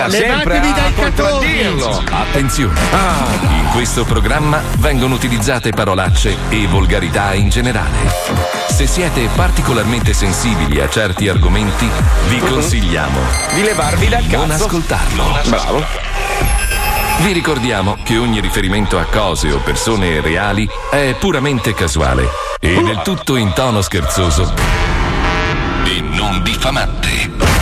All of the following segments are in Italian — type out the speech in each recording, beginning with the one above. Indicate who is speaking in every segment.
Speaker 1: Ah,
Speaker 2: sempre a contraddirlo.
Speaker 1: Attenzione!
Speaker 2: Ah.
Speaker 1: In questo programma vengono utilizzate parolacce e volgarità in generale. Se siete particolarmente sensibili a certi argomenti, vi consigliamo
Speaker 2: Di levarvi dal
Speaker 1: non
Speaker 2: cazzo.
Speaker 1: ascoltarlo. Bravo. Vi ricordiamo che ogni riferimento a cose o persone reali è puramente casuale e del tutto in tono scherzoso e non diffamante.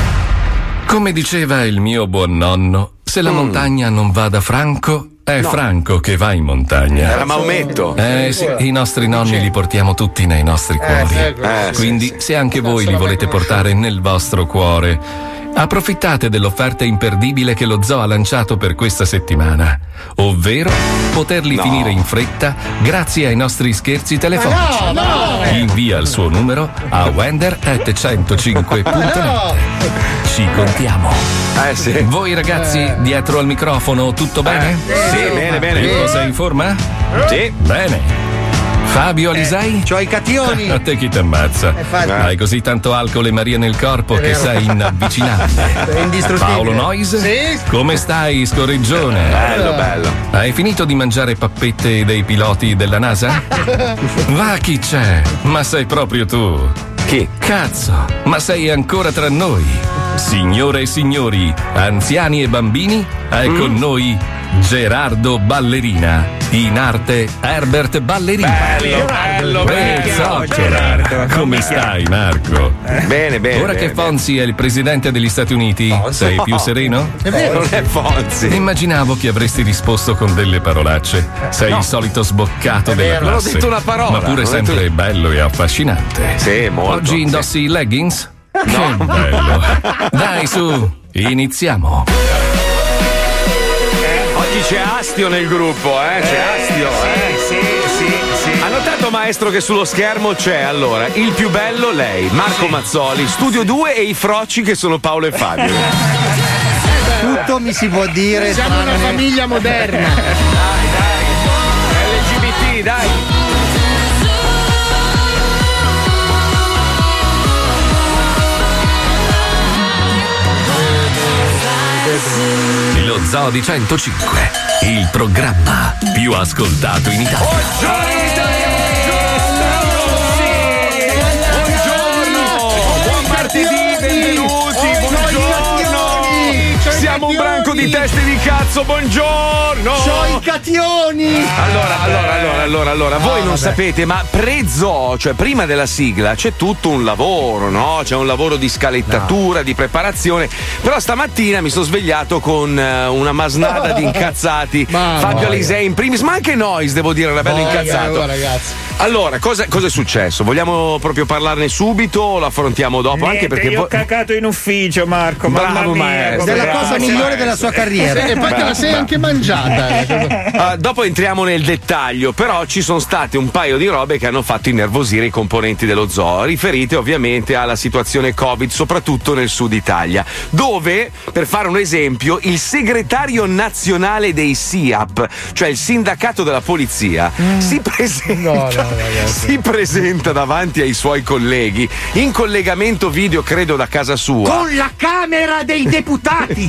Speaker 1: Come diceva il mio buon nonno, se
Speaker 2: Mm.
Speaker 1: la montagna non va da Franco, è Franco che va in montagna.
Speaker 2: Era Maometto.
Speaker 1: Eh sì, i nostri nonni li portiamo tutti nei nostri cuori.
Speaker 2: Eh,
Speaker 1: Quindi, se anche voi
Speaker 2: Esatto.
Speaker 1: li volete portare nel vostro cuore, approfittate dell'offerta imperdibile che lo zoo ha lanciato per questa settimana. Ovvero poterli finire in fretta grazie ai nostri scherzi
Speaker 3: Ma
Speaker 1: telefonici.
Speaker 3: no, no!
Speaker 1: Invia il suo numero a wender at 105.net. Ci contiamo. Eh sì. Voi ragazzi
Speaker 4: Eh.
Speaker 1: dietro al microfono tutto bene?
Speaker 2: sì, sì, bene, bene.
Speaker 1: Filippo,
Speaker 2: Sì.
Speaker 1: sei in forma? Sì. Bene.
Speaker 4: Eh,
Speaker 1: Fabio Alisei? C'ho i cationi. A te chi ti ammazza?
Speaker 4: infatti.
Speaker 1: Hai così tanto alcol e Maria nel corpo
Speaker 4: È
Speaker 1: che
Speaker 4: vero.
Speaker 1: sei inavvicinabile.
Speaker 4: È indistruttibile.
Speaker 1: Paolo Nois?
Speaker 4: Sì.
Speaker 1: Come stai, scorreggione?
Speaker 4: Bello, bello.
Speaker 1: Hai finito di mangiare pappette dei piloti della NASA? Va chi c'è? Ma sei proprio tu. Che cazzo? Ma sei ancora tra noi. Signore e signori, anziani e bambini, è con noi Gerardo Ballerina, in arte Herbert Ballerina.
Speaker 2: Bello, bello,
Speaker 1: Bello, esatto. Come stai Marco?
Speaker 2: Bene, bene,
Speaker 1: Ora
Speaker 2: bene,
Speaker 1: che Fonzi è il presidente degli Stati Uniti, sei più sereno?
Speaker 2: È vero. Non è Fonzi.
Speaker 1: Immaginavo che avresti risposto con delle parolacce. Sei il solito sboccato
Speaker 2: È
Speaker 1: della
Speaker 2: vero. Non ho
Speaker 1: classe.
Speaker 2: detto una parola,
Speaker 1: Ma
Speaker 2: non
Speaker 1: pure
Speaker 2: ho
Speaker 1: sempre
Speaker 2: detto-
Speaker 1: bello e affascinante.
Speaker 2: Sì, molto,
Speaker 1: Oggi indossi i leggings? No. Che bello. Dai su, iniziamo.
Speaker 2: Oggi c'è Astio nel gruppo, eh? C'è Astio, eh? Ha notato maestro che sullo schermo c'è allora il più bello lei, Marco Mazzoli, Studio 2 e i froci che sono Paolo e Fabio.
Speaker 5: Tutto mi si può dire.
Speaker 6: Siamo una
Speaker 5: tranne-
Speaker 6: famiglia moderna.
Speaker 2: LGBT, dai.
Speaker 1: Lo Zoo di 105, il programma più ascoltato in Italia.
Speaker 2: Buongiorno, buon martedì, benvenuti,
Speaker 6: cioè
Speaker 2: buongiorno. Siamo un branco di teste di cazzo, buongiorno.
Speaker 6: Cioè
Speaker 5: C'ho i cationi!
Speaker 2: Allora, allora, allora, allora, allora,
Speaker 5: No,
Speaker 2: voi non
Speaker 5: vabbè.
Speaker 2: sapete, ma prezzo, cioè prima della sigla c'è tutto un lavoro, no? C'è un lavoro di scalettatura, di preparazione. Però stamattina mi sono svegliato con eh, una masnada di incazzati. Fabio
Speaker 6: boia.
Speaker 2: Alisei in primis, ma anche Nois, devo dire, era bello incazzato.
Speaker 6: ragazzi.
Speaker 2: Allora, cosa, cosa è successo? Vogliamo proprio parlarne subito o lo affrontiamo dopo? anche perché
Speaker 7: io ho
Speaker 2: voi-
Speaker 7: cagato in ufficio, Marco. mamma
Speaker 2: Bravo
Speaker 7: mia,
Speaker 2: maestro.
Speaker 7: come-
Speaker 2: bravo, maestro.
Speaker 7: E poi te la sei anche mangiata.
Speaker 8: eh.
Speaker 2: Ah, dopo entriamo nel dettaglio, però ci sono state un paio di robe che hanno fatto innervosire i componenti dello zoo, riferite ovviamente alla situazione Covid, soprattutto nel sud Italia, dove, per fare un esempio, il segretario nazionale dei SIAP, cioè il sindacato della polizia, si presenta si presenta davanti ai suoi colleghi in collegamento video, credo da casa sua.
Speaker 3: Con la Camera dei Deputati.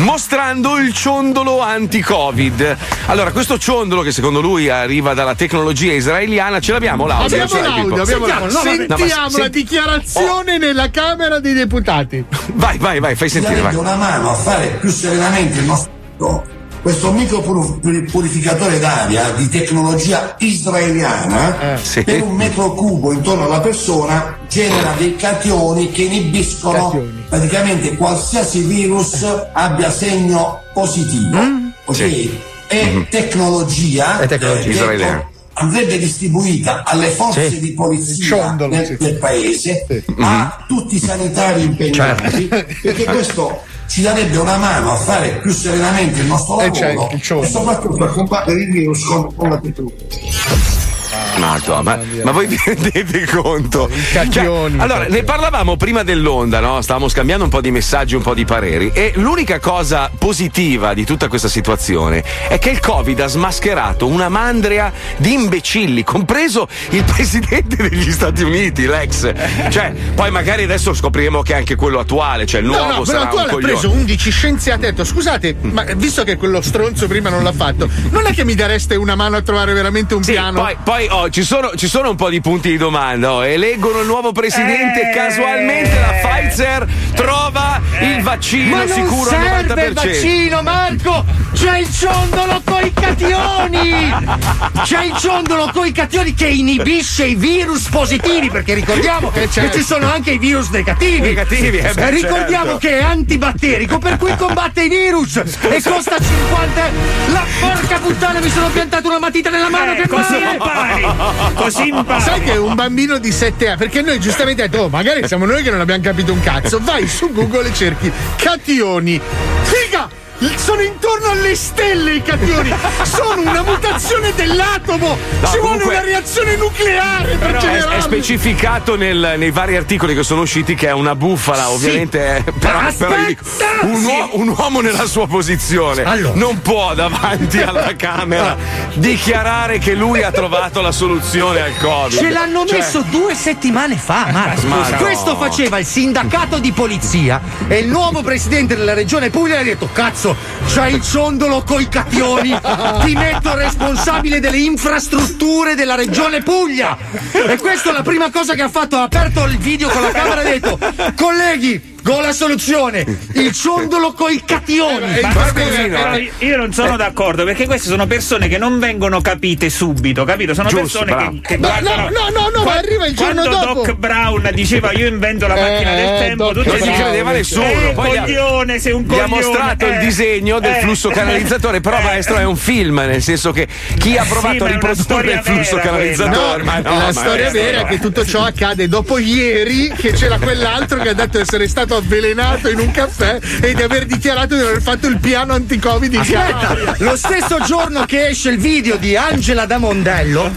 Speaker 2: mostrando il ciondolo anti-Covid. Allora, questo ciondolo che secondo lui arriva dalla tecnologia israeliana, ce l'abbiamo Cioè, l'audio?
Speaker 6: Abbiamo
Speaker 2: Ce l'hai,
Speaker 6: l'audio,
Speaker 2: Pippo?
Speaker 6: abbiamo l'audio.
Speaker 2: No, ma
Speaker 6: Sentiamo la
Speaker 2: sen-
Speaker 6: dichiarazione nella Camera dei Deputati.
Speaker 2: Vai, vai, vai, fai sentire, vai.
Speaker 9: una mano a fare più serenamente il nostro lavoro. questo micro pur- pur- purificatore d'aria di tecnologia israeliana
Speaker 2: Eh, sì.
Speaker 9: per un metro cubo intorno alla persona genera dei cationi che inibiscono praticamente qualsiasi virus abbia segno positivo ok è tecnologia,
Speaker 5: È tecnologia.
Speaker 9: eh, che
Speaker 2: Israeliana.
Speaker 9: andrebbe distribuita alle forze
Speaker 5: Sì.
Speaker 9: di polizia
Speaker 5: Ciondolo,
Speaker 9: del,
Speaker 5: sì.
Speaker 9: del paese a tutti i sanitari impegnati perché questo ci darebbe una mano a fare più serenamente il nostro
Speaker 6: Eh, c'è
Speaker 9: lavoro
Speaker 6: il
Speaker 9: e,
Speaker 6: ciondolo.
Speaker 9: soprattutto a combattere il virus con, con la tecnologia
Speaker 2: Madonna, ma, ma voi vi rendete conto? Cioè,
Speaker 8: cacchioni,
Speaker 2: allora, ne parlavamo prima dell'onda, no? Stavamo scambiando un po' di messaggi, un po' di pareri. E l'unica cosa positiva di tutta questa situazione è che il Covid ha smascherato una mandria di imbecilli, compreso il presidente degli Stati Uniti, l'ex. Cioè, poi magari adesso scopriremo che anche quello attuale, cioè il nuovo
Speaker 8: no, no,
Speaker 2: sarà
Speaker 8: però tu
Speaker 2: un
Speaker 8: hai
Speaker 2: coglione.
Speaker 8: preso 11 scienziati e hai detto scusate, ma visto che quello stronzo prima non l'ha fatto, non è che mi dareste una mano a trovare veramente un piano?
Speaker 2: Poi, poi, oh, ci, sono, ci sono un po' di punti di domanda. oh. Eleggono il nuovo
Speaker 6: Eh.
Speaker 2: presidente. Casualmente la Pfizer trova il vaccino
Speaker 6: Ma non
Speaker 2: sicuro al 90%.
Speaker 6: serve il vaccino, Marco! C'è il ciondolo coi cationi! C'è il ciondolo coi cationi che inibisce i virus positivi, perché ricordiamo
Speaker 8: Eh,
Speaker 6: che
Speaker 8: certo.
Speaker 6: ci sono anche i virus negativi.
Speaker 8: Negativi, eh, beh,
Speaker 6: E ricordiamo
Speaker 8: certo.
Speaker 6: che è antibatterico, per cui combatte i virus e costa 50 La porca puttana, mi sono piantato una matita nella
Speaker 8: Eh,
Speaker 6: mano che male!
Speaker 8: Oh, Sai che un bambino di 7 anni, perché noi giustamente abbiamo detto, oh, magari siamo noi che non abbiamo capito un cazzo. Vai su Google e cerchi Cationi. Figa! Sono intorno alle stelle i cationi! Sono una mutazione dell'atomo!
Speaker 2: No,
Speaker 8: Ci vuole
Speaker 2: comunque-
Speaker 8: una reazione nucleare per
Speaker 2: Però è,
Speaker 8: generarlo!
Speaker 2: è specificato nel- nei vari articoli che sono usciti che è una bufala,
Speaker 8: Sì.
Speaker 2: ovviamente. eh, Però,
Speaker 8: Aspetta,
Speaker 2: però io dico, un, uo- un uomo nella sua posizione non può davanti alla Camera dichiarare che lui ha trovato la soluzione al Covid.
Speaker 6: Ce l'hanno
Speaker 2: Cioè,
Speaker 6: messo due settimane fa, Marco.
Speaker 2: Ma no.
Speaker 6: Questo faceva il sindacato di polizia e il nuovo presidente della regione Puglia ha detto: Cazzo, c'hai il ciondolo coi capioni, ti metto responsabile delle infrastrutture della regione Puglia. E questa è la prima cosa che ha fatto: ha aperto il video con la camera e ha detto: Colleghi, ho la soluzione, il ciondolo coi cationi.
Speaker 4: Eh, Ma scusa, eh, però io non sono d'accordo perché queste sono persone che non vengono capite subito, capito? Sono
Speaker 8: Giusto,
Speaker 4: persone
Speaker 8: bravo.
Speaker 4: che, che
Speaker 8: No,
Speaker 4: guardano-
Speaker 8: no, no, no, no, ma arriva il giorno
Speaker 4: quando
Speaker 8: dopo.
Speaker 4: Doc Brown diceva io invento la macchina
Speaker 8: Eh,
Speaker 4: del tempo,
Speaker 8: Doc
Speaker 4: tutti
Speaker 2: non ci
Speaker 4: dicevano,
Speaker 2: credeva nessuno.
Speaker 4: "Eh,
Speaker 2: Poi gli ha-
Speaker 4: coglione, sei un
Speaker 2: gli ha
Speaker 4: coglione.
Speaker 2: mostrato il
Speaker 4: eh,
Speaker 2: disegno del
Speaker 4: eh,
Speaker 2: flusso
Speaker 4: eh,
Speaker 2: canalizzatore. Però, maestro, è un film, nel senso che chi
Speaker 7: Eh,
Speaker 2: ha
Speaker 8: Sì,
Speaker 2: provato
Speaker 8: ma
Speaker 2: a
Speaker 8: è una
Speaker 2: riprodurre
Speaker 8: storia
Speaker 2: il flusso
Speaker 8: vera
Speaker 2: canalizzatore?
Speaker 8: No,
Speaker 2: Ma no,
Speaker 8: la storia
Speaker 2: maestro,
Speaker 8: vera è
Speaker 2: no.
Speaker 8: che tutto ciò accade dopo ieri che c'era quell'altro che ha detto di essere stato avvelenato in un caffè e di aver dichiarato di aver fatto il piano anti-covid in
Speaker 6: Aspetta, lo stesso giorno che esce il video di Angela da Mondello.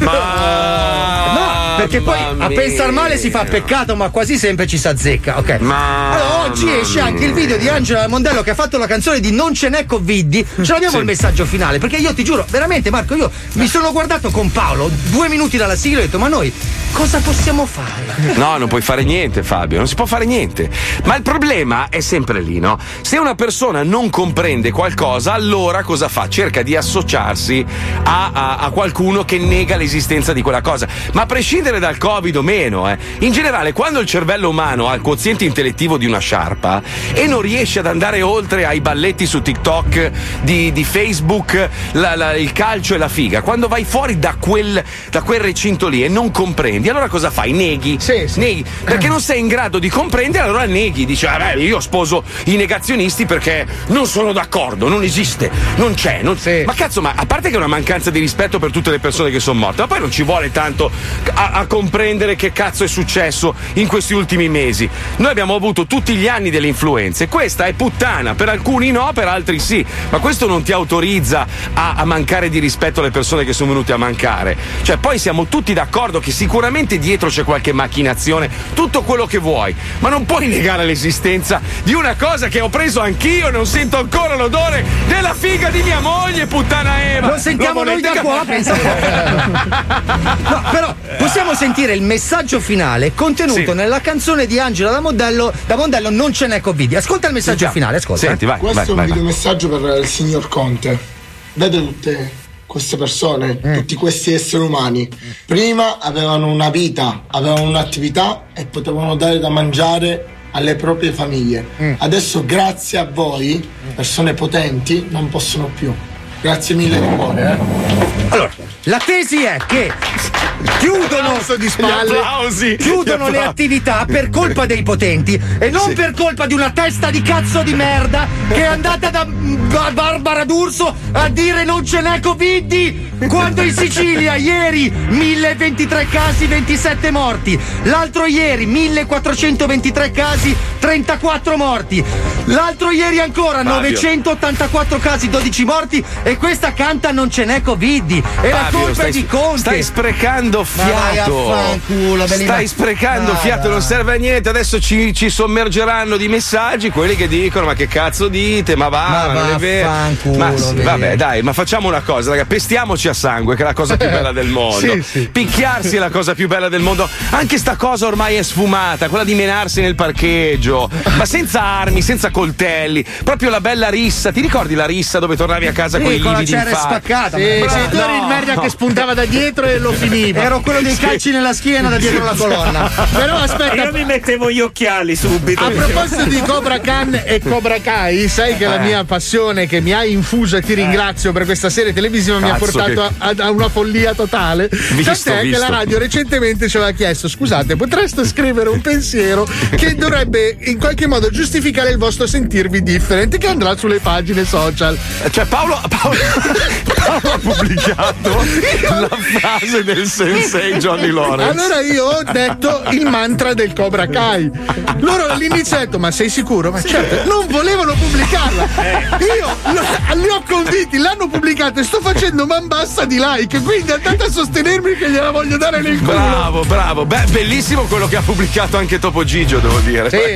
Speaker 6: No, perché poi
Speaker 10: Ah, Mamma
Speaker 6: a pensar
Speaker 10: mia.
Speaker 6: male si fa peccato, ma quasi sempre ci si azzecca, ok? allora oggi
Speaker 10: Mamma
Speaker 6: esce anche il
Speaker 10: mia.
Speaker 6: video di Angela da Mondello che ha fatto la canzone di Non ce n'è Coviddi. Ce l'abbiamo il messaggio finale, perché io ti giuro, veramente Marco, io mi sono guardato con Paolo due minuti dalla sigla e ho detto, ma noi cosa possiamo fare?
Speaker 2: No, non puoi fare niente, Fabio, non si può fare niente. Ma il problema è sempre lì, no? Se una persona non comprende qualcosa, allora cosa fa? Cerca di associarsi a, a- a qualcuno che nega l'esistenza di quella cosa. Ma a prescindere dal Covid o meno, eh, in generale, quando il cervello umano ha il quoziente intellettivo di una sciarpa e non riesce ad andare oltre ai balletti su TikTok, di, di Facebook, la- la- il calcio e la figa, quando vai fuori da quel, da quel recinto lì e non comprendi, allora cosa fai? Neghi. Neghi. Perché non sei in grado di comprendere, allora neghi. Dici, ah beh, io sposo i negazionisti perché non sono d'accordo, non esiste, non c'è. non- Ma cazzo, ma a parte che è una mancanza di rispetto per tutte le persone che sono morte, ma poi non ci vuole tanto a, a comprendere che cazzo è successo in questi ultimi mesi. Noi abbiamo avuto tutti gli anni delle influenze, questa è puttana, per alcuni no, per altri sì, ma questo non ti autorizza a, a mancare di rispetto alle persone che sono venute a mancare. Cioè, poi siamo tutti d'accordo che sicuramente dietro c'è qualche macchinazione, tutto quello che vuoi, ma non puoi negare l'esistenza di una cosa che ho preso anch'io e non sento ancora l'odore della figa di mia moglie, puttana Eva.
Speaker 6: Lo sentiamo
Speaker 2: Lo
Speaker 6: noi da
Speaker 2: volete
Speaker 6: qua,
Speaker 2: cap-
Speaker 6: pensa un po'. No, però
Speaker 10: Eh.
Speaker 6: possiamo sentire il messaggio finale contenuto nella canzone di Angela da Mondello, da Mondello Non ce n'è Covid. Ascolta il messaggio finale, ascolta. eh.
Speaker 7: Questo è un videomessaggio per il signor Conte. Vedo tutte queste persone, tutti questi esseri umani. Prima avevano una vita, avevano un'attività e potevano dare da mangiare alle proprie famiglie. Adesso, grazie a voi, persone potenti, non possono più. Grazie mille di cuore. Eh.
Speaker 6: Allora, la tesi è che chiudono,
Speaker 7: di spalle.
Speaker 6: Gli
Speaker 7: Applausi.
Speaker 6: chiudono
Speaker 7: Gli
Speaker 6: le
Speaker 7: applausi.
Speaker 6: attività per colpa dei potenti e non per colpa di una testa di cazzo di merda che è andata da mm, Bar- Barbara D'Urso a dire non ce n'è Covid quando in Sicilia ieri 1023 casi 27 morti l'altro ieri 1423 casi 34 morti l'altro ieri ancora
Speaker 10: Fabio.
Speaker 6: 984 casi 12 morti e questa canta non ce n'è Covid e la
Speaker 2: Fabio,
Speaker 6: colpa è
Speaker 2: stai-
Speaker 6: di Conte
Speaker 2: Stai sprecando
Speaker 5: vai a
Speaker 2: fiato.
Speaker 5: fanculo, veniva-
Speaker 2: Stai sprecando
Speaker 5: Dai,
Speaker 2: fiato, non serve a niente. Adesso ci, ci sommergeranno di messaggi quelli che dicono: Ma che cazzo dite? Ma va,
Speaker 5: Ma
Speaker 2: ma, non è vero.
Speaker 5: vaffanculo,
Speaker 2: Ma sì,
Speaker 5: vedi.
Speaker 2: vabbè, dai, ma facciamo una cosa, raga, pestiamoci a sangue, che è la cosa più bella del mondo.
Speaker 11: Sì, sì.
Speaker 2: Picchiarsi è la cosa più bella del mondo. Anche sta cosa ormai è sfumata, quella di menarsi nel parcheggio, ma senza armi, senza coltelli, proprio la bella rissa. Ti ricordi la rissa dove tornavi a casa
Speaker 3: Sì,
Speaker 2: con i
Speaker 3: con la
Speaker 2: lividi in
Speaker 3: cera
Speaker 2: faccia?
Speaker 3: spaccata.
Speaker 7: Sì,
Speaker 2: Bra-
Speaker 7: sì, tu eri il merda
Speaker 2: no.
Speaker 7: che spuntava da dietro e lo finiva.
Speaker 3: Ero quello dei calci nella schiena da dietro la colonna.
Speaker 7: Però aspetta.
Speaker 4: Io mi mettevo gli occhiali subito.
Speaker 7: A proposito di Cobra Khan e Cobra Kai, sai che la
Speaker 4: Eh.
Speaker 7: mia passione che mi ha infuso e ti ringrazio per questa serie televisiva mi ha
Speaker 11: Cazzo,
Speaker 7: portato a, a una follia totale.
Speaker 11: Visto,
Speaker 7: Tant'è che
Speaker 11: visto.
Speaker 7: la radio recentemente ci aveva chiesto: scusate, potreste scrivere un pensiero che dovrebbe in qualche modo giustificare il vostro sentirvi different, che andrà sulle pagine social.
Speaker 2: Cioè, Paolo, Paolo, Paolo ha pubblicato la frase del sensei Johnny Lawrence.
Speaker 7: Allora io ho detto il mantra del Cobra Kai. Loro all'inizio hanno detto: Ma sei sicuro? Ma certo, Eh. non volevano pubblicarla. Io lo- li ho convinti, l'hanno pubblicata e sto facendo man bassa di like. Quindi andate a sostenermi che gliela voglio dare nel culo.
Speaker 2: Bravo, bravo. Beh, bellissimo quello che ha pubblicato anche Topo Gigio, devo dire.
Speaker 7: Sì,
Speaker 2: È
Speaker 7: sì.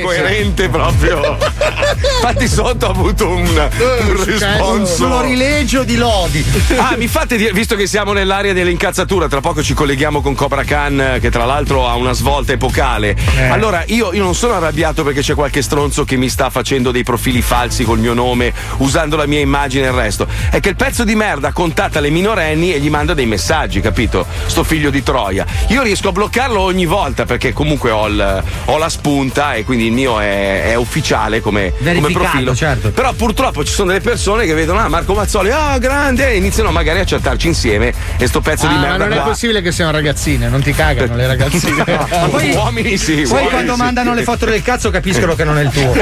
Speaker 2: coerente proprio. Infatti sotto ha avuto un,
Speaker 6: Eh,
Speaker 7: Eh,
Speaker 2: un
Speaker 6: certo.
Speaker 2: risponso.
Speaker 5: florilegio di lodi.
Speaker 2: Ah, mi fate dire, visto che siamo nell'area dell'incazzatura, tra poco ci colleghiamo con Cobra Khan, eh, che tra l'altro ha una svolta epocale.
Speaker 7: Eh.
Speaker 2: Allora, io, io non sono arrabbiato perché c'è qualche stronzo che mi sta facendo dei profili falsi col mio nome, usando la mia immagine e il resto. È che il pezzo di merda contatta le minorenni e gli manda dei messaggi, capito? Sto figlio di Troia. Io riesco a bloccarlo ogni volta perché comunque ho, il- ho la spunta e quindi il mio è, è ufficiale come, come
Speaker 3: Verificato,
Speaker 2: profilo.
Speaker 3: certo.
Speaker 2: Però purtroppo ci sono delle persone che vedono, ah, Marco Mazzoli, ah, grande, e iniziano magari a chattarci insieme e sto pezzo di
Speaker 7: Ah, ma
Speaker 2: merda
Speaker 7: non è
Speaker 2: qua.
Speaker 7: possibile che siano ragazzine, non ti cagano le ragazzine.
Speaker 2: Ma poi- Uomini sì,
Speaker 7: poi
Speaker 2: uomini
Speaker 7: quando
Speaker 2: sì. Eh,
Speaker 7: mandano le foto del cazzo capiscono che non è il tuo.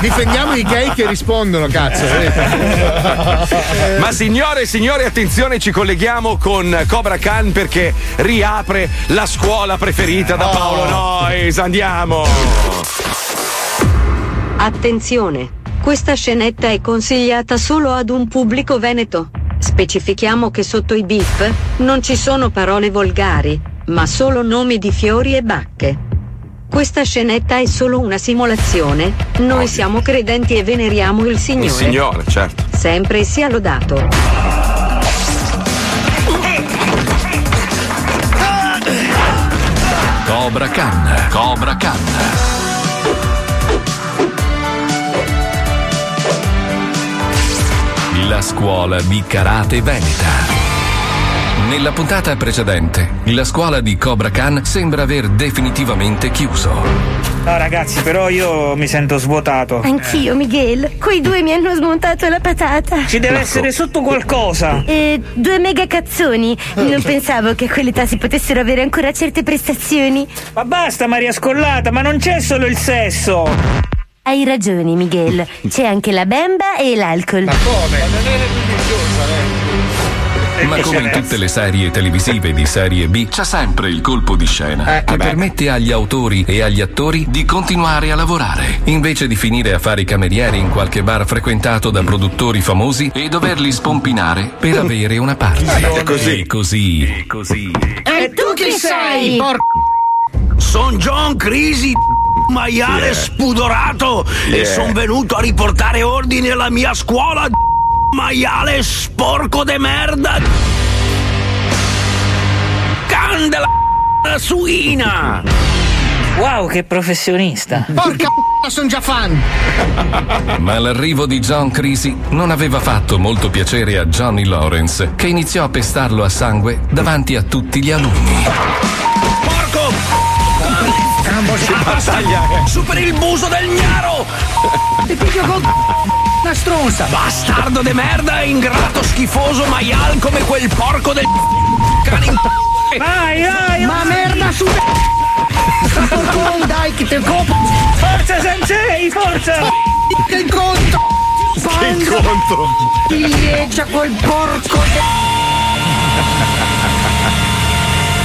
Speaker 7: Difendiamo i gay che rispondono, cazzo.
Speaker 2: Ma signore e signori, attenzione, ci colleghiamo con Cobra Khan perché riapre la scuola preferita da Paolo Noyes. Andiamo!
Speaker 12: Attenzione! Questa scenetta è consigliata solo ad un pubblico veneto. Specifichiamo che sotto i beef non ci sono parole volgari, ma solo nomi di fiori e bacche. Questa scenetta è solo una simulazione, noi siamo credenti e veneriamo il Signore.
Speaker 2: Il signore, certo.
Speaker 12: Sempre sia lodato.
Speaker 1: Cobra Khan, Cobra Khan. La scuola di karate veneta. Nella puntata precedente, la scuola di Cobra Khan sembra aver definitivamente chiuso.
Speaker 4: No, ragazzi, però io mi sento svuotato.
Speaker 13: Anch'io, Miguel. Quei due mi hanno smontato la patata.
Speaker 4: Ci
Speaker 3: Ecco.
Speaker 4: deve essere sotto qualcosa.
Speaker 13: Eh, due mega cazzoni. Non pensavo che a quell'età si potessero avere ancora certe prestazioni.
Speaker 4: Ma basta, Maria Scollata, ma non c'è solo il sesso.
Speaker 13: Hai ragione, Miguel. C'è anche la bemba e l'alcol. Ma come?
Speaker 1: eh. Ma come in tutte le serie televisive di serie B, c'è sempre il colpo di scena che permette agli autori e agli attori di continuare a lavorare, invece di finire a fare i camerieri in qualche bar frequentato da produttori famosi e doverli spompinare per avere una parte. E Eh, così. E così.
Speaker 11: E Eh, tu chi sei?
Speaker 14: Son John Crisi, maiale
Speaker 11: Yeah.
Speaker 14: spudorato
Speaker 11: Yeah.
Speaker 14: e son venuto a riportare ordine alla mia scuola, maiale sporco de merda. Candela suina.
Speaker 4: Wow, che professionista.
Speaker 7: Porca sono già fan.
Speaker 1: Ma l'arrivo di John Crisi non aveva fatto molto piacere a Johnny Lawrence, che iniziò a pestarlo a sangue davanti a tutti gli alunni.
Speaker 14: Porco! Battaglia. Superi il muso del gnaro! Ti piglio con una stronza! Bastardo de merda e ingrato schifoso maial come quel porco del cane in
Speaker 4: Vai, vai!
Speaker 11: Ma merda su dai che te copo!
Speaker 4: Forza Sensei, forza!
Speaker 11: Che incontro! Che incontro! Ciliegia quel porco!
Speaker 2: Che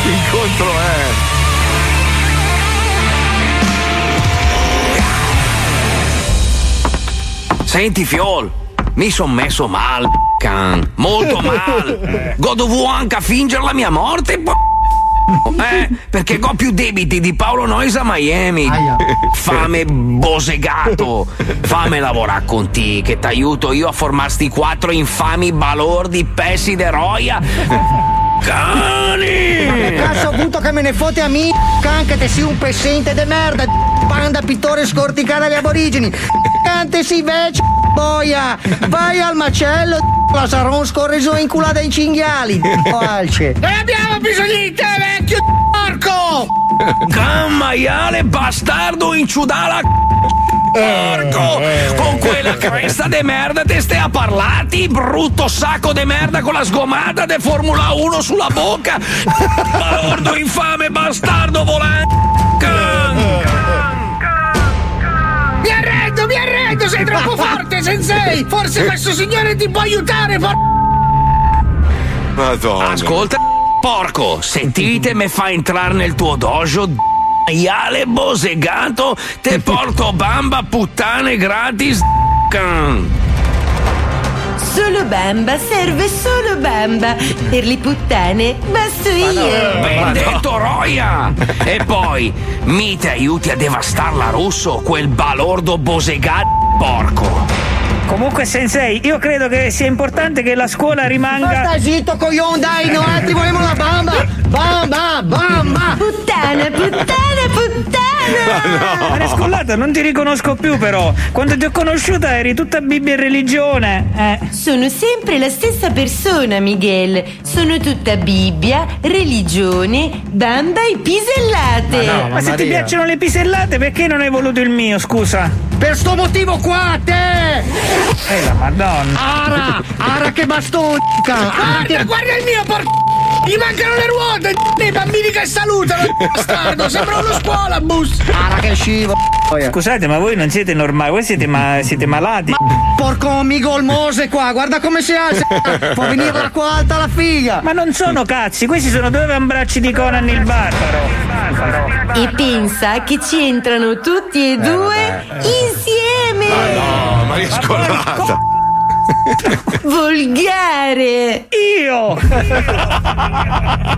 Speaker 2: incontro è?
Speaker 14: Senti, Fiol, mi son messo mal, can, molto mal. Godo anche a fingere la mia morte, p- Eh, perché ho più debiti di Paolo Nois a Miami. Fame bosegato. Fame lavorare con te, che t'aiuto io a formarsti quattro infami balordi pessi de roia. Cani!
Speaker 15: Ma che cazzo ho avuto che me ne fotte a me? Canca te si un pessente de merda. Panda pittore scorticare agli aborigini. Cante si vecchio. Boia, vai al macello. La saron scorreso e inculata ai cinghiali. Alce.
Speaker 14: Noi abbiamo bisogno di te, vecchio porco! Can maiale bastardo inciudala porco! Con quella cresta de merda te stai a parlarti, brutto sacco de merda con la sgomata de Formula 1 sulla bocca! Balordo infame bastardo volante! Can,
Speaker 8: Mi arrendo, mi arrendo, sei troppo forte, sensei!
Speaker 15: Eh.
Speaker 8: Forse questo signore ti può aiutare, por-
Speaker 16: Madonna.
Speaker 14: Ascolta, porco, sentite me fa entrare nel tuo dojo. d- Maiale bosegato, te porto bamba puttane gratis. d- Can.
Speaker 3: Solo Bamba serve solo Bamba. Per le puttane basto
Speaker 15: eh,
Speaker 3: io.
Speaker 14: Benedetto Roia! E poi, mi te aiuti a devastare la Russo, quel balordo bosegato porco.
Speaker 4: Comunque, Sensei, io credo che sia importante che la scuola rimanga.
Speaker 15: Sta zitto, coglion, dai, no, altri volevano la bamba. Bamba, bamba.
Speaker 3: Puttana, puttana, puttana.
Speaker 4: Maria Scollata, non ti riconosco più, però. Quando ti ho conosciuta eri tutta Bibbia e religione.
Speaker 3: Sono sempre la stessa persona, Miguel. Sono tutta Bibbia, religione, bamba e pisellate.
Speaker 4: Ma, se ti piacciono le pisellate, perché non hai voluto il mio, scusa?
Speaker 17: Per sto motivo qua, te!
Speaker 4: Eh, la madonna.
Speaker 17: Ara, ara che bastonca!
Speaker 8: Guarda, guarda il mio, por... Gli mancano le ruote, i bambini che salutano, bastardo, sembra uno scuola, bus!
Speaker 15: Ara
Speaker 18: Ah,
Speaker 15: che scivo.
Speaker 4: Scusate, ma voi non siete normali, voi siete, ma- siete malati.
Speaker 15: Porco amico il Mose qua, guarda come si alza. Può venire da qua alta la figa.
Speaker 4: Ma non sono cazzi, questi sono due ambracci di Conan il barbaro.
Speaker 3: E pensa che ci entrano tutti e
Speaker 15: Eh,
Speaker 3: due insieme.
Speaker 1: Oh,
Speaker 16: No, Maria Scollata.
Speaker 3: Volgare!
Speaker 4: Io!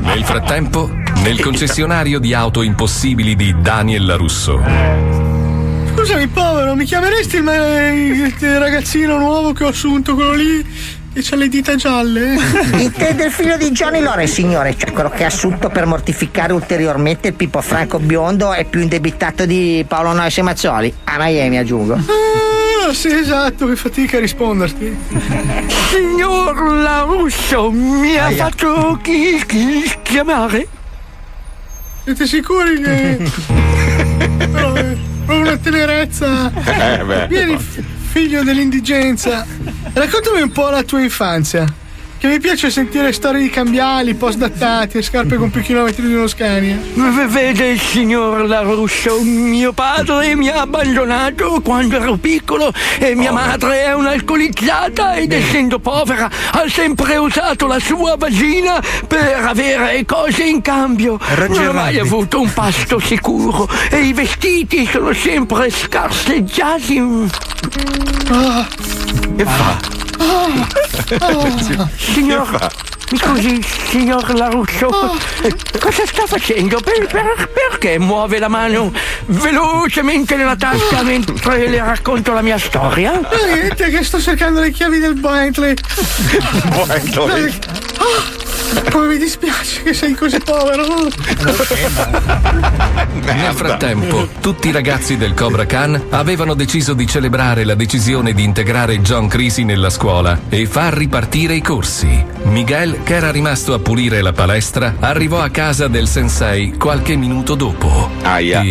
Speaker 1: Nel frattempo, nel concessionario di auto impossibili di Daniel Larusso.
Speaker 7: Scusami, povero, mi chiameresti il, me- il ragazzino nuovo che ho assunto, quello lì che ha le dita gialle?
Speaker 15: Intende il figlio di Gianni Lore, signore, cioè quello che ha assunto per mortificare ulteriormente il Pippo Franco Biondo e più indebitato di Paolo Noyes e Mazzoli. A Miami aggiungo.
Speaker 7: Ah, sì, esatto, che fatica a risponderti.
Speaker 8: Signor Larusso, mi ha fatto chi- chi- chiamare?
Speaker 7: Siete sicuri che. Però, eh, ho una tenerezza.
Speaker 8: Eh, beh.
Speaker 7: Vieni, f- figlio dell'indigenza. Raccontami un po' la tua infanzia. Che mi piace sentire storie di cambiali, post dattati e scarpe con più chilometri di uno Scania.
Speaker 8: V- Vede, signor Larusso, mio padre mi ha abbandonato quando ero piccolo e mia madre è un'alcolizzata ed essendo povera ha sempre usato la sua vagina per avere cose in cambio. Non ho mai avuto un pasto sicuro e i vestiti sono sempre scarseggiati.
Speaker 16: Che fa?
Speaker 7: Ah.
Speaker 8: Signor, mi scusi, signor Larusso,
Speaker 4: Oh.
Speaker 8: eh, cosa sta facendo? Per- per- perché muove la mano velocemente nella
Speaker 4: Oh.
Speaker 8: tasca mentre le racconto la mia storia?
Speaker 7: Ah, Niente, che sto cercando le chiavi del Bentley.
Speaker 8: Bentley.
Speaker 7: Ah, come mi dispiace che sei così povero.
Speaker 1: Nel frattempo, tutti i ragazzi del Cobra Khan avevano deciso di celebrare la decisione di integrare John Crisi nella scuola e far ripartire i corsi. Miguel, che era rimasto a pulire la palestra, arrivò a casa del sensei qualche minuto dopo. Aia.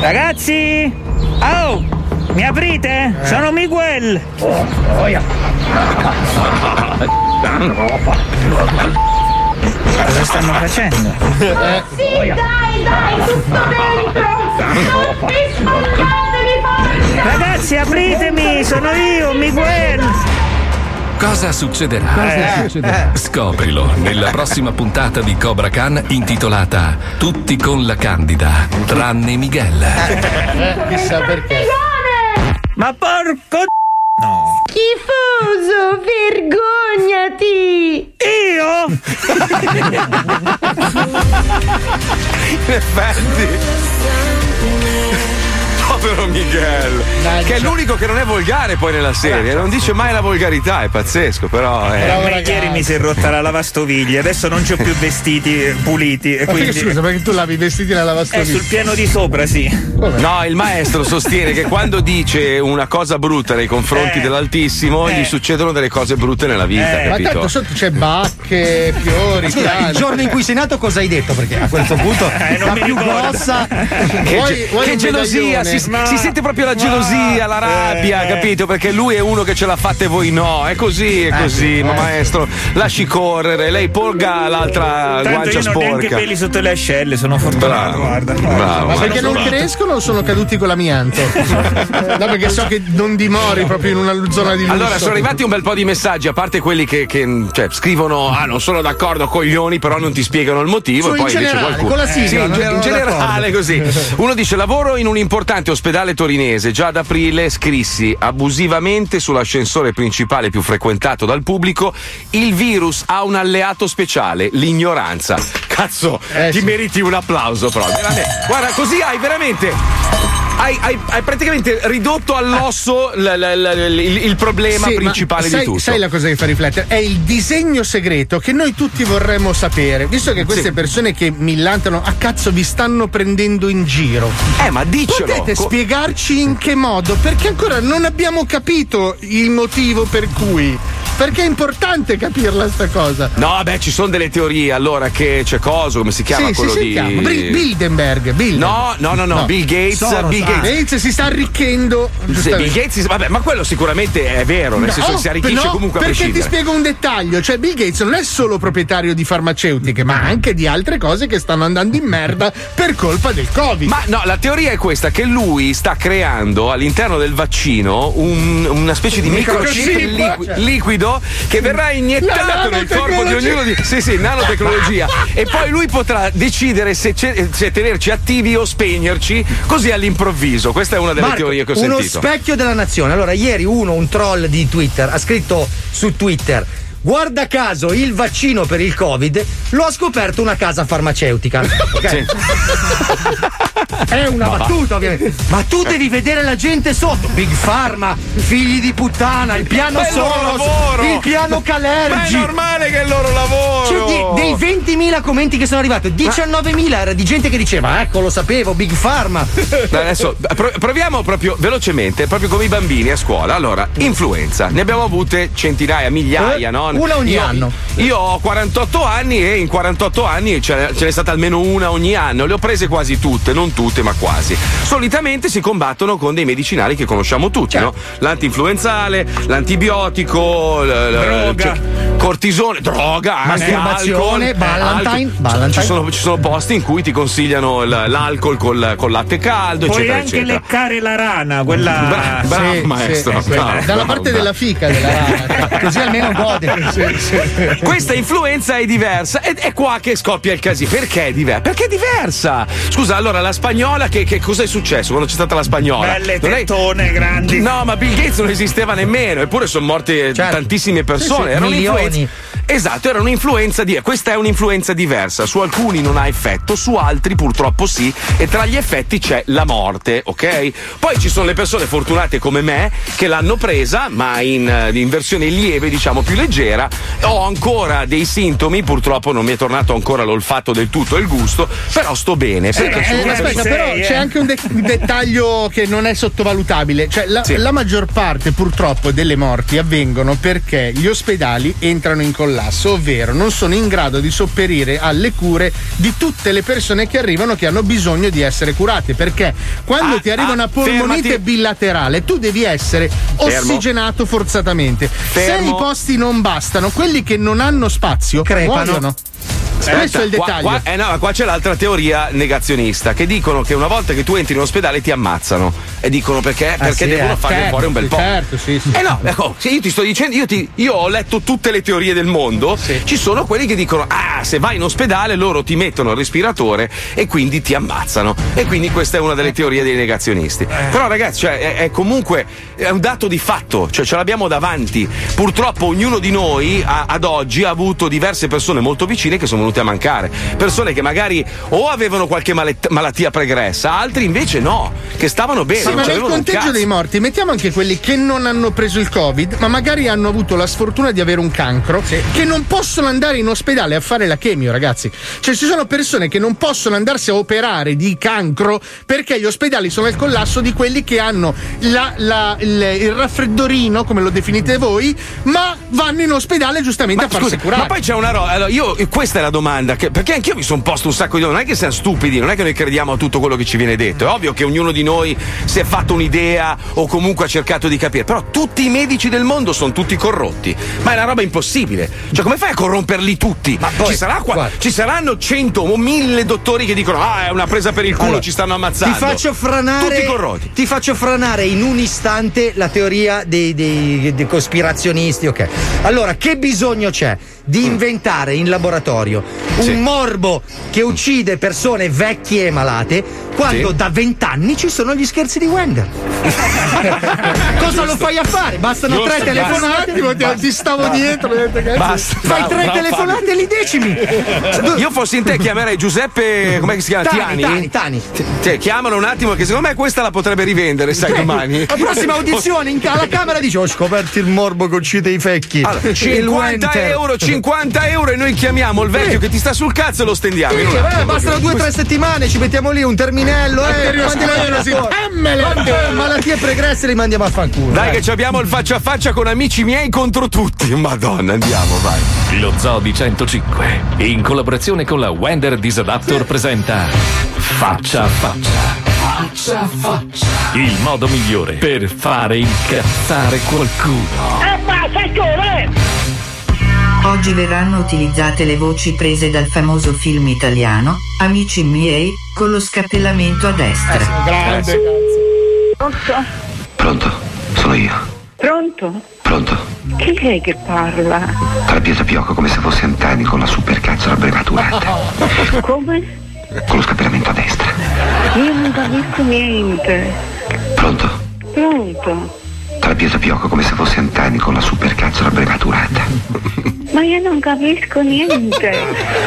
Speaker 4: Ragazzi! Oh! Mi aprite? Sono Miguel! Cosa stanno facendo?
Speaker 8: dai, dai, tutto dentro! Non mi spaccatemi,
Speaker 4: Ragazzi, apritemi! Sono io, Miguel!
Speaker 1: Cosa succederà?
Speaker 4: Cosa succederà?
Speaker 1: Scoprilo nella prossima puntata di Cobra Khan intitolata Tutti con la Candida, tranne Miguel.
Speaker 2: Eh,
Speaker 19: Chissà perché.
Speaker 4: Ma porco
Speaker 3: Schifoso, vergognati!
Speaker 4: Io?
Speaker 2: In effetti. Povero Miguel, che è l'unico che non è volgare poi nella serie, non dice mai la volgarità, è pazzesco, però eh. è.
Speaker 4: A me Eh, ieri mi si è rotta la lavastoviglie, adesso non c'ho più vestiti eh, puliti. E
Speaker 7: Ma perché
Speaker 4: quindi...
Speaker 7: scusa, perché tu lavi i vestiti nella
Speaker 4: è
Speaker 7: lavastoviglie?
Speaker 4: sul piano di sopra, sì.
Speaker 2: No, il maestro sostiene che quando dice una cosa brutta nei confronti dell'Altissimo, gli succedono delle cose brutte nella
Speaker 6: Eh,
Speaker 2: vita,
Speaker 7: ma
Speaker 2: capito?
Speaker 7: tanto sotto c'è bacche, fiori,
Speaker 3: Scusa, il giorno in cui sei nato cosa hai detto? Perché a questo punto
Speaker 7: Eh, non
Speaker 3: la
Speaker 7: mi
Speaker 3: più
Speaker 7: ricordo.
Speaker 3: grossa
Speaker 2: Che, ge- che gelosia, si, si sente proprio la gelosia,
Speaker 4: Eh,
Speaker 2: la rabbia, capito? Perché lui è uno che ce l'ha fatta e voi no. È così,
Speaker 4: Eh,
Speaker 2: è così, ma maestro, lasci correre. Lei polga l'altra
Speaker 4: Tanto
Speaker 2: guancia
Speaker 4: io non ho neanche
Speaker 2: sporca.
Speaker 4: peli sotto le ascelle, sono fortunato, guarda.
Speaker 2: Bravo.
Speaker 7: Ma perché non crescono o sono caduti con l'amianto? no, perché so che non dimori proprio in una zona di lusso.
Speaker 2: Allora, sono arrivati un bel po' di messaggi, a parte quelli che, che, cioè, scrivono: Ah, non sono d'accordo, coglioni, però non ti spiegano il motivo.
Speaker 7: Cioè,
Speaker 2: e
Speaker 7: in
Speaker 2: poi invece
Speaker 7: generale,
Speaker 2: qualcuno.
Speaker 7: con la sigla,
Speaker 2: sì, in,
Speaker 7: non
Speaker 2: ge-
Speaker 7: erano
Speaker 2: in generale,
Speaker 7: d'accordo.
Speaker 2: così. Uno dice: Lavoro in un importante ospedale torinese. Già ad aprile scrissi abusivamente sull'ascensore principale più frequentato dal pubblico: Il virus ha un alleato speciale, l'ignoranza. Cazzo,
Speaker 7: Eh,
Speaker 2: ti meriti un applauso proprio. Veramente. Guarda, così hai veramente. Hai, hai- hai praticamente ridotto all'osso l- l- l- il, il problema
Speaker 7: Sì, ma
Speaker 2: principale
Speaker 7: sai,
Speaker 2: di tutto.
Speaker 7: Sai la cosa che fa riflettere? È il disegno segreto che noi tutti vorremmo sapere, visto che queste
Speaker 2: Sì.
Speaker 7: persone che millantano a cazzo vi stanno prendendo in giro.
Speaker 2: Eh, ma dicelo!
Speaker 7: Potete
Speaker 2: Co-
Speaker 7: spiegarci in che modo? Perché ancora non abbiamo capito il motivo per cui. Perché è importante capirla sta cosa.
Speaker 2: No, beh, ci sono delle teorie. Allora, che c'è coso, come si chiama
Speaker 7: sì, sì,
Speaker 2: quello
Speaker 7: si
Speaker 2: di.
Speaker 7: chiama Bri- Bilderberg. Bilderberg.
Speaker 2: No, no, no, no, Bill Gates, Bill Gates.
Speaker 7: Ah, Gates si sta arricchendo.
Speaker 2: Se Bill
Speaker 7: giustamente.
Speaker 2: Gates, vabbè, ma quello sicuramente è vero, nel
Speaker 7: No,
Speaker 2: senso che si arricchisce
Speaker 7: no,
Speaker 2: comunque a
Speaker 7: Perché ti
Speaker 2: prescindere.
Speaker 7: spiego un dettaglio: cioè, Bill Gates non è solo proprietario di farmaceutiche, ma anche di altre cose che stanno andando in merda per colpa del Covid.
Speaker 2: Ma no, la teoria è questa: che lui sta creando all'interno del vaccino un- una specie di
Speaker 14: Un
Speaker 2: microchip
Speaker 14: microchip,
Speaker 2: liqui-
Speaker 14: cioè.
Speaker 2: liquido che verrà iniettato nel corpo di ognuno di. Sì, sì, nanotecnologia. e poi lui potrà decidere se, ce- se tenerci attivi o spegnerci così all'improvviso. Questa è una delle
Speaker 3: Marco,
Speaker 2: teorie che ho
Speaker 3: uno
Speaker 2: sentito.
Speaker 3: specchio della nazione. Allora, ieri uno, un troll di Twitter, ha scritto su Twitter. Guarda caso, il vaccino per il Covid lo ha scoperto una casa farmaceutica. Ok?
Speaker 14: Sì.
Speaker 3: È una
Speaker 14: No, va.
Speaker 3: battuta,
Speaker 2: Eh,
Speaker 3: ovviamente. Ma tu devi vedere la gente sotto. Big Pharma, figli di puttana, il piano
Speaker 14: È il loro lavoro.
Speaker 3: Soros, il piano Calergi.
Speaker 14: Ma è normale che è il loro lavoro.
Speaker 3: Cioè, di- dei 20.000 commenti che sono arrivati, 19.000 era di gente che diceva, ecco, lo sapevo, Big Pharma.
Speaker 2: No, Adesso pro- proviamo proprio velocemente, proprio come i bambini a scuola. Allora, influenza. Ne abbiamo avute centinaia, migliaia,
Speaker 3: Eh,
Speaker 2: no?
Speaker 3: una ogni
Speaker 2: Io-
Speaker 3: anno.
Speaker 2: Io ho 48 anni e in 48 anni ce, ce n'è stata almeno una ogni anno. Le ho prese quasi tutte, non tutte, ma quasi. Solitamente si combattono con dei medicinali che conosciamo tutti,
Speaker 3: Certo.
Speaker 2: no? L'antinfluenzale, l'antibiotico, l- l-
Speaker 3: Droga.
Speaker 2: cioè, cortisone, droga, anche alcol,
Speaker 3: Masturbazione,
Speaker 2: eh,
Speaker 3: Ballantine,
Speaker 2: alcol.
Speaker 3: Ballantine.
Speaker 2: Ci sono, ci sono posti in cui ti consigliano l- l'alcol col, col latte caldo,
Speaker 4: Puoi
Speaker 2: eccetera,
Speaker 4: anche
Speaker 2: eccetera.
Speaker 4: leccare la rana, quella.
Speaker 2: Bra-
Speaker 4: Sì,
Speaker 2: bravo,
Speaker 4: sì,
Speaker 2: maestro.
Speaker 4: è quella.
Speaker 2: bravo,
Speaker 7: Dalla
Speaker 2: bravo,
Speaker 7: parte
Speaker 2: bravo.
Speaker 7: della fica della rana. Così almeno gode.
Speaker 2: Questa influenza è diversa ed è qua che scoppia il casino. Perché è diversa? Perché è diversa. Scusa, allora la spagnola, che, che cosa è successo quando c'è stata la spagnola?
Speaker 4: Belle
Speaker 2: Non è-
Speaker 4: tettone grandi.
Speaker 2: No, ma Bill Gates non esisteva nemmeno, eppure sono morte tantissime persone.
Speaker 3: Certo. Sì, sì,
Speaker 2: era
Speaker 3: milioni.
Speaker 2: un'influenza. Esatto, era un'influenza di. Questa è un'influenza diversa. Su alcuni non ha effetto, su altri purtroppo sì. E tra gli effetti c'è la morte, ok? Poi ci sono le persone fortunate come me che l'hanno presa, ma in, eh, in versione lieve, diciamo più leggera. Ho ancora dei sintomi, purtroppo non mi è tornato ancora l'olfatto del tutto e il gusto, però sto bene. perché
Speaker 7: Eh,
Speaker 2: sono una
Speaker 7: aspetta,
Speaker 2: persona-
Speaker 7: però
Speaker 3: eh.
Speaker 7: c'è anche un, de- un dettaglio che non è sottovalutabile. Cioè, la,
Speaker 2: Sì.
Speaker 7: la maggior parte purtroppo delle morti avvengono perché gli ospedali entrano in collasso, ovvero non sono in grado di sopperire alle cure di tutte le persone che arrivano che hanno bisogno di essere curate. Perché quando ti arriva una polmonite
Speaker 2: Ah, fermati.
Speaker 7: bilaterale, tu devi essere
Speaker 2: Fermo.
Speaker 7: ossigenato forzatamente. Se
Speaker 2: Fermo.
Speaker 7: i posti non bastano, quelli che non hanno spazio
Speaker 2: Crepano.
Speaker 7: muoiono. Questo è il
Speaker 2: qua-
Speaker 7: dettaglio.
Speaker 2: Qua, eh no, ma qua c'è l'altra teoria negazionista che dicono che una volta che tu entri in ospedale ti ammazzano. E e dicono perché,
Speaker 7: Ah,
Speaker 2: perché
Speaker 7: sì,
Speaker 2: devono
Speaker 7: eh,
Speaker 2: farne
Speaker 7: certo,
Speaker 2: fuori un bel
Speaker 7: sì,
Speaker 2: po'.
Speaker 7: certo, sì, sì.
Speaker 2: Eh no, ecco, se io ti sto dicendo, io, ti- io ho letto tutte le teorie del mondo, ci sono quelli che dicono, ah, se vai in ospedale loro ti mettono il respiratore e quindi ti ammazzano. E quindi questa è una delle teorie dei negazionisti.
Speaker 7: Eh.
Speaker 2: Però ragazzi, cioè, è, è comunque è un dato di fatto, cioè ce l'abbiamo davanti. Purtroppo ognuno di noi a- ad oggi ha avuto diverse persone molto vicine che sono venute a mancare. Persone che magari o avevano qualche malet- malattia pregressa, altri invece no, che stavano bene.
Speaker 7: Sì,
Speaker 2: non
Speaker 7: ma nel
Speaker 2: c'avevano un
Speaker 7: conteggio
Speaker 2: cazzo.
Speaker 7: dei morti mettiamo anche quelli che non hanno preso il Covid, ma magari hanno avuto la sfortuna di avere un cancro, che non possono andare in ospedale a fare la chemio, ragazzi. Cioè, ci sono persone che non possono andarsi a operare di cancro perché gli ospedali sono al collasso di quelli che hanno la- la- il, il raffreddorino, come lo definite voi, ma vanno in ospedale giustamente a farsi
Speaker 2: Scusa,
Speaker 7: curare.
Speaker 2: ma poi c'è una roba. Allora, io, questa è la domanda. che- perché anch'io mi sono posto un sacco di domande. Non è che siamo stupidi, non è che noi crediamo a tutto quello che ci viene detto. È ovvio che ognuno di noi si è fatto un'idea o comunque ha cercato di capire. Però tutti i medici del mondo sono tutti corrotti. Ma è una roba impossibile. Cioè, come fai a corromperli tutti?
Speaker 7: poi-
Speaker 2: ci, sarà qua- ci saranno cento o mille dottori che dicono: Ah, è una presa per il culo, ci stanno ammazzando.
Speaker 6: Ti faccio franare.
Speaker 2: Tutti corrotti.
Speaker 6: Ti faccio franare in un istante la teoria dei, dei- dei cospirazionisti. Ok. Allora, che bisogno c'è di
Speaker 2: Mm.
Speaker 6: inventare in laboratorio un morbo che uccide persone vecchie e malate quando da vent'anni ci sono gli scherzi di Wender?
Speaker 2: Eh,
Speaker 6: Cosa lo fai a fare? Bastano
Speaker 7: Giusto,
Speaker 6: tre telefonate.
Speaker 7: basta. Un attimo, ti- ti stavo dietro, ho detto, cazzo.
Speaker 2: Basta,
Speaker 6: Fai
Speaker 2: bravo,
Speaker 6: tre
Speaker 2: bravo,
Speaker 6: telefonate e li decimi.
Speaker 2: Io fossi in te chiamerei Giuseppe, come si chiama?
Speaker 6: Tani, Tani,
Speaker 2: Tiani?
Speaker 6: Tani.
Speaker 2: Cioè, chiamalo un attimo che secondo me questa la potrebbe rivendere, sai, domani.
Speaker 6: La prossima audizione in ca- alla Camera dice: Ho scoperto il morbo che uccide i fecchi.
Speaker 2: Allora,
Speaker 6: Il
Speaker 2: 50
Speaker 6: Wenter.
Speaker 2: euro, 50 euro e noi chiamiamo il vecchio che ti sta sul cazzo e lo stendiamo. in un
Speaker 6: Sì,
Speaker 2: attimo.
Speaker 6: vabbè, Eh, bastano due o tre settimane, ci mettiamo lì un terminello, eh, quanti
Speaker 2: Arteriosclerosi,
Speaker 6: ne abbiamo ancora?
Speaker 2: emmele!
Speaker 6: Quante malattie pregresse li mandiamo a fanculo.
Speaker 2: Dai che ci abbiamo il faccia a faccia con amici miei contro tutti. Madonna, andiamo, vai.
Speaker 1: Lo Zoo di 105, in collaborazione con la Wender Disadaptor, presenta Faccia a faccia.
Speaker 20: Faccia a faccia.
Speaker 1: Il modo migliore per fare incazzare qualcuno.
Speaker 8: Eh,
Speaker 20: E basta, scuole!
Speaker 21: Oggi verranno utilizzate le voci prese dal famoso film italiano, Amici miei, con lo scappellamento a
Speaker 2: Eh,
Speaker 21: destra.
Speaker 8: Pronto?
Speaker 22: Pronto? Sono io.
Speaker 8: Pronto?
Speaker 22: Pronto?
Speaker 8: Chi è che parla?
Speaker 22: Carapia Pioco come se fosse Antani con la supercazzola brevaturata.
Speaker 8: Come?
Speaker 22: Con lo scappellamento a destra.
Speaker 8: Io non capisco niente.
Speaker 22: Pronto?
Speaker 8: Pronto?
Speaker 22: Carapia Pioco come se fosse Antani con la supercazzola brevaturata.
Speaker 8: Ma io non capisco niente.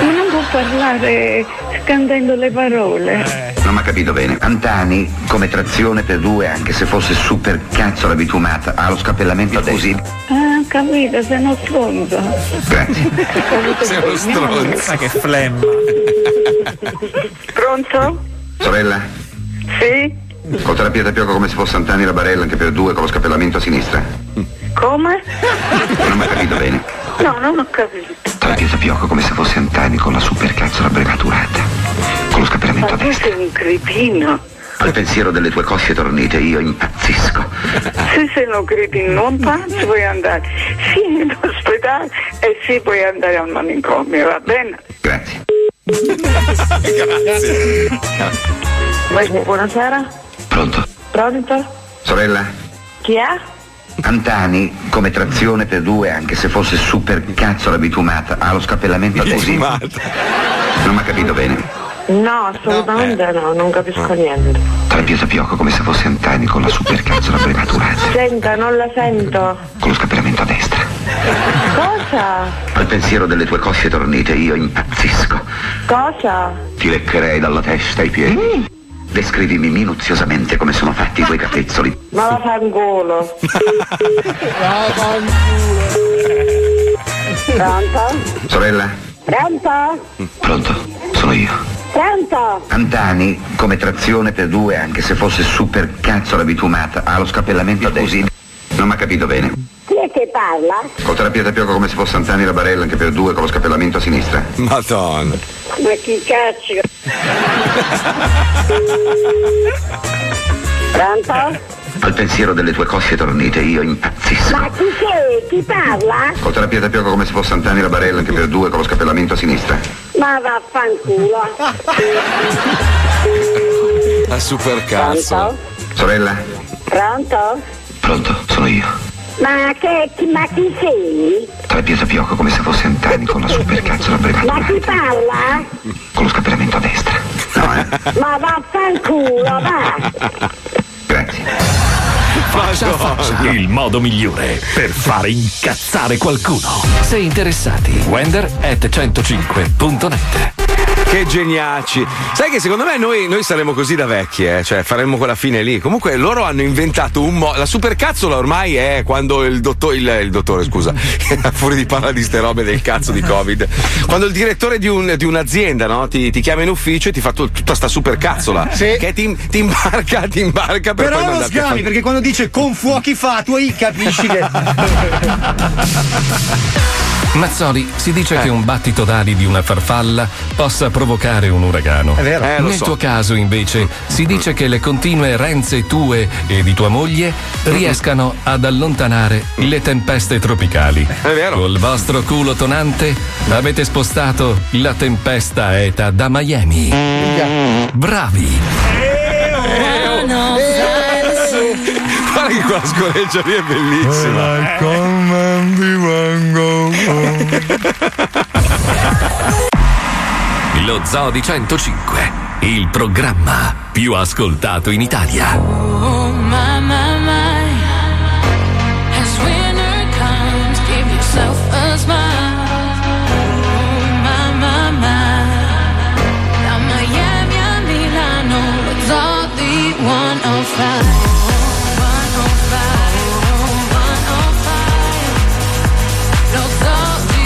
Speaker 8: Ma non può parlare scandendo le parole.
Speaker 23: Eh.
Speaker 22: Non mi ha capito bene. Antani come trazione per due anche se fosse supercazzola bitumata ha lo scappellamento a destra.
Speaker 8: Ah, capito, sei uno stronzo.
Speaker 22: Grazie.
Speaker 8: Sei uno
Speaker 23: Ma che flemma.
Speaker 8: Pronto?
Speaker 22: Sorella?
Speaker 8: Sì?
Speaker 22: Con Carapia Pioco come se fosse Antani la barella anche per due con lo scappellamento a sinistra.
Speaker 8: Come?
Speaker 22: Non mi ha capito bene.
Speaker 8: No, non ho capito.
Speaker 22: Carapia Pioco come se fosse Antani con la supercazzola brevaturata. Con lo scappellamento
Speaker 8: Ma tu sei un cretino.
Speaker 22: Al pensiero delle tue cosce tornite io impazzisco.
Speaker 8: Se sei un cretino, non pazzo puoi andare. Sì, in ospedale e sì, puoi andare al manicomio, va bene?
Speaker 22: Grazie.
Speaker 8: Buonasera.
Speaker 22: Pronto?
Speaker 8: Pronto?
Speaker 22: Sorella?
Speaker 8: Chi è?
Speaker 22: Antani, come trazione per due, anche se fosse super cazzola bitumata, ha lo scappellamento così. Non mi ha capito bene.
Speaker 8: No, assolutamente no, non capisco niente.
Speaker 22: Trapiesa Pioco come se fosse Antani con la super cazzola brevaturata,
Speaker 8: Senta, non la sento.
Speaker 22: con lo scappellamento a destra.
Speaker 8: Cosa?
Speaker 22: Al pensiero delle tue cosce tornite io impazzisco.
Speaker 8: Cosa?
Speaker 22: Ti leccherei dalla testa ai piedi. Descrivimi minuziosamente come sono fatti quei capezzoli.
Speaker 8: Ma la fangolo. Pronto?
Speaker 22: Sorella?
Speaker 8: Pronto?
Speaker 22: Pronto? Sono io.
Speaker 8: Pronto?
Speaker 22: Antani, come trazione per due, anche se fosse super cazzola bitumata, ha lo scappellamento a destra. Non mi ha capito bene.
Speaker 8: Chi è che parla?
Speaker 22: Con terapia tapioca come se fosse Antani la barella anche per due con lo scappellamento a sinistra. Madonna.
Speaker 8: Ma chi cazzo? Pronto?
Speaker 22: Al pensiero delle tue cosce tornite io impazzisco.
Speaker 8: Ma chi sei? Chi parla?
Speaker 22: Con terapia tapioca come se fosse Antani la barella anche per due con lo scappellamento a sinistra.
Speaker 8: Ma vaffanculo.
Speaker 2: La supercazzo.
Speaker 24: Sorella?
Speaker 18: Pronto?
Speaker 24: Pronto, sono io.
Speaker 18: Ma che chi, ma chi sei?
Speaker 24: Tra Piesa Pioco come se fosse Antani con la supercazzola brigata
Speaker 18: Ma chi parla?
Speaker 24: con lo scappellamento a destra. No, eh?
Speaker 18: Ma vaffanculo, va!
Speaker 1: Faccia a faccia, il modo migliore per fare incazzare qualcuno. Se interessati, wender at 105.net.
Speaker 2: Che geniaci. Sai che secondo me noi, noi saremo così da vecchi, eh? cioè faremmo quella fine lì. Comunque loro hanno inventato un modo. La supercazzola ormai è quando il dottore, il, il dottore scusa, fuori di parla di ste robe del cazzo di Covid. Quando il direttore di, un- di un'azienda no? ti, ti chiama in ufficio e ti fa tu- tutta sta supercazzola. Che ti, ti imbarca, ti imbarca per
Speaker 25: Però
Speaker 2: poi
Speaker 25: lo
Speaker 2: mandarti a
Speaker 25: sgravi,
Speaker 2: fare-
Speaker 25: perché quando dice con fuochi fatui, capisci che.
Speaker 1: Mazzoli, si dice
Speaker 26: Eh.
Speaker 1: che un battito d'ali di una farfalla possa provocare un uragano.
Speaker 26: È vero. Eh, lo
Speaker 1: Nel
Speaker 26: so.
Speaker 1: tuo caso, invece, si dice che le continue renze tue e di tua moglie riescano ad allontanare le tempeste tropicali. È vero. Col vostro culo tonante avete spostato la tempesta ETA da Miami. Bravi!
Speaker 2: Guarda che quella scoreggia lì è bellissima.
Speaker 1: Lo Zoo di 105, il programma più ascoltato in Italia.
Speaker 5: Oh my my my, as winter comes, give yourself a smile. Oh my my my, now Miami, I mean I know it's all the 105. 105, 105, no all the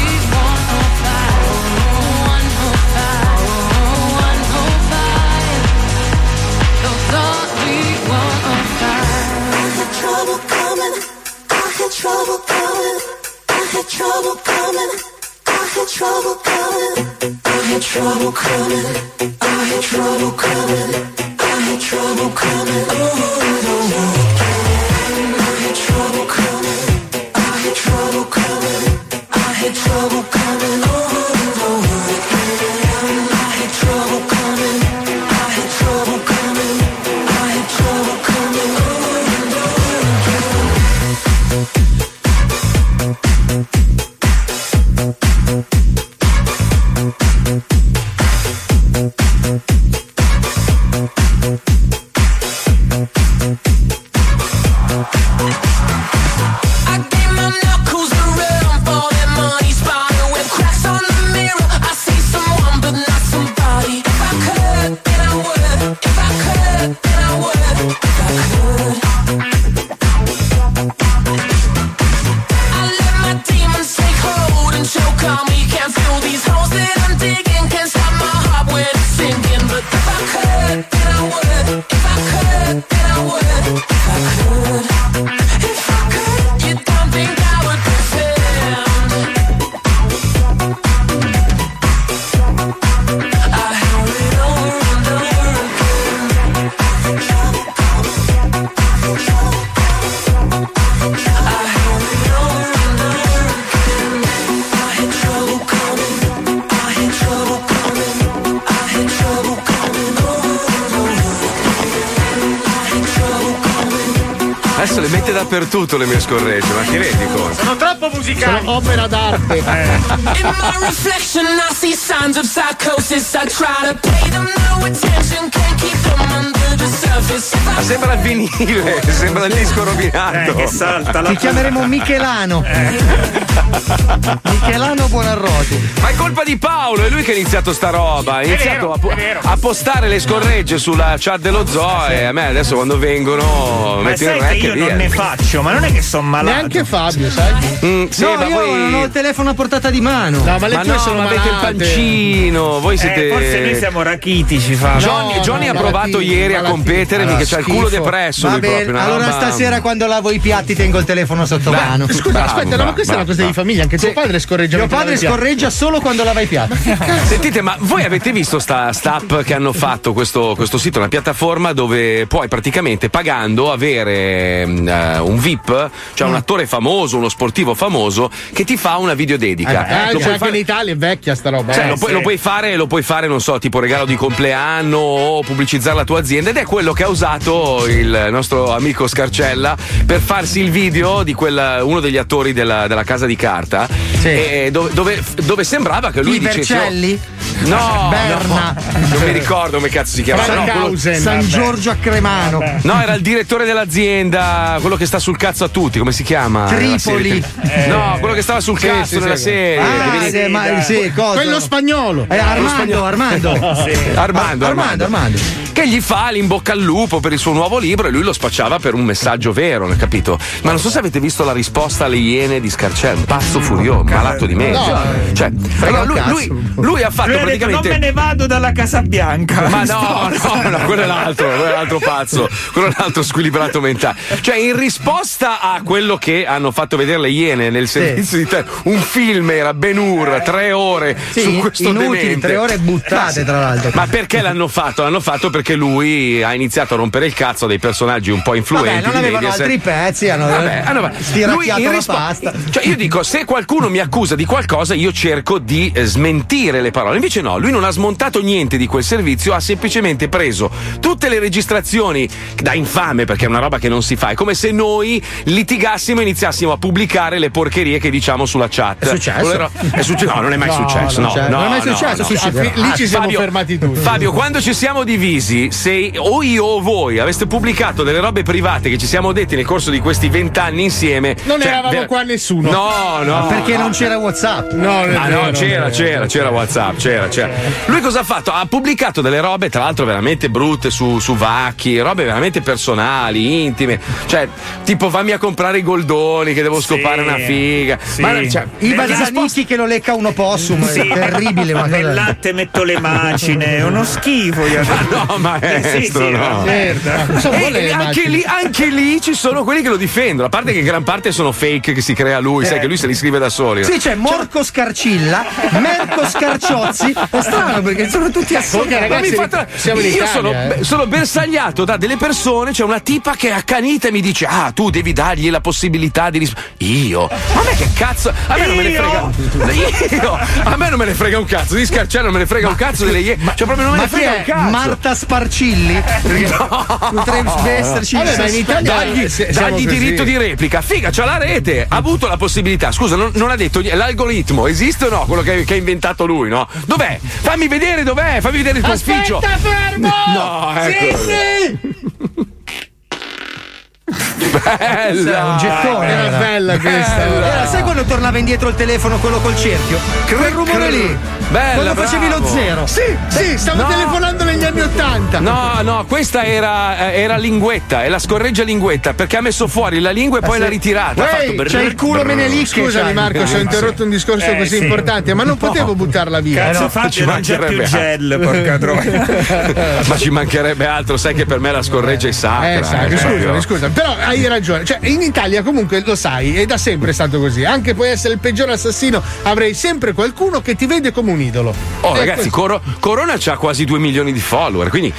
Speaker 5: 105, 105, 105, no all the 105.
Speaker 8: I had trouble coming. I had trouble coming. I had trouble coming. I had trouble coming. I had trouble coming. I had trouble coming. I had trouble coming. Oh, no, no. I had trouble coming. I had trouble coming. I had trouble coming. Oh, no, no. I had trouble coming. I had trouble coming. I had trouble coming. Oh, no.
Speaker 5: I gave my knuckles a rub, all that money spotted with cracks on the mirror. I see someone, but not somebody. If I could, then I would. If I could, then I would. If I could, I let my demons take hold and choke on me. Can't feel these holes that I'm digging. Can't stop my heart when it's sinking. But if I could, then I would. If I could, then I would. If I could, if I could, you don't think I would pretend? I held it over and over again. I held it over and over again. I had trouble coming. I had trouble coming. I had trouble coming.
Speaker 2: Adesso le mette dappertutto le mie scorregge, ma ti rendi conto?
Speaker 5: Sono troppo musicali.
Speaker 7: opera d'arte.
Speaker 5: In
Speaker 8: eh.
Speaker 5: my reflection, I see signs of psychosis. I try to pay them no attention, can't keep them under the surface. If I
Speaker 2: Ma sembra il vinile, sembra il disco rovinato.
Speaker 4: Eh, che salta
Speaker 6: Ti chiameremo Michelano.
Speaker 2: Eh.
Speaker 6: Michelano Buonarroti.
Speaker 2: Ma è colpa di Paolo, è lui che ha iniziato sta roba. Ha iniziato
Speaker 6: vero,
Speaker 2: a, po-
Speaker 6: è vero.
Speaker 2: a postare le scorregge sulla chat dello zoo e a me adesso quando vengono
Speaker 4: Ma
Speaker 2: metti il
Speaker 4: sai che
Speaker 2: rec e
Speaker 4: io
Speaker 2: via.
Speaker 4: non ne faccio, ma non è che sono malato.
Speaker 7: Neanche Fabio, sai?
Speaker 2: Mm, sì,
Speaker 6: no,
Speaker 2: ma
Speaker 6: io
Speaker 2: voi-
Speaker 6: non ho il telefono a portata di mano.
Speaker 7: No, ma le
Speaker 2: Ma
Speaker 7: tue
Speaker 2: no,
Speaker 7: sono
Speaker 2: ma avete il
Speaker 7: malate.
Speaker 2: pancino, voi
Speaker 4: Eh,
Speaker 2: siete.
Speaker 4: forse noi siamo rachitici, Fabio.
Speaker 2: Johnny,
Speaker 4: No,
Speaker 2: Johnny
Speaker 4: no,
Speaker 2: ha provato
Speaker 4: malattie,
Speaker 2: ieri a
Speaker 4: malattie.
Speaker 2: competere,
Speaker 4: Allora,
Speaker 2: mica c'ha il culo
Speaker 4: schifo.
Speaker 2: depresso.
Speaker 6: Va
Speaker 2: lui
Speaker 6: bene,
Speaker 2: proprio, una
Speaker 6: allora
Speaker 2: roba-
Speaker 6: stasera quando lavo i piatti tengo il telefono sotto
Speaker 2: Beh,
Speaker 6: mano.
Speaker 2: scusa,
Speaker 7: Scusa, aspetta, no, ma questa è una cosa di famiglia, anche tuo padre scorreggia.
Speaker 6: Mio
Speaker 7: mentre
Speaker 6: padre
Speaker 7: lava i piatti.
Speaker 6: scorreggia solo quando lava i piatti.
Speaker 2: Sentite, ma voi avete visto sta, sta app che hanno fatto questo, questo sito, una piattaforma dove puoi praticamente pagando avere mm, eh, un VIP,
Speaker 4: Mm.
Speaker 2: cioè un attore famoso, uno sportivo famoso, che ti fa una videodedica.
Speaker 7: Eh,
Speaker 2: Lo
Speaker 6: certo.
Speaker 7: c'è
Speaker 2: puoi
Speaker 7: anche in Italia è vecchia sta roba.
Speaker 2: Cioè,
Speaker 7: eh.
Speaker 2: lo, puoi, lo puoi fare, lo puoi fare, non so, tipo regalo di compleanno o pubblicizzare la tua azienda ed è è quello che ha usato il nostro amico Scarcella per farsi il video di quella- uno degli attori della, della casa di carta e dove, dove- dove sembrava che lui
Speaker 3: I
Speaker 2: dicesse "Oh,
Speaker 3: Vercelli?
Speaker 2: No, no,
Speaker 3: Berna.
Speaker 2: non mi ricordo come cazzo si chiamava. No, quello-
Speaker 3: San Giorgio a Cremano.
Speaker 2: No, era il direttore dell'azienda, quello che sta sul cazzo a tutti, come si chiama? Nella
Speaker 3: Tripoli.
Speaker 2: serie? No, quello che stava sul
Speaker 3: Sì,
Speaker 2: cazzo
Speaker 3: sì, sì.
Speaker 2: nella serie.
Speaker 3: Ah,
Speaker 2: che viene-
Speaker 3: sì, ma- sì, cosa?
Speaker 7: Quello eh. spagnolo.
Speaker 3: Eh, Armando, Armando.
Speaker 2: Sì. Armando, Armando,
Speaker 3: Armando.
Speaker 2: Che gli fa l'imbocca al lupo per il suo nuovo libro e lui lo spacciava per un messaggio vero, non capito? Ma non so se avete visto la risposta alle iene di Scarcella, un pazzo furioso, malato di mente.
Speaker 4: No.
Speaker 2: Cioè, allora lui, lui- lui ha fatto
Speaker 4: Lui ha detto,
Speaker 2: praticamente.
Speaker 4: non me ne vado dalla Casa Bianca.
Speaker 2: Ma no, no, no, quello è l'altro, quello è l'altro pazzo, quello è l'altro squilibrato mentale. Cioè, in risposta a quello che hanno fatto vedere le iene nel servizio di te, un film era Ben Hur, tre ore
Speaker 3: Eh. Sì,
Speaker 2: su questo
Speaker 3: inutili,
Speaker 2: demente.
Speaker 3: tre ore buttate, tra l'altro.
Speaker 2: Ma perché l'hanno fatto? L'hanno fatto perché lui ha iniziato a rompere il cazzo dei personaggi un po' influenti.
Speaker 3: Vabbè, non
Speaker 2: di
Speaker 3: avevano
Speaker 2: Mediaset.
Speaker 3: altri pezzi, hanno
Speaker 2: Vabbè, allora, lui
Speaker 3: stiracchiato
Speaker 2: in
Speaker 3: la
Speaker 2: rispo-
Speaker 3: pasta.
Speaker 2: Cioè, io dico, se qualcuno mi accusa di qualcosa, io cerco di eh, smentire le parole. Invece no, lui non ha smontato niente di quel servizio, ha semplicemente preso tutte le registrazioni da infame, perché è una roba che non si fa. È come se noi litigassimo e iniziassimo a pubblicare le porcherie che diciamo sulla chat.
Speaker 7: È successo?
Speaker 2: Quello era- è succe- No, non è mai
Speaker 7: No,
Speaker 2: successo.
Speaker 7: non
Speaker 2: No,
Speaker 7: c'è-
Speaker 2: no,
Speaker 7: non è mai
Speaker 2: no,
Speaker 7: successo,
Speaker 2: no.
Speaker 7: succederà. Lì ci siamo
Speaker 2: Fabio-
Speaker 7: fermati tutti.
Speaker 2: Fabio, quando ci siamo divisi, se o io o voi aveste pubblicato delle robe private che ci siamo detti nel corso di questi vent'anni insieme.
Speaker 7: Non
Speaker 2: cioè,
Speaker 7: eravamo
Speaker 2: ver-
Speaker 7: qua nessuno.
Speaker 2: No, no.
Speaker 7: Ma
Speaker 3: Perché non c'era WhatsApp?
Speaker 7: No,
Speaker 2: Ah no, c'era, c'era, c'era WhatsApp, c'era, c'era. Lui cosa ha fatto? Ha pubblicato delle robe, tra l'altro, veramente brutte su, su Vacchi, robe veramente personali, intime. Cioè, tipo fammi a comprare i goldoni che devo scopare una figa. Ma cioè,
Speaker 3: Iva
Speaker 2: la-
Speaker 3: Zanicchi che lo lecca un opossum,
Speaker 2: Sì.
Speaker 3: è terribile. Ma
Speaker 4: Nel latte metto le macine, è uno schifo. Io.
Speaker 2: Ma no, maestro,
Speaker 4: Sì, certo. Eh, sì,
Speaker 2: no.
Speaker 4: merda.
Speaker 2: E- e anche, lì, anche lì ci sono quelli che lo difendono. A parte che gran parte sono fake che si crea lui, sai che lui se li scrive da soli.
Speaker 3: Sì, c'è Morco Scarcilla, Merco Scarciozzi. È strano perché sono tutti assieme.
Speaker 2: Ma mi fa tra- io sono,
Speaker 3: eh.
Speaker 2: be- sono bersagliato da delle persone, c'è una tipa che è accanita e mi dice: Ah, tu devi dargli la possibilità di rispondere. Io? Ma a me che cazzo? A me non me ne frega. Io? A me non me ne frega un cazzo. Di scarciare non me ne frega un cazzo delle ie- Cioè, proprio non me
Speaker 3: ma
Speaker 2: ne
Speaker 3: chi
Speaker 2: frega un
Speaker 3: è?
Speaker 2: cazzo.
Speaker 3: Marta Sparcilli? Potrebbe esserci
Speaker 2: Vabbè, ma in Italia dagli, dagli diritto di replica. Figa, c'ha la rete, ha avuto la possibilità. Scusa, non, non ha detto niente. l'algoritmo esiste o no? Quello che, che ha inventato lui, no? Dov'è? Fammi vedere dov'è, fammi vedere il tuo ufficio.
Speaker 27: Aspetta, fermo!
Speaker 2: No, ecco.
Speaker 27: Sì, sì!
Speaker 3: Era un gettone.
Speaker 2: Era bella questa.
Speaker 3: Era, sai quando tornava indietro il telefono quello col cerchio? Quel rumore lì.
Speaker 2: Bella,
Speaker 3: Quando facevi lo
Speaker 2: bravo.
Speaker 3: zero.
Speaker 7: Sì, sì, stavo
Speaker 2: No.
Speaker 7: telefonando negli anni Ottanta.
Speaker 2: No, no, questa era, eh, era linguetta, è la scorreggia linguetta, perché ha messo fuori la
Speaker 7: Eh,
Speaker 2: lingua e poi l'ha ritirata. ha
Speaker 7: Uè,
Speaker 2: fatto brrr,
Speaker 7: Ah, c'è il culo
Speaker 2: brrr.
Speaker 7: menelicchi. Scusami Marco, se ho interrotto un discorso
Speaker 2: Eh,
Speaker 7: così
Speaker 2: sì.
Speaker 7: importante, ma non potevo buttarla via.
Speaker 2: Eh no, ci mancherebbe altro. Ma ci mancherebbe altro, sai che per me la scorreggia è
Speaker 4: Ah,
Speaker 2: sacra.
Speaker 7: Eh, sai,
Speaker 2: eh,
Speaker 7: scusami,
Speaker 2: proprio.
Speaker 7: scusami, però hai ragione. Cioè, in Italia comunque lo sai, è da sempre stato così. Anche puoi essere il peggior assassino, avrai sempre qualcuno che ti vede come un idolo.
Speaker 2: Oh,
Speaker 7: Eh,
Speaker 2: ragazzi,
Speaker 7: questo-
Speaker 2: Coro- Corona ha quasi 2 milioni di follower, quindi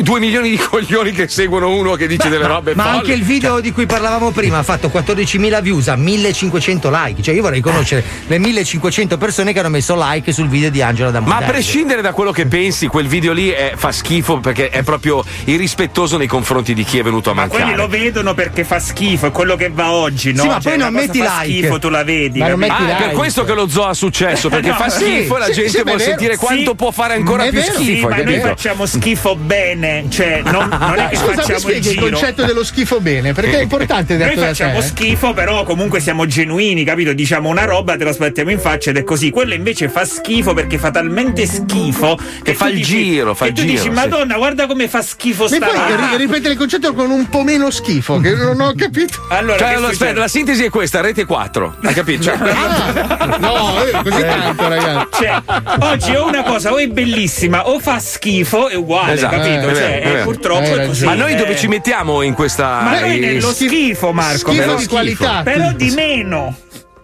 Speaker 2: 2 milioni di coglioni che seguono uno che dice delle robe
Speaker 3: Ma
Speaker 2: folli. Cioè.
Speaker 3: anche il video di cui parlavamo prima ha fatto 14.000 views a 1.500 like. Cioè, io vorrei conoscere
Speaker 2: Eh.
Speaker 3: le 1.500 persone che hanno messo like sul video di Angela da
Speaker 2: Ma a prescindere da quello che pensi, quel video lì è- fa schifo perché è proprio irrispettoso nei confronti di chi è venuto a mancare.
Speaker 4: Quelli lo vedono perché fa schifo, è quello che va oggi, no?
Speaker 2: Sì, ma poi
Speaker 4: una
Speaker 2: non
Speaker 4: cosa
Speaker 2: metti
Speaker 4: fa
Speaker 2: like.
Speaker 4: schifo, tu la vedi.
Speaker 2: Ma non
Speaker 4: capito?
Speaker 2: metti Ah, è per like. questo che lo zoo ha
Speaker 4: Eh,
Speaker 2: successo, perché fa schifo e la gente vuol sentire quanto può fare ancora
Speaker 4: È
Speaker 2: più
Speaker 4: vero.
Speaker 2: schifo,
Speaker 4: Sì, ma
Speaker 2: hai
Speaker 4: noi
Speaker 2: capito? Ah,
Speaker 4: facciamo schifo bene, cioè non, non è che
Speaker 7: Scusa, mi
Speaker 4: facciamo il
Speaker 7: spieghi il
Speaker 4: giro.
Speaker 7: concetto dello schifo bene, perché è importante detto
Speaker 4: Noi
Speaker 7: da
Speaker 4: facciamo
Speaker 7: te. eh?
Speaker 4: schifo, però comunque siamo genuini, capito? Diciamo una roba, te la sbattiamo in faccia ed è così. Quello invece fa schifo perché fa talmente schifo che, tu
Speaker 2: fa il
Speaker 4: dici-
Speaker 2: giro, fa
Speaker 4: che
Speaker 2: il
Speaker 4: tu
Speaker 2: giro,
Speaker 4: dici,
Speaker 2: sì.
Speaker 4: Madonna, guarda come fa schifo
Speaker 7: E
Speaker 4: sta
Speaker 7: poi
Speaker 4: roba."
Speaker 7: eh. ri- ripetere il concetto con un po' meno schifo, che non ho capito.
Speaker 4: Allora,
Speaker 2: Cioè,
Speaker 4: che
Speaker 2: allora,
Speaker 4: succede?
Speaker 2: aspetta, la sintesi è questa, rete 4, hai capito? Cioè,
Speaker 7: no, eh, così tanto, ragazzi.
Speaker 4: Cioè, oggi o una cosa o è bellissima o fa schifo, è uguale,
Speaker 2: Esatto.
Speaker 4: capito?
Speaker 2: Eh,
Speaker 4: cioè,
Speaker 2: è vero,
Speaker 4: eh, purtroppo
Speaker 2: hai
Speaker 4: è così.
Speaker 2: Ma noi dove
Speaker 4: eh.
Speaker 2: ci mettiamo in questa.
Speaker 4: Ma noi
Speaker 2: eh,
Speaker 4: nello schifo, Marco.
Speaker 2: Nello
Speaker 4: però-
Speaker 2: schifo.
Speaker 4: Però di meno.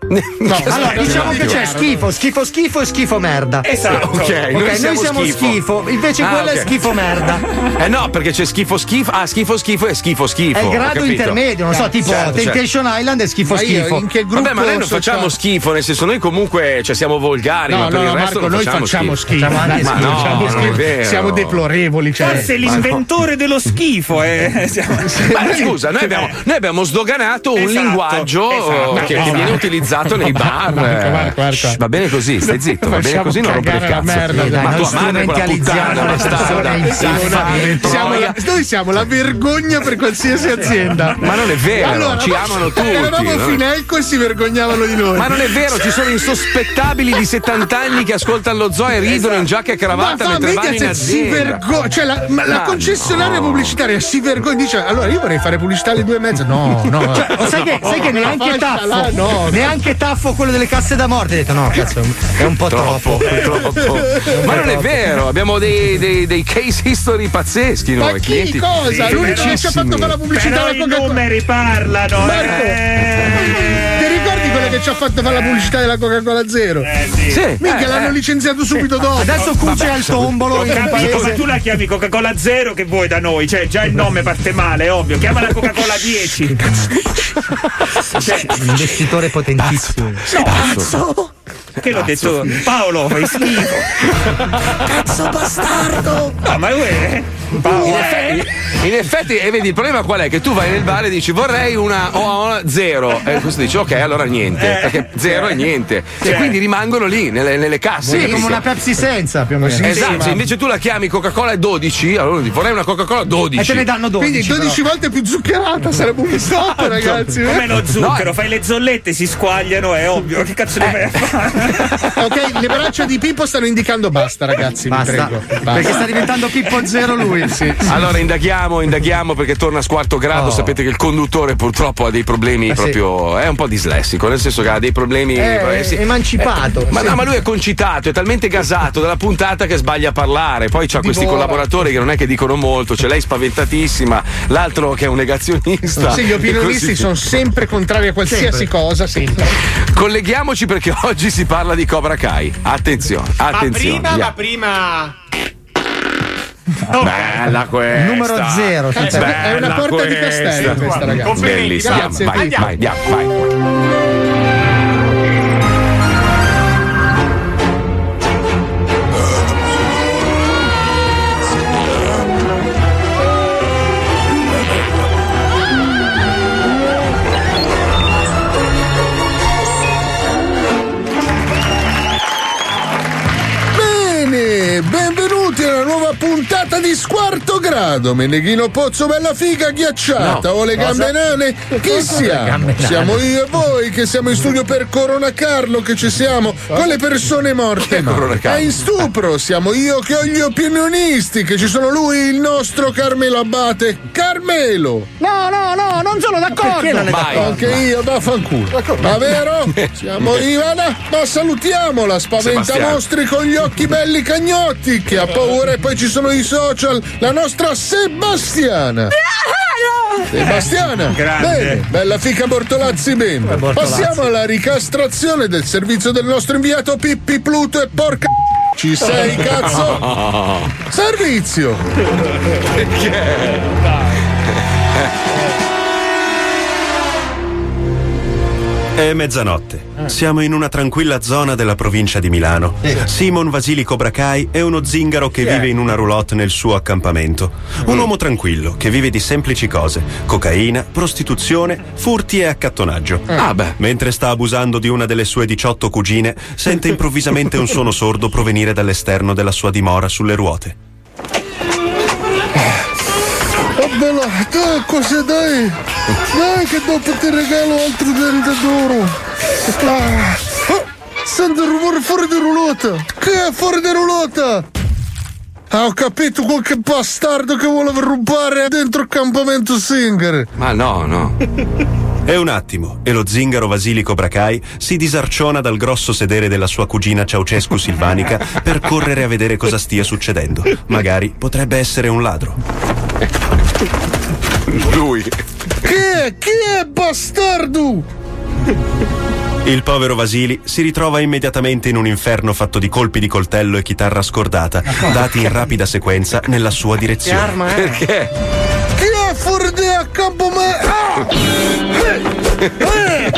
Speaker 6: No,
Speaker 2: Aspetta,
Speaker 6: allora diciamo che
Speaker 2: aspetta.
Speaker 6: c'è schifo, schifo, schifo e schifo merda.
Speaker 2: Esatto. Ok, noi
Speaker 6: noi,
Speaker 2: siamo
Speaker 6: siamo
Speaker 2: schifo.
Speaker 6: schifo, invece
Speaker 2: Ah,
Speaker 6: quello
Speaker 2: ok.
Speaker 6: è schifo merda.
Speaker 2: Eh no, perché c'è schifo schifo. Ah, schifo schifo e schifo schifo.
Speaker 6: È il
Speaker 2: ho
Speaker 6: grado
Speaker 2: capito.
Speaker 6: intermedio, non so, tipo
Speaker 2: Certo, certo.
Speaker 6: Temptation Island è schifo
Speaker 2: Ma io,
Speaker 6: schifo.
Speaker 2: in che cioè, Vabbè, ma noi non facciamo schifo, nel senso, noi comunque cioè, siamo volgari,
Speaker 7: No,
Speaker 2: ma per
Speaker 7: no,
Speaker 2: il
Speaker 7: no,
Speaker 2: resto
Speaker 7: Marco,
Speaker 2: non
Speaker 7: noi
Speaker 2: facciamo
Speaker 7: facciamo schifo.
Speaker 2: Ma
Speaker 7: Facciamo schifo,
Speaker 2: no,
Speaker 7: facciamo
Speaker 2: non è
Speaker 7: schifo.
Speaker 2: vero.
Speaker 7: Siamo deplorevoli. Cioè.
Speaker 4: Eh, Forse
Speaker 2: Ma no.
Speaker 4: l'inventore dello schifo. Eh. Siamo-
Speaker 2: Ma scusa, noi abbiamo, noi abbiamo sdoganato un
Speaker 4: Esatto,
Speaker 2: linguaggio
Speaker 4: esatto.
Speaker 2: che
Speaker 4: Esatto.
Speaker 2: viene utilizzato nei bar. Shh, va bene così, stai zitto, va bene
Speaker 7: Facciamo
Speaker 2: così, non rompere il
Speaker 7: cagare
Speaker 2: cazzo.
Speaker 7: la merda, eh, dai,
Speaker 2: ma
Speaker 7: non
Speaker 2: tua madre è quella puttana,
Speaker 7: strumentalizziamo le
Speaker 2: bastarda.
Speaker 7: persone
Speaker 2: infame di
Speaker 7: Siamo
Speaker 2: Troia.
Speaker 7: la- noi siamo la vergogna per qualsiasi azienda.
Speaker 2: Ma non è vero, ci
Speaker 7: ma-
Speaker 2: amano tutti,
Speaker 7: Eravamo
Speaker 2: no?
Speaker 7: Finelco e si vergognavano di noi.
Speaker 2: Ma non è vero, ci sono insospettabili di 70 anni che ascoltano lo zoo e ridono in giacca e
Speaker 7: Esatto.
Speaker 2: cravatta
Speaker 7: Ma fa
Speaker 2: mentre vanno in
Speaker 7: Mediaset si
Speaker 2: azienda.
Speaker 7: vergogna. Cioè, la, ma la
Speaker 2: Ma
Speaker 7: concessionaria
Speaker 2: no.
Speaker 7: pubblicitaria si vergogna. Dice: Allora, io vorrei fare pubblicità alle due e mezza. No, no.
Speaker 6: Cioè, o sai, che,
Speaker 7: No,
Speaker 6: sai che
Speaker 7: la
Speaker 6: neanche
Speaker 7: fascia
Speaker 6: taffo,
Speaker 7: là, no.
Speaker 6: neanche taffo quello delle casse da morte. Ha detto no, cazzo, è un po' troppo.
Speaker 2: Troppo, troppo. Ma non è vero, abbiamo dei, dei- dei case history pazzeschi noi.
Speaker 7: Ma chi?
Speaker 2: clienti
Speaker 7: Cosa? Lui ci ha
Speaker 2: felicissimi.
Speaker 7: fatto fare la pubblicità
Speaker 4: Però
Speaker 7: alla
Speaker 4: i
Speaker 7: Coca-Cola.
Speaker 4: numeri parlano.
Speaker 7: Marco,
Speaker 4: Eh.
Speaker 7: ti ricordi quello che ci ha fatto fare la pubblicità della Coca-Cola Zero?
Speaker 4: sì. Sì,
Speaker 7: Minchia,
Speaker 4: eh,
Speaker 7: l'hanno
Speaker 4: eh.
Speaker 7: licenziato subito
Speaker 4: Sì.
Speaker 7: dopo.
Speaker 4: Adesso
Speaker 7: cuce
Speaker 4: cuce al Ho capito, ma Cioè, tu la chiami Coca-Cola Zero che vuoi da noi, cioè già il nome parte male, è ovvio. Chiamala Coca-Cola 10. Cioè,
Speaker 6: Un investitore potentissimo.
Speaker 4: Cazzo! Che l'ho detto? Paolo, fai schifo!
Speaker 2: Cazzo
Speaker 4: bastardo! No, ma lui è.
Speaker 2: In effetti, in effetti, e vedi, il problema qual è? Che tu vai nel bar e dici vorrei una OA zero. E questo dice ok, allora niente.
Speaker 4: Eh.
Speaker 2: Perché zero è niente. E
Speaker 6: Cioè.
Speaker 2: quindi rimangono lì nelle, nelle casse.
Speaker 6: Sì,
Speaker 2: capito?
Speaker 6: come una Pepsi senza più o meno.
Speaker 2: Ah, esatto, se invece tu la chiami Coca-Cola 12, allora dici vorrei una Coca-Cola 12.
Speaker 6: E te ne danno 12,
Speaker 7: Quindi 12 volte più zuccherata sarebbe un stop, ragazzi.
Speaker 4: Esatto. Ah,
Speaker 7: eh.
Speaker 4: Come
Speaker 2: eh.
Speaker 4: lo zucchero, fai le zollette, si squagliano, è ovvio. Che cazzo
Speaker 2: Eh,
Speaker 4: devi fare?
Speaker 7: ok, le braccia di Pippo stanno indicando basta, ragazzi.
Speaker 2: Basta.
Speaker 7: Vi prego.
Speaker 2: Perché sta diventando
Speaker 7: Pippo Zero lui. Sì.
Speaker 2: Allora indaghiamo, indaghiamo perché torna a squarto grado. Sapete che il conduttore purtroppo ha dei problemi
Speaker 6: Oh. Eh sì.
Speaker 2: proprio. È un po' dislessico, nel senso che ha dei problemi.
Speaker 6: È
Speaker 2: eh, sì. Eh,
Speaker 6: emancipato.
Speaker 2: Ma
Speaker 6: Sì.
Speaker 2: no, ma lui è concitato, è Ah, talmente gasato dalla puntata che sbaglia a parlare. Poi c'ha questi
Speaker 6: Divora.
Speaker 2: collaboratori che non è che dicono molto, c'è lei spaventatissima, l'altro che è un negazionista.
Speaker 7: Sì, gli
Speaker 2: e
Speaker 7: opinionisti
Speaker 2: così.
Speaker 7: sono sempre contrari a qualsiasi
Speaker 2: Sempre.
Speaker 7: cosa. sempre.
Speaker 2: Colleghiamoci perché oggi si parla di Cobra Kai. Attenzione, attenzione.
Speaker 28: prima, ma
Speaker 2: via.
Speaker 28: prima.
Speaker 2: Bella questa.
Speaker 28: Numero zero,
Speaker 2: Bella
Speaker 28: siete- è una porta di
Speaker 2: questa.
Speaker 28: castello questa, ragazzi. Complimenti,
Speaker 2: Bellissima.
Speaker 28: grazie.
Speaker 2: Vai,
Speaker 28: Andiamo.
Speaker 2: vai, andiamo, vai.
Speaker 29: Bene, benvenuti alla nuova puntata di Squarto Grado. Meneghino Pozzo, bella figa ghiacciata.
Speaker 8: No,
Speaker 29: Ho le
Speaker 8: cosa?
Speaker 29: gambe nane. Chi
Speaker 8: Cosa? Le gambe
Speaker 29: siamo?
Speaker 8: nane.
Speaker 29: Siamo io e voi che siamo in studio per Corona Carlo, che ci siamo con le persone morte. Ma
Speaker 8: Corona Carlo?
Speaker 29: è in stupro. Siamo io che ho gli opinionisti, che ci sono lui, il nostro Carmelo Abate. Carmelo!
Speaker 6: No, no, no, non sono d'accordo.
Speaker 29: Anche io, vaffanculo.
Speaker 6: come?
Speaker 29: Ma vero? Siamo Ivana? Ma salutiamola,
Speaker 8: Sebastiano.
Speaker 29: spaventamostri con gli occhi belli cagnotti, che ha paura e poi ci sono i social, la nostra Sebastiana. Sebastiana,
Speaker 8: Grande.
Speaker 29: bene, bella fica Bortolazzi bimba.
Speaker 8: Bortolazzi.
Speaker 29: Passiamo alla ricastrazione del servizio del nostro inviato Pippi Pluto e porca ci sei cazzo? Servizio!
Speaker 8: Perché?
Speaker 30: È mezzanotte.
Speaker 2: Eh.
Speaker 30: Siamo in una tranquilla zona della provincia di Milano. Simon Vasili Cobracai è uno zingaro che vive in una roulotte nel suo accampamento. Un
Speaker 2: Mm.
Speaker 30: uomo tranquillo che vive di semplici cose: cocaina, prostituzione, furti e accattonaggio.
Speaker 2: Ah, beh.
Speaker 30: Mentre sta abusando di una delle sue 18 cugine, sente improvvisamente un suono sordo provenire dall'esterno della sua dimora sulle ruote.
Speaker 29: Oh bella, dai, cosa dai? Dai che dopo ti regalo altro del d'oro. Ah. Oh, sento il rumore fuori di rullota. Che è fuori di rullota? Ah, ho capito qualche bastardo che voleva rubare dentro il campamento Singer.
Speaker 2: Ma no, no.
Speaker 30: È un attimo e lo zingaro Vasilico Bracai si disarciona dal grosso sedere della sua cugina Ceaucescu Silvanica per correre a vedere cosa stia succedendo. Magari potrebbe essere un ladro.
Speaker 2: Lui.
Speaker 29: Chi è? Chi è bastardo?
Speaker 30: Il povero Vasili si ritrova immediatamente in un inferno fatto di colpi di coltello e chitarra scordata, dati in rapida sequenza nella sua direzione.
Speaker 6: Perché?
Speaker 29: Chi è fuori di a campo me? Ah! Eh! Eh!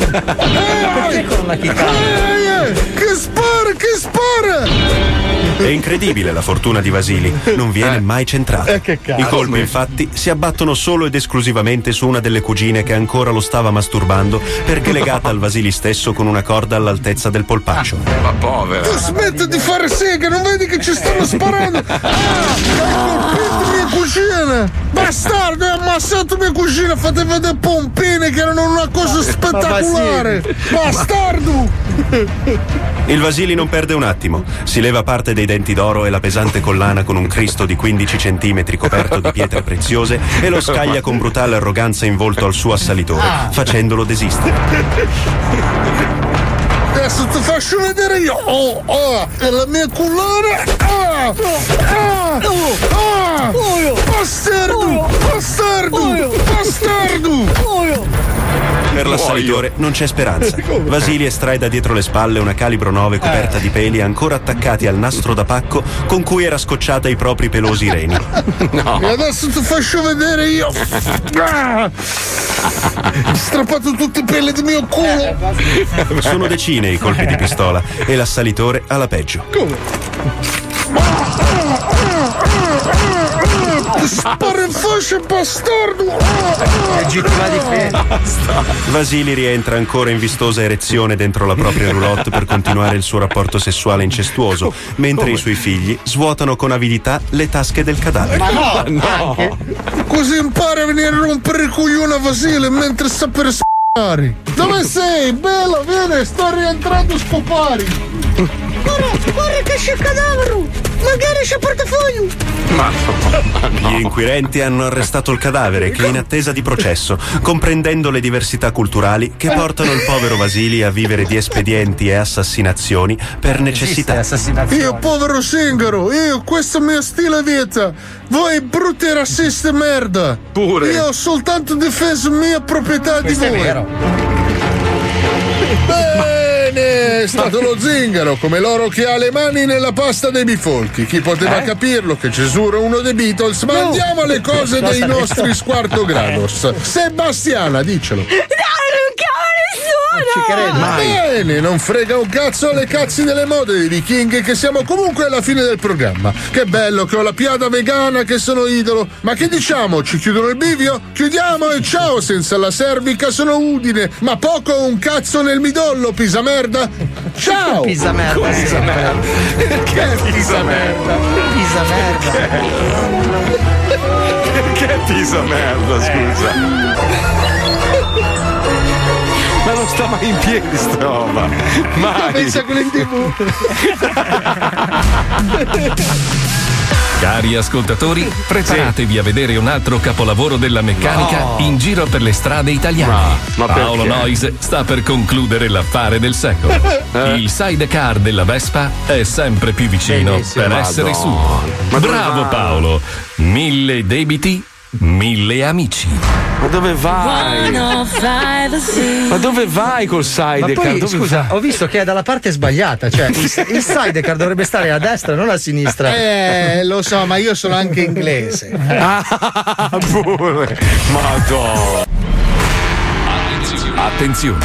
Speaker 29: Eh! Eh! Eh! Che spara, che spara!
Speaker 30: È incredibile la fortuna di Vasili, non viene mai centrata.
Speaker 29: Eh, che cazzo.
Speaker 30: I colpi, infatti, si abbattono solo ed esclusivamente su una delle cugine che ancora lo stava masturbando perché legata al Vasili stesso con una corda all'altezza del polpaccio.
Speaker 6: Ma povera!
Speaker 29: Tu smetti di fare sega, non vedi che ci stanno sparando? Ah, hai colpito mia cugina! Bastardo, hai ammazzato mia cugina! Fate vedere pompine che erano una cosa spettacolare! Bastardo!
Speaker 30: Il Vasili non perde un attimo, si leva parte dei denti d'oro e la pesante collana con un Cristo di 15 centimetri coperto di pietre preziose e lo scaglia con brutale arroganza in volto al suo assalitore,
Speaker 29: Ah.
Speaker 30: facendolo desistere.
Speaker 29: Adesso ti faccio vedere io! Oh, oh! E la mia collana! Ah! Ah! Ah! Bastardo! Bastardo! Bastardo!
Speaker 30: Per l'assalitore non c'è speranza. Vasili estrae da dietro le spalle una calibro 9 coperta di peli ancora attaccati al nastro da pacco con cui era scocciata i propri pelosi reni.
Speaker 29: E adesso ti faccio vedere io! Ah! Strappato tutti i pelli di mio culo!
Speaker 30: Sono decine i colpi di pistola e l'assalitore ha la peggio.
Speaker 29: Ti Sparo in faccia, bastardo! Legittima difesa!
Speaker 30: Vasili rientra ancora in vistosa erezione dentro la propria roulotte per continuare il suo rapporto sessuale incestuoso, mentre i suoi figli svuotano con avidità le tasche del cadavere.
Speaker 29: Così impari a venire a rompere il coglione a Vasile mentre sta per s***are. Dove sei? Bella, vieni, sto rientrando spopari.
Speaker 8: Guarda, guarda che c'è il cadavere! Magari c'è il portafoglio!
Speaker 30: Gli inquirenti hanno arrestato il cadavere che è in attesa di processo, comprendendo le diversità culturali che portano il povero Vasili a vivere di espedienti e assassinazioni per necessità.
Speaker 29: Io povero singaro, io questo è il mio stile vita. Voi brutti razzisti merda.
Speaker 6: Pure.
Speaker 29: Io ho soltanto difeso mia proprietà
Speaker 9: Questo è
Speaker 29: di voi.
Speaker 9: vero.
Speaker 29: Bene, è stato lo zingaro, come l'oro che ha le mani nella pasta dei bifolchi. Chi poteva
Speaker 9: Eh?
Speaker 29: capirlo che Gesù era uno dei Beatles? Ma andiamo alle cose
Speaker 9: Cosa
Speaker 29: dei
Speaker 9: ha detto?
Speaker 29: nostri squarto grados.
Speaker 9: Eh.
Speaker 29: Sebastiana, dicelo.
Speaker 8: No,
Speaker 29: Bene, non frega un cazzo alle cazzi delle mode dei vichinghi che siamo comunque alla fine del programma. Che bello che ho la piada vegana che sono idolo. Ma che diciamo? Ci chiudono il bivio? Chiudiamo e ciao senza la cervica sono udine, ma poco un cazzo nel midollo, pisa merda. Ciao!
Speaker 31: Pisa merda, Come pisa sì. merda?
Speaker 29: Perché pisa merda?
Speaker 31: Pisa
Speaker 6: Perché pisa merda, scusa? Ma non sta mai in piedi sta roba. Mai.
Speaker 29: Pensa a quello in tv.
Speaker 1: Cari ascoltatori, preparatevi a vedere un altro capolavoro della meccanica
Speaker 2: No.
Speaker 1: in giro per le strade italiane.
Speaker 2: Ma- ma
Speaker 1: Paolo
Speaker 2: perché?
Speaker 1: Noyes sta per concludere l'affare del secolo.
Speaker 2: Eh?
Speaker 1: Il sidecar della Vespa è sempre più vicino
Speaker 2: Benissimo.
Speaker 1: per essere su.
Speaker 2: Madonna. Ma dove
Speaker 1: Bravo
Speaker 2: va?
Speaker 1: Paolo, mille debiti, mille amici.
Speaker 6: Ma dove vai? Ma dove vai col
Speaker 7: Ma
Speaker 6: sidecar?
Speaker 7: poi,
Speaker 6: Dove
Speaker 7: scusa,
Speaker 6: vai?
Speaker 7: ho visto che è dalla parte sbagliata, cioè il, il sidecar dovrebbe stare a destra, non a sinistra.
Speaker 9: Eh, lo so, ma io sono anche inglese.
Speaker 6: Ah, pure. Madonna.
Speaker 1: Attenzione!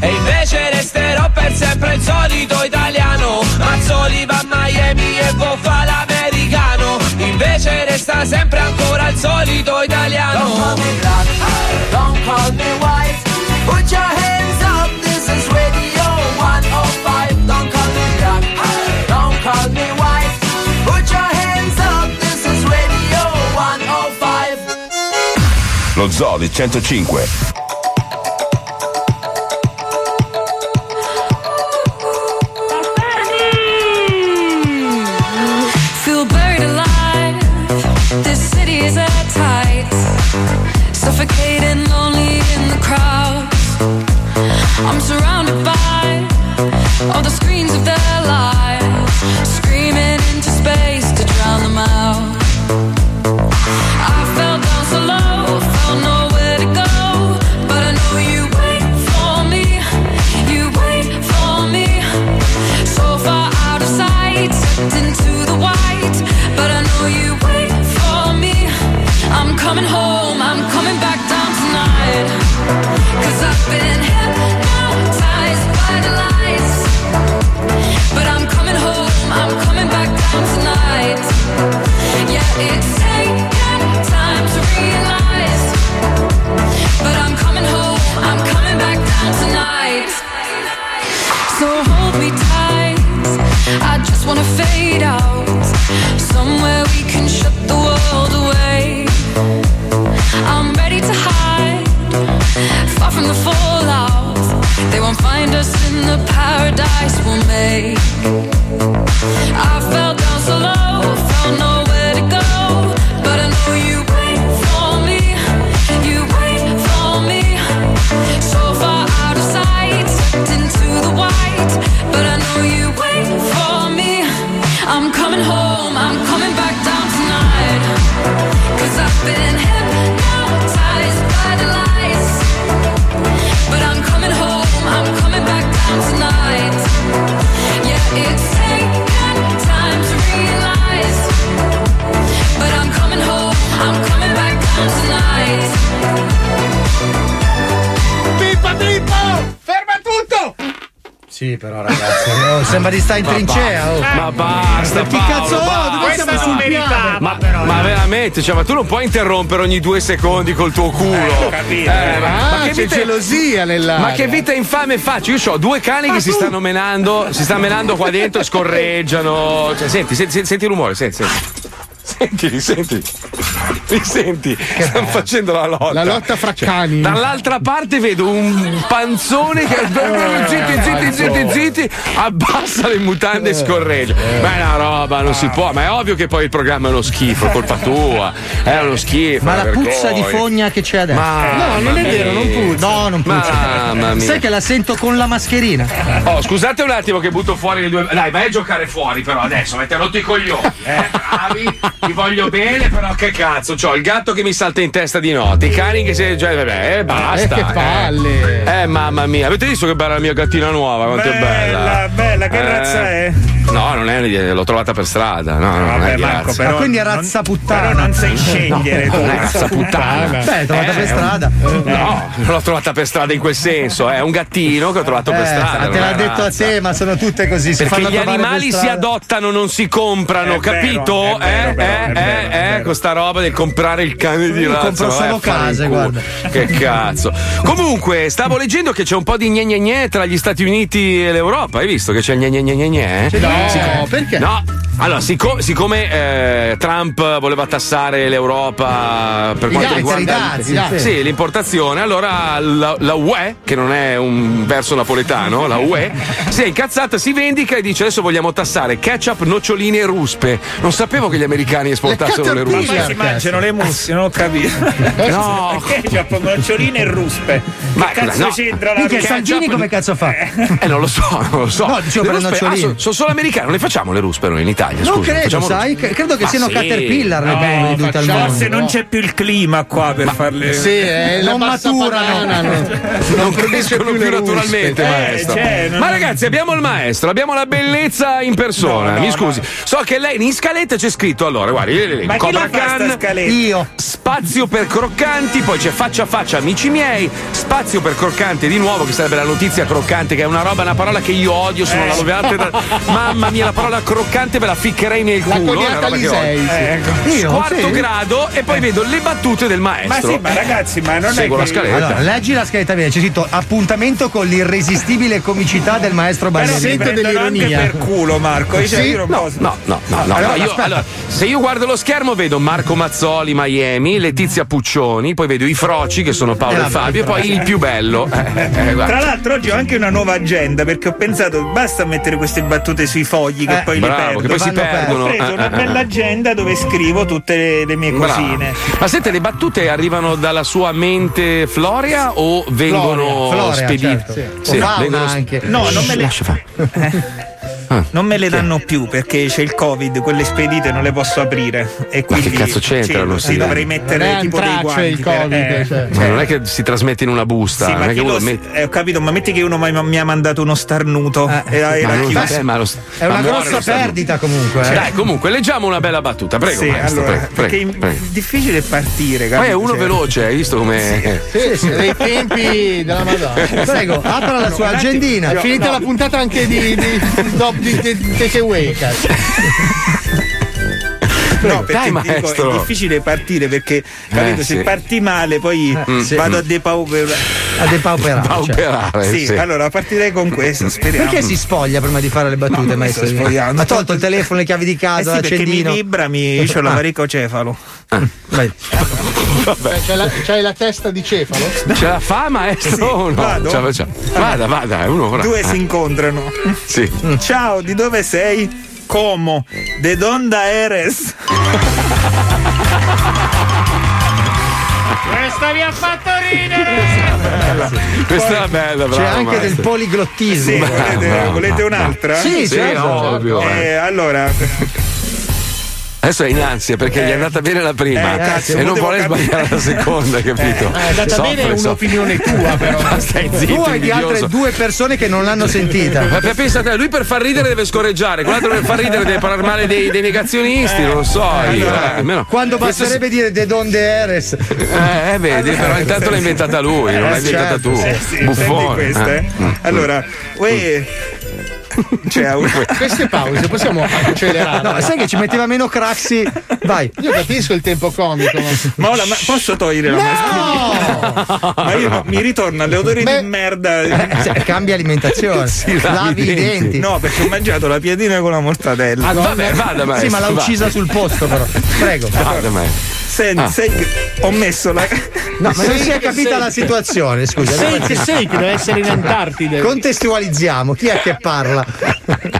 Speaker 14: E invece resterò per sempre il solito italiano Mazzoli va a Miami e Vo fa l'americano Invece resta sempre ancora il solito italiano
Speaker 8: Don't call me
Speaker 14: Don't call me white Put your
Speaker 8: hands up, this is Radio 105. Don't call me black, don't call me white. Put your hands up, this is Radio 105.
Speaker 22: Lo Zodi 105.
Speaker 5: suffocating, lonely in the crowd. I'm surrounded by all the screens of their lives, screaming into space to drown them out. I fell down so low, felt nowhere to go, but I know you wait for me. You wait for me, so far out of sight, sucked into the white, but I know you wait for me. I'm coming home, I'm coming back down tonight. Cause I've been hypnotized by the lights. But I'm coming home, I'm coming back down tonight. Yeah, it's taken time to realize. But I'm coming home, I'm coming back down tonight. So hold me tight, I just wanna fade out. Somewhere we can shut the world away. I'm ready to hide, far from the fallout. They won't find us in the paradise we'll make. I fell down so low, found nowhere to go. But I know you wait for me, you wait for me. So far out of sight, sucked into the white. But I know you wait for me. I'm coming home, I'm coming back down tonight. Cause I've been hypnotized by the lights. But I'm coming home, I'm coming back down tonight. Yeah, it's taken time to realize. But I'm coming home, I'm coming back down tonight.
Speaker 7: Pippa Pippo! Ferma tutto!
Speaker 6: Sì, però ragazzi, oh, sembra di stare in
Speaker 2: Ma
Speaker 6: trincea.
Speaker 2: basta,
Speaker 6: oh.
Speaker 2: Ma basta,
Speaker 6: Che
Speaker 2: Paolo,
Speaker 6: cazzo ho?
Speaker 2: basta.
Speaker 6: Dove siamo sul piano?
Speaker 2: Ma, ma veramente, cioè, ma tu non puoi interrompere ogni due secondi col tuo culo.
Speaker 7: Eh, ho capito. Ah, c'è gelosia nell'aria.
Speaker 2: Ma che vita infame faccio? Io ho due cani che si stanno menando, si stanno menando qua dentro e scorreggiano. Cioè, senti, senti, senti, senti il rumore, senti, senti. Sentili, senti. Li senti, stanno facendo la lotta. Cioè,
Speaker 7: La lotta fra cani.
Speaker 2: Dall'altra parte vedo un panzone
Speaker 6: Eh,
Speaker 2: che. zitti, zitti, zitti, zitti, abbassa le mutande
Speaker 6: Eh,
Speaker 2: e scorreggia. Ma è una roba, non
Speaker 6: Ah.
Speaker 2: si può. Ma è ovvio che poi il programma è uno schifo, è colpa tua. È uno schifo.
Speaker 6: Ma
Speaker 2: è
Speaker 6: la
Speaker 2: una
Speaker 6: puzza di
Speaker 2: vergogna.
Speaker 6: fogna che c'è adesso.
Speaker 2: Mamma
Speaker 6: no, non è
Speaker 2: mia.
Speaker 6: vero, non puzza. No, non puzza.
Speaker 2: Mamma mia.
Speaker 6: Sai che la sento con la mascherina.
Speaker 2: Oh, scusate un attimo che butto fuori le due. Dai, vai a giocare fuori, però adesso avete rotto i coglioni. Eh, bravi, vi voglio bene, però che cazzo. C'ho il gatto che mi salta in testa di notte, i cani che si. Cioè, vabbè, eh, basta.
Speaker 7: Eh, che palle.
Speaker 2: Eh. Eh, mamma mia, avete visto che bella la mia gattina nuova? Quanto è bella! Eh.
Speaker 4: bella, che razza è?
Speaker 2: No, non è l'ho trovata per strada. No,
Speaker 6: Eh,
Speaker 2: no, non è
Speaker 4: Vabbè,
Speaker 2: di
Speaker 4: Marco,
Speaker 2: razza.
Speaker 4: però.
Speaker 6: Ma Ah, quindi è razza puttana.
Speaker 4: Però non sai scegliere tu.
Speaker 2: No, è razza puttana.
Speaker 6: Beh, è trovata
Speaker 2: Eh,
Speaker 6: per
Speaker 2: è un-
Speaker 6: strada.
Speaker 2: No, non l'ho trovata per strada in quel senso, è un gattino che ho trovato per
Speaker 6: Eh,
Speaker 2: strada.
Speaker 6: te
Speaker 2: non
Speaker 6: l'ha
Speaker 2: è
Speaker 6: detto a
Speaker 2: razza.
Speaker 6: te, ma sono tutte così. si
Speaker 2: Ah, Perché
Speaker 6: fanno
Speaker 2: gli
Speaker 6: trovare per
Speaker 2: animali si
Speaker 6: strada.
Speaker 2: adottano, non si comprano,
Speaker 6: È
Speaker 2: capito?
Speaker 6: vero, è
Speaker 2: eh,
Speaker 6: vero, è
Speaker 2: eh,
Speaker 6: vero,
Speaker 2: eh, eh, con sta roba del comprare il cane di
Speaker 6: Io
Speaker 2: razza.
Speaker 6: compro
Speaker 2: vai a
Speaker 6: solo
Speaker 2: fare
Speaker 6: case,
Speaker 2: in culo.
Speaker 6: guarda.
Speaker 2: Che cazzo. Comunque, stavo leggendo che c'è un po' di gne gne gne tra gli Stati Uniti e l'Europa. Hai visto che c'è il gne gne gne gne gne?
Speaker 6: No,
Speaker 2: Sì.
Speaker 6: perché?
Speaker 2: No. Allora, sicco- siccome eh, Trump voleva tassare l'Europa per
Speaker 6: I
Speaker 2: quanto
Speaker 6: dazi,
Speaker 2: riguarda
Speaker 6: i dazi, i dazi.
Speaker 2: Sì, l'importazione, allora la, la UE, che non è un verso napoletano, la UE, si è incazzata, si vendica e dice adesso vogliamo tassare ketchup, noccioline e ruspe. Non sapevo che gli americani esportassero le,
Speaker 4: Ma poi
Speaker 2: ruspe.
Speaker 4: si mangiano le musse, non ho capito.
Speaker 2: No.
Speaker 4: Ketchup, noccioline e ruspe.
Speaker 2: Ma,
Speaker 4: che cazzo
Speaker 2: no.
Speaker 4: c'entra la
Speaker 6: Minchia,
Speaker 4: ruspe?
Speaker 6: Salvini come cazzo fa?
Speaker 2: Eh, non lo so, non lo so.
Speaker 6: No, dicevo
Speaker 2: Le
Speaker 6: per le
Speaker 2: ruspe-
Speaker 6: noccioline.
Speaker 2: ah, so- sono solo americane, non le facciamo le ruspe noi in Italia.
Speaker 6: Non
Speaker 2: scusa,
Speaker 6: credo,
Speaker 2: facciamo
Speaker 6: sai?
Speaker 2: ruspe.
Speaker 6: Che- credo che
Speaker 2: Ma
Speaker 6: siano
Speaker 2: sì.
Speaker 6: caterpillar le abbiamo vendute al mondo. eh,
Speaker 4: Forse Cioè, non c'è più il clima qua per farle.
Speaker 7: Sì, è la
Speaker 6: Non
Speaker 7: passa
Speaker 6: maturano.
Speaker 7: banana, no.
Speaker 2: non
Speaker 7: cresce
Speaker 2: crescono
Speaker 7: più
Speaker 2: più,
Speaker 7: le ruspe.
Speaker 2: naturalmente,
Speaker 7: Eh,
Speaker 2: maestro.
Speaker 7: cioè, non-
Speaker 2: Ma ragazzi, abbiamo il maestro, abbiamo la bellezza in persona.
Speaker 4: No, no,
Speaker 2: mi scusi, so che lei in scaletta c'è scritto allora, guardi, le- le- le-
Speaker 4: Ma chi
Speaker 2: Cobra
Speaker 4: la fa sta
Speaker 2: Khan,
Speaker 4: scaletta?
Speaker 2: io. Spazio per croccanti, poi c'è faccia a faccia, amici miei. Spazio per croccanti di nuovo, che sarebbe la notizia croccante, che è una roba, una parola che io odio. Sono
Speaker 7: Eh.
Speaker 2: la loviante da- Mamma mia, la parola croccante ve la ficcherei nel
Speaker 7: La
Speaker 2: culo. è una
Speaker 7: cognata
Speaker 2: roba che
Speaker 7: Lisei,
Speaker 2: odio.
Speaker 7: sì.
Speaker 2: Ecco.
Speaker 7: Io?
Speaker 2: Quarto
Speaker 7: Sì.
Speaker 2: grado, e poi vedo le battute del
Speaker 4: Eh. Ma
Speaker 2: maestro.
Speaker 4: sì, ma ragazzi, ma non
Speaker 2: Seguo
Speaker 4: è
Speaker 2: la
Speaker 4: che...
Speaker 2: scaletta.
Speaker 6: Allora, leggi la scaletta bene, c'è scritto appuntamento con l'irresistibile comicità del maestro
Speaker 4: Però
Speaker 6: Ballerini.
Speaker 4: ti prendono anche per culo, Marco. Io,
Speaker 6: Sì?
Speaker 4: io non
Speaker 6: No,
Speaker 4: posso.
Speaker 2: No, no, no, no,
Speaker 4: Allora,
Speaker 2: no, io-
Speaker 4: aspetta.
Speaker 2: allora, se io guardo lo schermo vedo Marco Mazzoli, Miami, Letizia Puccioni, poi vedo i froci che sono
Speaker 4: Eh,
Speaker 2: Paolo e Fabio, e poi il più bello. Eh, eh, eh, guarda.
Speaker 4: Tra l'altro oggi ho anche una nuova agenda perché ho pensato basta mettere queste battute sui fogli che
Speaker 2: Eh,
Speaker 4: poi
Speaker 2: bravo,
Speaker 4: li perdo.
Speaker 2: che poi si perdono.
Speaker 4: Ho preso una
Speaker 2: Ah, ah, ah.
Speaker 4: bella agenda dove scrivo tutte le, le mie
Speaker 2: Brava.
Speaker 4: cosine.
Speaker 2: Ma senti, le battute arrivano dalla sua mente florea o
Speaker 4: Florea,
Speaker 2: vengono
Speaker 4: florea,
Speaker 2: spedite?
Speaker 4: certo.
Speaker 2: Sì,
Speaker 4: O fauna
Speaker 2: vengono sp-
Speaker 4: anche. No, non me le-
Speaker 2: Lascia fare.
Speaker 4: Non me le danno più perché c'è il covid, quelle spedite non le posso aprire. E
Speaker 2: Ma che
Speaker 4: quindi
Speaker 2: cazzo c'entra,
Speaker 4: sì,
Speaker 2: non
Speaker 4: sì,
Speaker 2: si-
Speaker 4: dovrei mettere
Speaker 2: Non è
Speaker 4: tipo dei
Speaker 2: antrace
Speaker 4: guanti.
Speaker 2: il
Speaker 4: per-
Speaker 2: Covid,
Speaker 4: eh,
Speaker 2: cioè.
Speaker 4: cioè,
Speaker 2: Ma non è che si trasmette in una busta,
Speaker 4: sì,
Speaker 2: non
Speaker 4: ma
Speaker 2: è
Speaker 4: chi
Speaker 2: che uno
Speaker 4: lo-
Speaker 2: mette.
Speaker 4: eh, ho capito, ma metti che uno mi, mi ha mandato uno starnuto. e era
Speaker 2: Ma non-
Speaker 4: chiuso.
Speaker 2: eh, ma lo-
Speaker 4: È una
Speaker 2: ma muore
Speaker 4: grossa
Speaker 2: lo stato.
Speaker 4: perdita comunque, eh.
Speaker 2: Dai, comunque, leggiamo una bella battuta. Prego,
Speaker 4: Sì,
Speaker 2: maestro,
Speaker 4: allora,
Speaker 2: prego, prego,
Speaker 4: perché
Speaker 2: prego.
Speaker 4: è difficile partire,
Speaker 2: Poi è
Speaker 4: capito?
Speaker 2: uno
Speaker 4: Cioè,
Speaker 2: veloce, hai visto come.
Speaker 7: Sì, sì, dei tempi della Madonna.
Speaker 6: Prego, apra la sua
Speaker 7: un attimo,
Speaker 6: agendina.
Speaker 7: È finita
Speaker 6: No.
Speaker 7: la puntata anche di, di, do- di- di- Takeaway, cazzo.
Speaker 4: No, perché
Speaker 7: Dai,
Speaker 4: dico,
Speaker 7: maestro.
Speaker 4: è difficile partire perché capito,
Speaker 2: Eh,
Speaker 4: se
Speaker 7: sì.
Speaker 4: parti male poi
Speaker 7: Eh, sì.
Speaker 4: vado a
Speaker 7: Mm.
Speaker 4: depauperare.
Speaker 6: A depauperare.
Speaker 2: Pauperare,
Speaker 4: Sì,
Speaker 2: eh, sì. Eh,
Speaker 4: allora partirei con questo, speriamo.
Speaker 6: cioè.
Speaker 4: Eh
Speaker 6: Perché si spoglia prima di fare le
Speaker 4: Ma
Speaker 6: battute,
Speaker 4: non mi
Speaker 6: maestro?
Speaker 4: sto spogliando.
Speaker 6: Ha tolto il telefono, le chiavi di
Speaker 4: Eh sì,
Speaker 6: casa,
Speaker 4: perché mi
Speaker 6: l'accendino.
Speaker 4: vibra, mi c'ho
Speaker 6: Ah.
Speaker 4: l'avaricocefalo.
Speaker 2: Ah.
Speaker 7: Cioè, C'hai la, c'hai la testa di cefalo?
Speaker 2: Ce la fa, maestro?
Speaker 7: Sì,
Speaker 2: o Oh, no?
Speaker 7: vado?
Speaker 2: Ce la facciamo. Vada, vada, è Mm. uno ora.
Speaker 4: Due
Speaker 2: Eh.
Speaker 4: si incontrano.
Speaker 2: Sì.
Speaker 4: Ciao, di dove sei? Como, de Donda Eres.
Speaker 28: Questa mi ha fatto ridere!
Speaker 2: Questa era bella, bravo.
Speaker 6: C'è anche del
Speaker 2: maestro.
Speaker 6: poliglottismo.
Speaker 2: Sì,
Speaker 4: volete,
Speaker 2: bravo,
Speaker 4: volete
Speaker 2: bravo.
Speaker 4: un'altra?
Speaker 2: Sì, Sì, certo, ovvio, certo. eh.
Speaker 4: Eh, allora,
Speaker 2: Adesso è in ansia perché gli è andata bene la prima
Speaker 4: eh, cazzo,
Speaker 2: e non
Speaker 4: potevo
Speaker 2: vuole
Speaker 4: capire.
Speaker 2: sbagliare la seconda, capito?
Speaker 6: Eh, è andata
Speaker 2: Soffre,
Speaker 6: bene, è
Speaker 2: soffre.
Speaker 6: un'opinione tua, però.
Speaker 2: Ma stai zitto,
Speaker 6: tu hai di altre
Speaker 2: invidioso.
Speaker 6: due persone che non l'hanno sentita.
Speaker 2: Ma per- pensa a te, lui per far ridere deve scorreggiare, quell'altro per far ridere deve parlare male dei, dei negazionisti, non lo so. io, eh, almeno-
Speaker 6: Quando
Speaker 2: Questo-
Speaker 6: basterebbe dire De Donde Eres.
Speaker 2: Eh, eh, vedi, però intanto l'ha inventata lui, non l'hai inventata tu.
Speaker 4: Eh, sì, senti
Speaker 2: Buffone. Mm,
Speaker 4: questa, eh. Allora, uè, cioè, uè.
Speaker 7: Queste pause possiamo accelerare.
Speaker 6: No, sai che ci metteva meno Craxi. Vai.
Speaker 7: Io capisco il tempo comico.
Speaker 4: Ma ora ma posso togliere la mascherina? Ma io mi ritorno alle odori di merda.
Speaker 6: cioè, cambia alimentazione.
Speaker 4: Sì,
Speaker 6: Lavi i denti.
Speaker 4: No, perché ho mangiato la piadina con la mortadella.
Speaker 6: Ah, vabbè, vada, maestro, Sì, ma l'ha vada. uccisa sul posto, però. Prego.
Speaker 2: Vada,
Speaker 4: Senti,
Speaker 6: Ah.
Speaker 4: sei- ho messo la.
Speaker 6: No, ma non si è capita la situazione, scusa.
Speaker 4: Sei che sei, che
Speaker 6: deve
Speaker 4: deve essere in Antartide.
Speaker 6: Contestualizziamo, chi è che parla?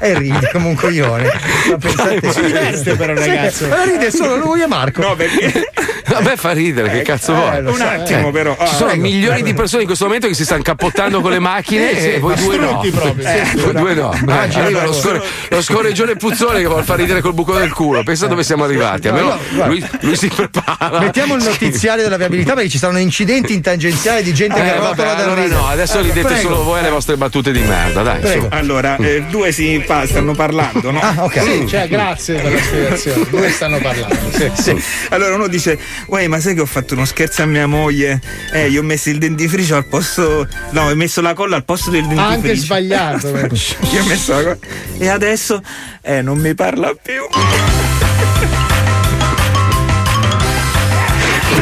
Speaker 6: E ride come un coglione. Ma pensate-
Speaker 2: Si diverte però,
Speaker 6: Sì,
Speaker 2: ragazzo.
Speaker 6: ma ride solo lui e Marco.
Speaker 4: No, perché
Speaker 2: Vabbè, fa ridere, che cazzo
Speaker 6: eh,
Speaker 2: vuoi?
Speaker 6: lo so, eh.
Speaker 2: Ci sono
Speaker 6: Prego. Eh,
Speaker 2: milioni di persone in questo momento che si stanno cappottando con le macchine
Speaker 6: Sì, sì,
Speaker 2: e voi
Speaker 6: ma
Speaker 2: due no.
Speaker 6: strutti proprio, sì,
Speaker 2: Eh,
Speaker 6: sì.
Speaker 2: voi due no. Eh,
Speaker 6: Ah, gira
Speaker 2: arriva lo,
Speaker 6: voi.
Speaker 2: score- lo scorreggione puzzone che vuol far ridere col buco del culo. Pensa dove siamo arrivati.
Speaker 6: No,
Speaker 2: Almeno
Speaker 6: no, guarda.
Speaker 2: lui, lui si prepara.
Speaker 6: Mettiamo il notiziario della viabilità perché ci saranno incidenti in tangenziale di gente che
Speaker 2: Eh,
Speaker 6: rotola
Speaker 2: vabbè,
Speaker 6: dal
Speaker 2: allora
Speaker 6: ridere.
Speaker 2: no, adesso
Speaker 6: Allora,
Speaker 2: ridete
Speaker 6: prego.
Speaker 2: solo voi alle vostre battute di merda, dai.
Speaker 4: Prego.
Speaker 2: su.
Speaker 4: Allora, eh, due si pa- stanno parlando, no? Mm.
Speaker 6: Ah, ok.
Speaker 7: Sì, cioè, grazie per la spiegazione. Due stanno parlando. Sì.
Speaker 4: Eh, Allora uno dice, uè ma sai che ho fatto uno scherzo a mia moglie? Eh, gli ho messo il dentifricio al posto... No, ho messo la colla al posto del dentifricio.
Speaker 7: Anche sbagliato.
Speaker 4: Gli ho messo la colla. E adesso, eh, non mi parla più.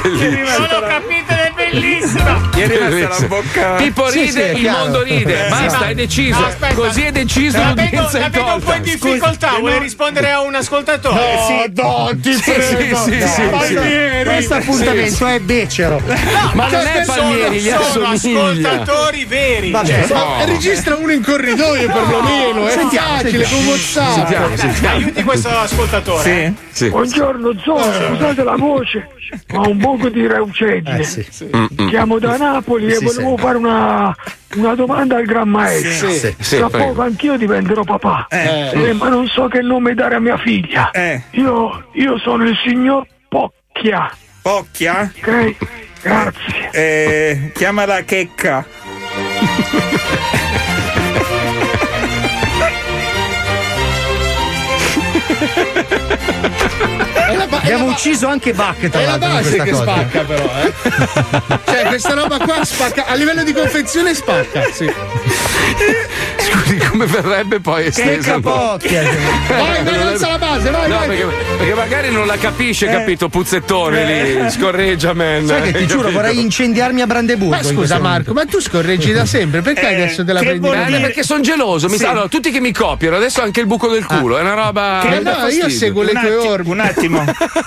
Speaker 28: Non ho capito, è bellissima!
Speaker 4: Gli è rimasta la
Speaker 2: Bellissimo.
Speaker 4: bocca.
Speaker 2: Pippo
Speaker 28: Sì,
Speaker 2: ride,
Speaker 28: sì, è
Speaker 2: il
Speaker 28: chiaro.
Speaker 2: mondo ride.
Speaker 28: Eh, sì,
Speaker 2: Basta,
Speaker 28: ma-
Speaker 2: è deciso.
Speaker 28: No, aspetta.
Speaker 2: Così è deciso.
Speaker 28: La vedo,
Speaker 2: l'udienza
Speaker 28: la
Speaker 2: è
Speaker 28: vedo un po'
Speaker 2: tolta.
Speaker 28: in difficoltà,
Speaker 2: Scusa,
Speaker 28: vuole
Speaker 2: no.
Speaker 28: rispondere a un
Speaker 6: Eh,
Speaker 28: ascoltatore.
Speaker 2: No, no, ti Eh, Sì, prego. sì, sì,
Speaker 28: No,
Speaker 2: sì,
Speaker 28: Palmieri.
Speaker 6: Questo appuntamento è becero.
Speaker 28: Ma non
Speaker 6: Cioè,
Speaker 28: è
Speaker 6: sono-
Speaker 28: Palmieri, gli
Speaker 6: sono
Speaker 28: ascoltatori veri. Cioè,
Speaker 6: Vabbè, no.
Speaker 7: Registra uno in corridoio perlomeno. È
Speaker 28: Sentiamo,
Speaker 7: facile,
Speaker 28: sentiamo.
Speaker 7: con WhatsApp.
Speaker 28: Dai, Aiuti questo ascoltatore.
Speaker 2: Sì.
Speaker 12: Buongiorno Zoro, scusate la voce, ma un poco di reucedine.
Speaker 28: Eh, sì, sì.
Speaker 12: Mm, mm. Chiamo da Napoli e
Speaker 28: Si
Speaker 12: volevo
Speaker 28: sente.
Speaker 12: fare una, una domanda al Gran Maestro.
Speaker 28: Sì, sì. Sì,
Speaker 12: Tra
Speaker 28: prego.
Speaker 12: poco anch'io diventerò papà,
Speaker 28: Eh.
Speaker 12: Eh, ma non so che nome dare a mia figlia.
Speaker 4: Eh.
Speaker 12: Io, io sono il signor Pocchia.
Speaker 4: Pocchia?
Speaker 12: Ok, grazie.
Speaker 4: Eh, chiamala checca.
Speaker 6: Eh, Abbiamo ucciso anche Bach, tra
Speaker 7: È la
Speaker 6: l'altro. in
Speaker 7: base
Speaker 6: questa
Speaker 7: che
Speaker 6: cosa.
Speaker 7: spacca, però, eh. Cioè, questa roba qua spacca. A livello di confezione spacca, sì.
Speaker 2: Scusi, come verrebbe poi estesa?
Speaker 6: capocchia.
Speaker 7: Vai, vai, alza la base, vai,
Speaker 2: No,
Speaker 7: vai.
Speaker 2: perché, perché magari non la capisce, capito? Puzzettone
Speaker 7: Eh.
Speaker 2: lì, scorreggia, man.
Speaker 6: Eh. Sai che ti
Speaker 2: Hai
Speaker 6: giuro,
Speaker 2: capito?
Speaker 6: vorrei incendiarmi a Brandeburgo.
Speaker 7: Ma scusa, Marco, ma tu scorreggi da sempre, perché adesso Eh, te la prendi?
Speaker 2: Beh, perché sono geloso, mi sa, allora, tutti che mi copiano, adesso anche il buco
Speaker 6: Ah.
Speaker 2: del culo, è una roba.
Speaker 6: Eh,
Speaker 7: Che
Speaker 2: mi
Speaker 7: no,
Speaker 2: dà fastidio.
Speaker 7: io seguo le
Speaker 2: Un
Speaker 7: tue
Speaker 2: attimo.
Speaker 7: orme.
Speaker 4: Un attimo,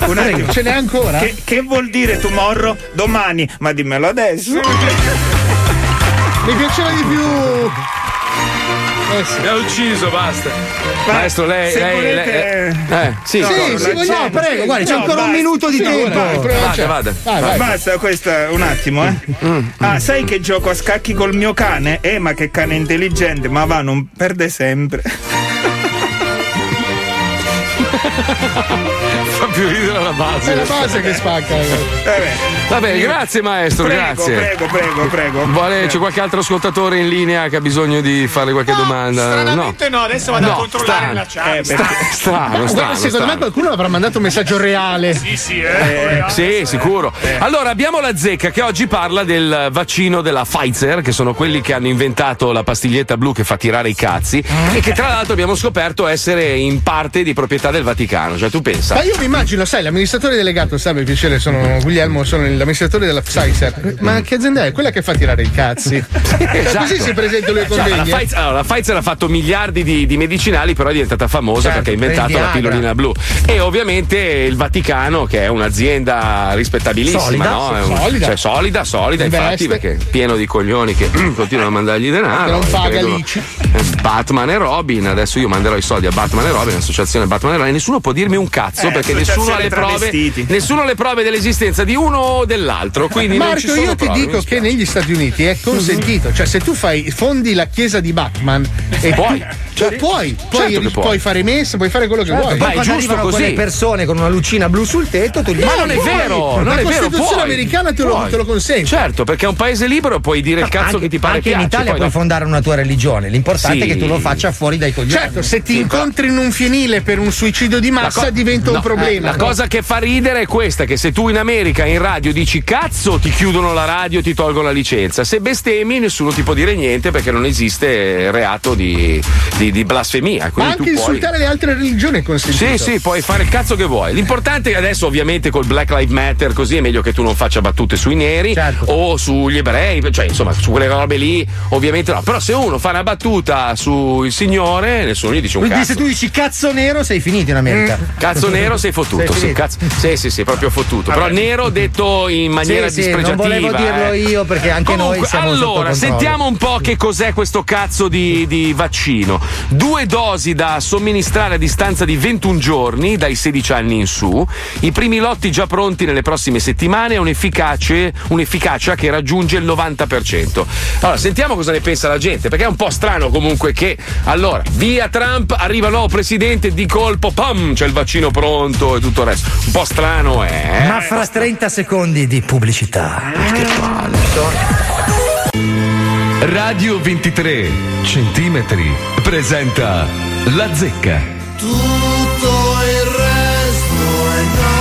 Speaker 4: un attimo.
Speaker 7: Ce n'è ancora?
Speaker 4: Che, che vuol dire tomorrow? Domani, ma dimmelo adesso.
Speaker 7: Mi piaceva di più.
Speaker 6: eh,
Speaker 2: Mi ha ucciso, basta. Maestro, lei.
Speaker 4: se
Speaker 2: lei,
Speaker 4: volete-
Speaker 2: lei- eh, sì,
Speaker 4: No, no, la gente- No, basta. Sì, vai, prova-
Speaker 2: Vada,
Speaker 4: cioè,
Speaker 2: vada. Mm,
Speaker 4: Basta, questa un attimo, eh. Ah, sai che gioco a scacchi col mio cane? Eh, ma che cane intelligente, ma va, non perde sempre.
Speaker 2: Fa più ridere la base.
Speaker 12: Eh,
Speaker 7: È la base che spacca.
Speaker 2: Eh, Va bene, grazie maestro,
Speaker 4: Prego,
Speaker 2: grazie.
Speaker 4: prego, prego, prego.
Speaker 2: Vuole-
Speaker 4: Prego.
Speaker 2: c'è qualche altro ascoltatore in linea che ha bisogno di fare qualche domanda? No.
Speaker 7: no, adesso vado
Speaker 2: No,
Speaker 7: a controllare
Speaker 2: strano.
Speaker 7: la chat.
Speaker 2: Eh, perché- strano,
Speaker 7: Guarda,
Speaker 2: strano,
Speaker 7: secondo
Speaker 2: strano.
Speaker 7: me qualcuno avrà mandato un messaggio reale. Sì, sì, eh.
Speaker 2: Sì, sicuro. Allora abbiamo la zecca che oggi parla del vaccino della Pfizer, che sono quelli che hanno inventato la pastiglietta blu che fa tirare i cazzi e che tra l'altro abbiamo scoperto essere in parte di proprietà del Vaticano. Cioè tu pensa.
Speaker 7: Ma io mi immagino, sai, l'amministratore delegato, salve piacere, sono Guglielmo, sono l'amministratore della Pfizer. Ma che azienda è? Quella che fa tirare i cazzi.
Speaker 2: Esatto.
Speaker 7: Così si presenta lui ai
Speaker 2: Cioè, la,
Speaker 7: convegni. eh?
Speaker 2: Pfizer, allora, la Pfizer ha fatto miliardi di, di medicinali, però è diventata famosa
Speaker 7: Certo,
Speaker 2: perché ha inventato
Speaker 7: per il
Speaker 2: la
Speaker 7: Viagra.
Speaker 2: pillolina blu. E ovviamente il Vaticano, che è un'azienda rispettabilissima,
Speaker 7: Solida,
Speaker 2: no? È
Speaker 7: solida.
Speaker 2: Cioè, solida, solida, infatti,
Speaker 7: Investe.
Speaker 2: perché è pieno di coglioni che continuano a mandargli denaro.
Speaker 7: Che non
Speaker 2: e
Speaker 7: paga
Speaker 2: credono-
Speaker 7: l'ICI.
Speaker 2: Eh, Batman e Robin, adesso io manderò i soldi a Batman e Robin, associazione Batman e Robin, nessuno può dirmi un cazzo
Speaker 4: Eh,
Speaker 2: perché nessuno ha le prove.
Speaker 4: associazione travestiti.
Speaker 2: Nessuno ha le prove dell'esistenza di uno o dell'altro. Quindi non
Speaker 7: Marco,
Speaker 2: ci sono
Speaker 7: io ti
Speaker 2: prove, mi
Speaker 7: dico che negli Stati Uniti è consentito, cioè se tu fai, fondi la chiesa di Batman e
Speaker 2: Puoi.
Speaker 7: tu- cioè, puoi, puoi,
Speaker 2: Certo che puoi. Certo,
Speaker 7: puoi fare messa, puoi fare quello
Speaker 6: eh,
Speaker 7: che vuoi.
Speaker 2: ma è giusto
Speaker 6: quelle
Speaker 2: così.
Speaker 6: persone con una lucina blu sul tetto, tu gli
Speaker 2: Ma
Speaker 6: dai,
Speaker 2: non è
Speaker 6: puoi.
Speaker 2: vero, non
Speaker 6: Ma
Speaker 2: è
Speaker 6: così-
Speaker 2: vero.
Speaker 7: Costituzione
Speaker 2: puoi.
Speaker 7: americana te lo-
Speaker 2: Puoi.
Speaker 7: te lo consente.
Speaker 2: Certo, perché è un paese libero, puoi dire il cazzo che ti pare
Speaker 6: Anche
Speaker 2: piace.
Speaker 6: in Italia
Speaker 2: poi
Speaker 6: puoi
Speaker 2: dopo-
Speaker 6: fondare una tua religione, l'importante
Speaker 2: Sì.
Speaker 6: è che tu lo faccia fuori dai coglioni.
Speaker 7: Certo, se ti incontri in un fienile per un suicidio di
Speaker 2: La
Speaker 7: massa
Speaker 2: co-
Speaker 7: diventa
Speaker 2: no,
Speaker 7: un problema.
Speaker 2: eh, la cosa che fa ridere è questa: che se tu in America in radio dici cazzo, ti chiudono la radio, ti tolgono la licenza. Se bestemmi, nessuno ti può dire niente perché non esiste reato di, di- di blasfemia.
Speaker 7: Ma
Speaker 2: Quindi
Speaker 7: anche
Speaker 2: tu puoi.
Speaker 7: insultare le altre religioni è
Speaker 2: Sì,
Speaker 7: consentito.
Speaker 2: sì, puoi fare il cazzo che vuoi. L'importante è che adesso, ovviamente, col Black Lives Matter, così è meglio che tu non faccia battute sui neri o sugli ebrei, cioè insomma, su quelle robe lì, ovviamente no. Però se uno fa una battuta sul signore, nessuno gli dice un
Speaker 6: Quindi
Speaker 2: cazzo.
Speaker 6: se tu dici cazzo Mm. nero sei finito in America.
Speaker 2: Cazzo nero sei fottuto, sì, cazzo- sì, sì, sì, proprio fottuto. Però nero detto in maniera
Speaker 6: Sì, sì, non
Speaker 2: dispregiativa.
Speaker 6: volevo dirlo
Speaker 2: eh.
Speaker 6: io perché anche
Speaker 2: Comunque,
Speaker 6: noi siamo sotto
Speaker 2: allora,
Speaker 6: controllo.
Speaker 2: sentiamo un po' che cos'è questo cazzo di, di vaccino. Due dosi da somministrare a distanza di 21 giorni, dai 16 anni in su. I primi lotti già pronti nelle prossime settimane e un'efficace- un'efficacia che raggiunge il 90%. Allora, sentiamo cosa ne pensa la gente, perché è un po' strano comunque che, allora, via Trump, arriva il nuovo presidente, di colpo, pam, c'è il vaccino pronto e tutto il resto. Un po' strano è. eh?
Speaker 6: Ma fra 30 secondi di pubblicità. Che
Speaker 13: Radio 23 centimetri presenta La Zecca.
Speaker 28: Tutto il resto è noia.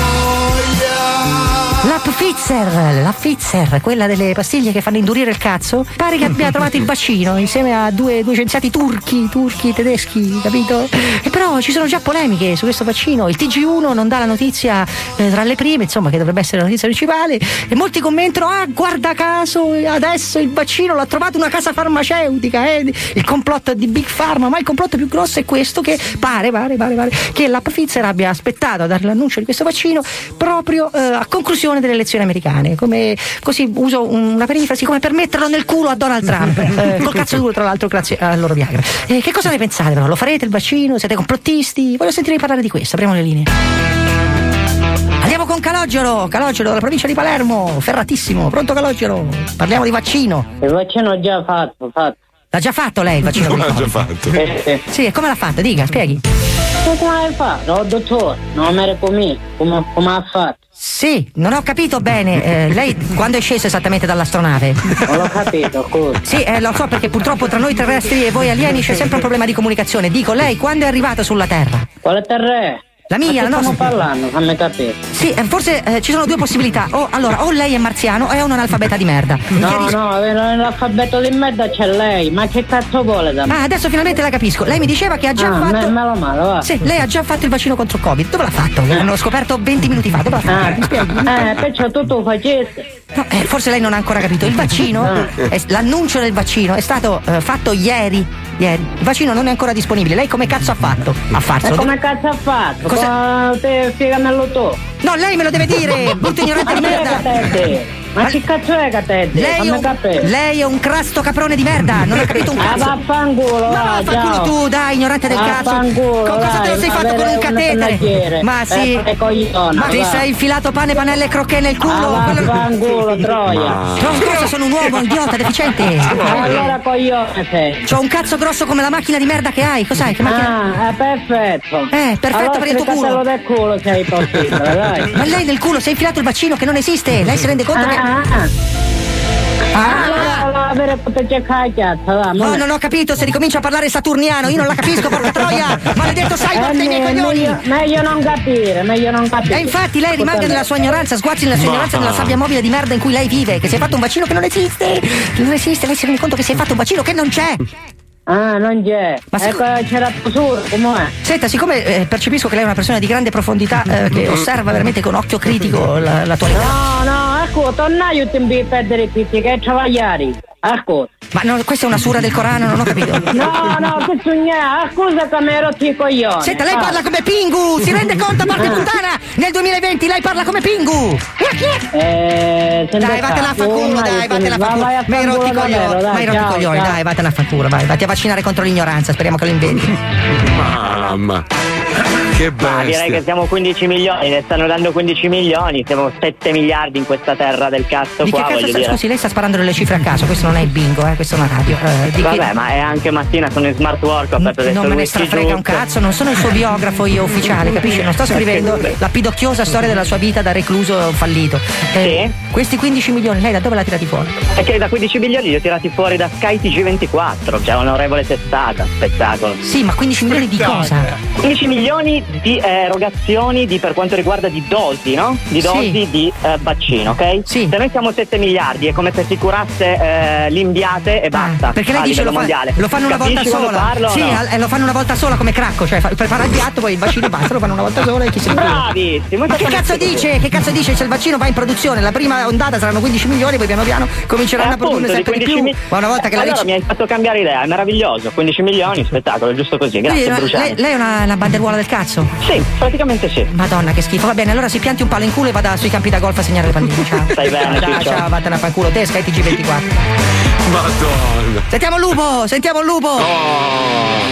Speaker 15: La Pfizer, la Pfizer, quella delle pastiglie che fanno indurire il cazzo, pare che abbia trovato il vaccino insieme a due, due scienziati turchi, turchi, tedeschi, capito? E però ci sono già polemiche su questo vaccino, il TG1 non dà la notizia eh, tra le prime, insomma che dovrebbe essere la notizia principale, e molti commentano, ah guarda caso, adesso il vaccino l'ha trovato una casa farmaceutica, eh, il complotto è di Big Pharma, ma il complotto più grosso è questo che pare, pare, pare, pare, che la Pfizer abbia aspettato a dare l'annuncio di questo vaccino proprio eh, a conclusione delle elezioni americane. Come, così uso un- una perifrasi come per metterlo nel culo a Donald Trump. eh, col cazzo duro, tra l'altro, grazie al loro Viagra. Eh, che cosa ne pensate? Però? Lo farete il vaccino? Siete complottisti? Voglio sentire parlare di questo. Apriamo le linee. Andiamo con Calogero, Calogero della provincia di Palermo, ferratissimo, pronto Calogero? Parliamo di vaccino.
Speaker 10: Il vaccino già fatto, fatto. Eh,
Speaker 15: L'ha già fatto lei Eh, il vaccino?
Speaker 10: L'ha
Speaker 15: Ah, già
Speaker 2: fatto.
Speaker 15: Sì, e come l'ha fatta? Dica, spieghi.
Speaker 10: Come l'hai fatto? Oh, dottore, non mi raccomando, come, come ha fatto?
Speaker 15: Sì, non ho capito bene. eh, lei quando è sceso esattamente dall'astronave?
Speaker 10: Non l'ho capito, cosa?
Speaker 15: Sì, eh, lo so perché purtroppo tra noi terrestri e voi alieni c'è sempre un problema di comunicazione. Dico, lei quando è arrivata sulla Terra?
Speaker 10: Quale terra è?
Speaker 15: La mia,
Speaker 10: Ma
Speaker 15: la
Speaker 10: che stiamo
Speaker 15: nostra.
Speaker 10: parlando, fammi capire.
Speaker 15: Sì, eh, forse eh, ci sono due possibilità. O, allora, o lei è marziano o è un analfabeta di merda.
Speaker 10: No, no, l'alfabeto di merda c'è lei, ma che cazzo vuole da me?
Speaker 15: Ah, adesso finalmente la capisco. Lei mi diceva che ha già
Speaker 10: Ah, me-
Speaker 15: fatto.
Speaker 10: meno male, va.
Speaker 15: Sì, lei ha già fatto il vaccino contro il Covid. Dove l'ha fatto? L'hanno scoperto 20 minuti fa.
Speaker 14: Ah,
Speaker 15: Dove l'ha fatto? Mi spieghi?
Speaker 10: Eh, perciò tu lo faceste. Ah.
Speaker 15: No, eh, forse lei non ha ancora capito. Il vaccino, eh, l'annuncio del vaccino è stato eh, fatto ieri. Ieri. Il vaccino non è ancora disponibile. Lei come cazzo ha fatto? A
Speaker 10: E
Speaker 15: farlo.
Speaker 10: Eh, come cazzo ha fatto?
Speaker 15: Cosa-
Speaker 10: Cosa? Te, spiegamelo tu.
Speaker 15: No, lei me lo deve dire, brutto ignorante di
Speaker 10: Ma me
Speaker 15: merda.
Speaker 10: che te- Ma che cazzo è Catette?
Speaker 15: Lei è,
Speaker 10: Fammi
Speaker 15: un,
Speaker 10: capire.
Speaker 15: lei è un crasto caprone di merda, non ho capito un
Speaker 10: Ah,
Speaker 15: cazzo.
Speaker 10: vaffanculo,
Speaker 15: Ma
Speaker 10: va,
Speaker 15: vaffanculo
Speaker 10: ciao.
Speaker 15: tu, dai, ignorante del cazzo.
Speaker 10: Vaffanculo,
Speaker 15: Con cosa te lo
Speaker 10: dai,
Speaker 15: sei fatto con
Speaker 10: avere
Speaker 15: un
Speaker 10: un
Speaker 15: catetere?
Speaker 10: tagliere.
Speaker 15: Ma sì.
Speaker 10: Eh, cogliona,
Speaker 15: Ma ti
Speaker 10: va.
Speaker 15: sei infilato pane, panelle e crocchè nel culo?
Speaker 10: Ah,
Speaker 15: Quello-
Speaker 10: vaffanculo, troia.
Speaker 15: No, scusa, sono eh. un uomo, un idiota, deficiente.
Speaker 10: Ma allora coglione sei.
Speaker 15: C'ho un cazzo grosso come la macchina di merda che hai, cos'hai? Che macchina?
Speaker 10: Ah, è perfetto.
Speaker 15: Eh, perfetto
Speaker 10: Allora,
Speaker 15: per il tuo culo.
Speaker 10: stricatelo del culo sei possibile, dai.
Speaker 15: Ma lei nel culo si è infilato il bacino che non esiste, lei si rende conto che.
Speaker 10: Ah, allora avere potere cacchiata, va.
Speaker 15: No,
Speaker 10: ma-
Speaker 15: non ho capito, se ricomincia a parlare saturniano, io non la capisco, porca troia! Maledetto cyborg
Speaker 10: Eh,
Speaker 15: dei miei
Speaker 10: me-
Speaker 15: coglioni!
Speaker 10: meglio- Meglio non capire, meglio non capire.
Speaker 15: E infatti lei rimanga
Speaker 10: Potrebbe-
Speaker 15: nella sua ignoranza, sguazzi nella sua
Speaker 10: Ma-
Speaker 15: ignoranza nella sabbia mobile di merda in cui lei vive, che si è fatto un vaccino che non esiste! Che non esiste, lei si rende conto che si è fatto un vaccino che non c'è!
Speaker 10: Ah, non c'è.
Speaker 15: Ma
Speaker 10: ecco, c'era Pusur, com'è?
Speaker 15: Senta, siccome eh, percepisco che lei è una persona di grande profondità, eh, che osserva veramente con occhio critico la, la tua
Speaker 10: No, no, ecco, torna io ti invito a perdere pizzi che travagliari. Ecco.
Speaker 15: Ma no, questa è una sura del Corano, non ho capito.
Speaker 10: No, no, che sogna, Ah, scusa che mi ero ti coglione.
Speaker 15: Senta, lei
Speaker 10: Ah.
Speaker 15: parla come Pingu! Si rende conto, parte puttana! Nel 2020 lei parla come Pingu!
Speaker 10: Eh, sembra
Speaker 15: Uh. dai, vattene a
Speaker 10: capo,
Speaker 15: fanculo,
Speaker 10: ormai
Speaker 15: dai,
Speaker 10: ti-
Speaker 15: vattene a
Speaker 10: va- vai a
Speaker 15: fanculo. Ma hai rotto i
Speaker 10: fanculo davvero, dai,
Speaker 15: coglioni, ma hai rotto i
Speaker 10: ciao,
Speaker 15: coglioni,
Speaker 10: ciao.
Speaker 15: dai, vattene a fanculo, vai, vatti a vaccinare contro l'ignoranza, speriamo che lo inventi.
Speaker 2: Mamma. Che
Speaker 14: Ma Ah, direi che
Speaker 2: bestia.
Speaker 14: siamo 15 milioni, ne stanno dando 15 milioni, siamo 7 miliardi in questa terra del cazzo
Speaker 15: Di che
Speaker 14: qua,
Speaker 15: cazzo
Speaker 14: voglio
Speaker 15: sta,
Speaker 14: dire.
Speaker 15: scusi, lei sta sparando delle cifre a caso, questo non è il bingo, eh, questa è una radio. eh, di
Speaker 14: Vabbè,
Speaker 15: che-
Speaker 14: ma è anche mattina, sono in smart work, ho aperto adesso
Speaker 15: Non me ne
Speaker 14: l'Uisti
Speaker 15: strafrega un
Speaker 14: Giusto.
Speaker 15: cazzo, non sono il suo biografo io ufficiale, capisci? Non sto scrivendo la pidocchiosa storia della sua vita da recluso fallito. Eh, Questi 15 milioni, lei da dove l'ha tirati fuori?
Speaker 14: Perché da 15 milioni li ho tirati fuori da Sky TG24, cioè onorevole testata, spettacolo.
Speaker 15: Sì, ma 15 milioni di cosa?
Speaker 14: 15 milioni di eh, erogazioni di- per quanto riguarda di dosi, no? Di
Speaker 15: Sì.
Speaker 14: dosi di eh, vaccino, ok? Se noi siamo 7 miliardi è come se si curasse eh, l'imbiate e basta.
Speaker 15: Ah, Perché lei
Speaker 14: Ah, a
Speaker 15: dice
Speaker 14: livello
Speaker 15: lo, fa-
Speaker 14: mondiale.
Speaker 15: lo fanno una volta
Speaker 14: Capisci quando
Speaker 15: sola.
Speaker 14: Parlo, o
Speaker 15: sì,
Speaker 14: no?
Speaker 15: al- eh, lo fanno una volta sola come cracco, cioè fa- prepara il piatto, poi il vaccino e basta, lo fanno una volta sola e chi se ne frega.
Speaker 14: Bravissimo,
Speaker 15: Ma che cazzo
Speaker 14: esattamente
Speaker 15: dice?
Speaker 14: così.
Speaker 15: Che cazzo dice? Se il vaccino va in produzione, la prima ondata saranno 15 milioni, poi piano piano cominceranno a produrne
Speaker 14: Eh, Appunto, di
Speaker 15: sempre di
Speaker 14: 15
Speaker 15: più.
Speaker 14: mi-
Speaker 15: Ma una volta che la
Speaker 14: allora
Speaker 15: legge-
Speaker 14: mi hai fatto cambiare idea, è meraviglioso. 15 milioni, spettacolo, giusto così. Grazie,
Speaker 15: Quindi,
Speaker 14: Bruciani.
Speaker 15: lei, lei è una, una banderuola del cazzo?
Speaker 14: Sì, praticamente sì.
Speaker 15: Madonna, che schifo. Va bene, allora si pianti un palo in culo e vada sui campi da golf a segnare le palline. Ciao.
Speaker 14: Stai bene,
Speaker 15: Ciao,
Speaker 14: Ciccio.
Speaker 15: ciao, vattene a fanculo. Te, Sky TG24.
Speaker 2: Madonna.
Speaker 15: Sentiamo il lupo, sentiamo il
Speaker 10: Eh,
Speaker 15: lupo.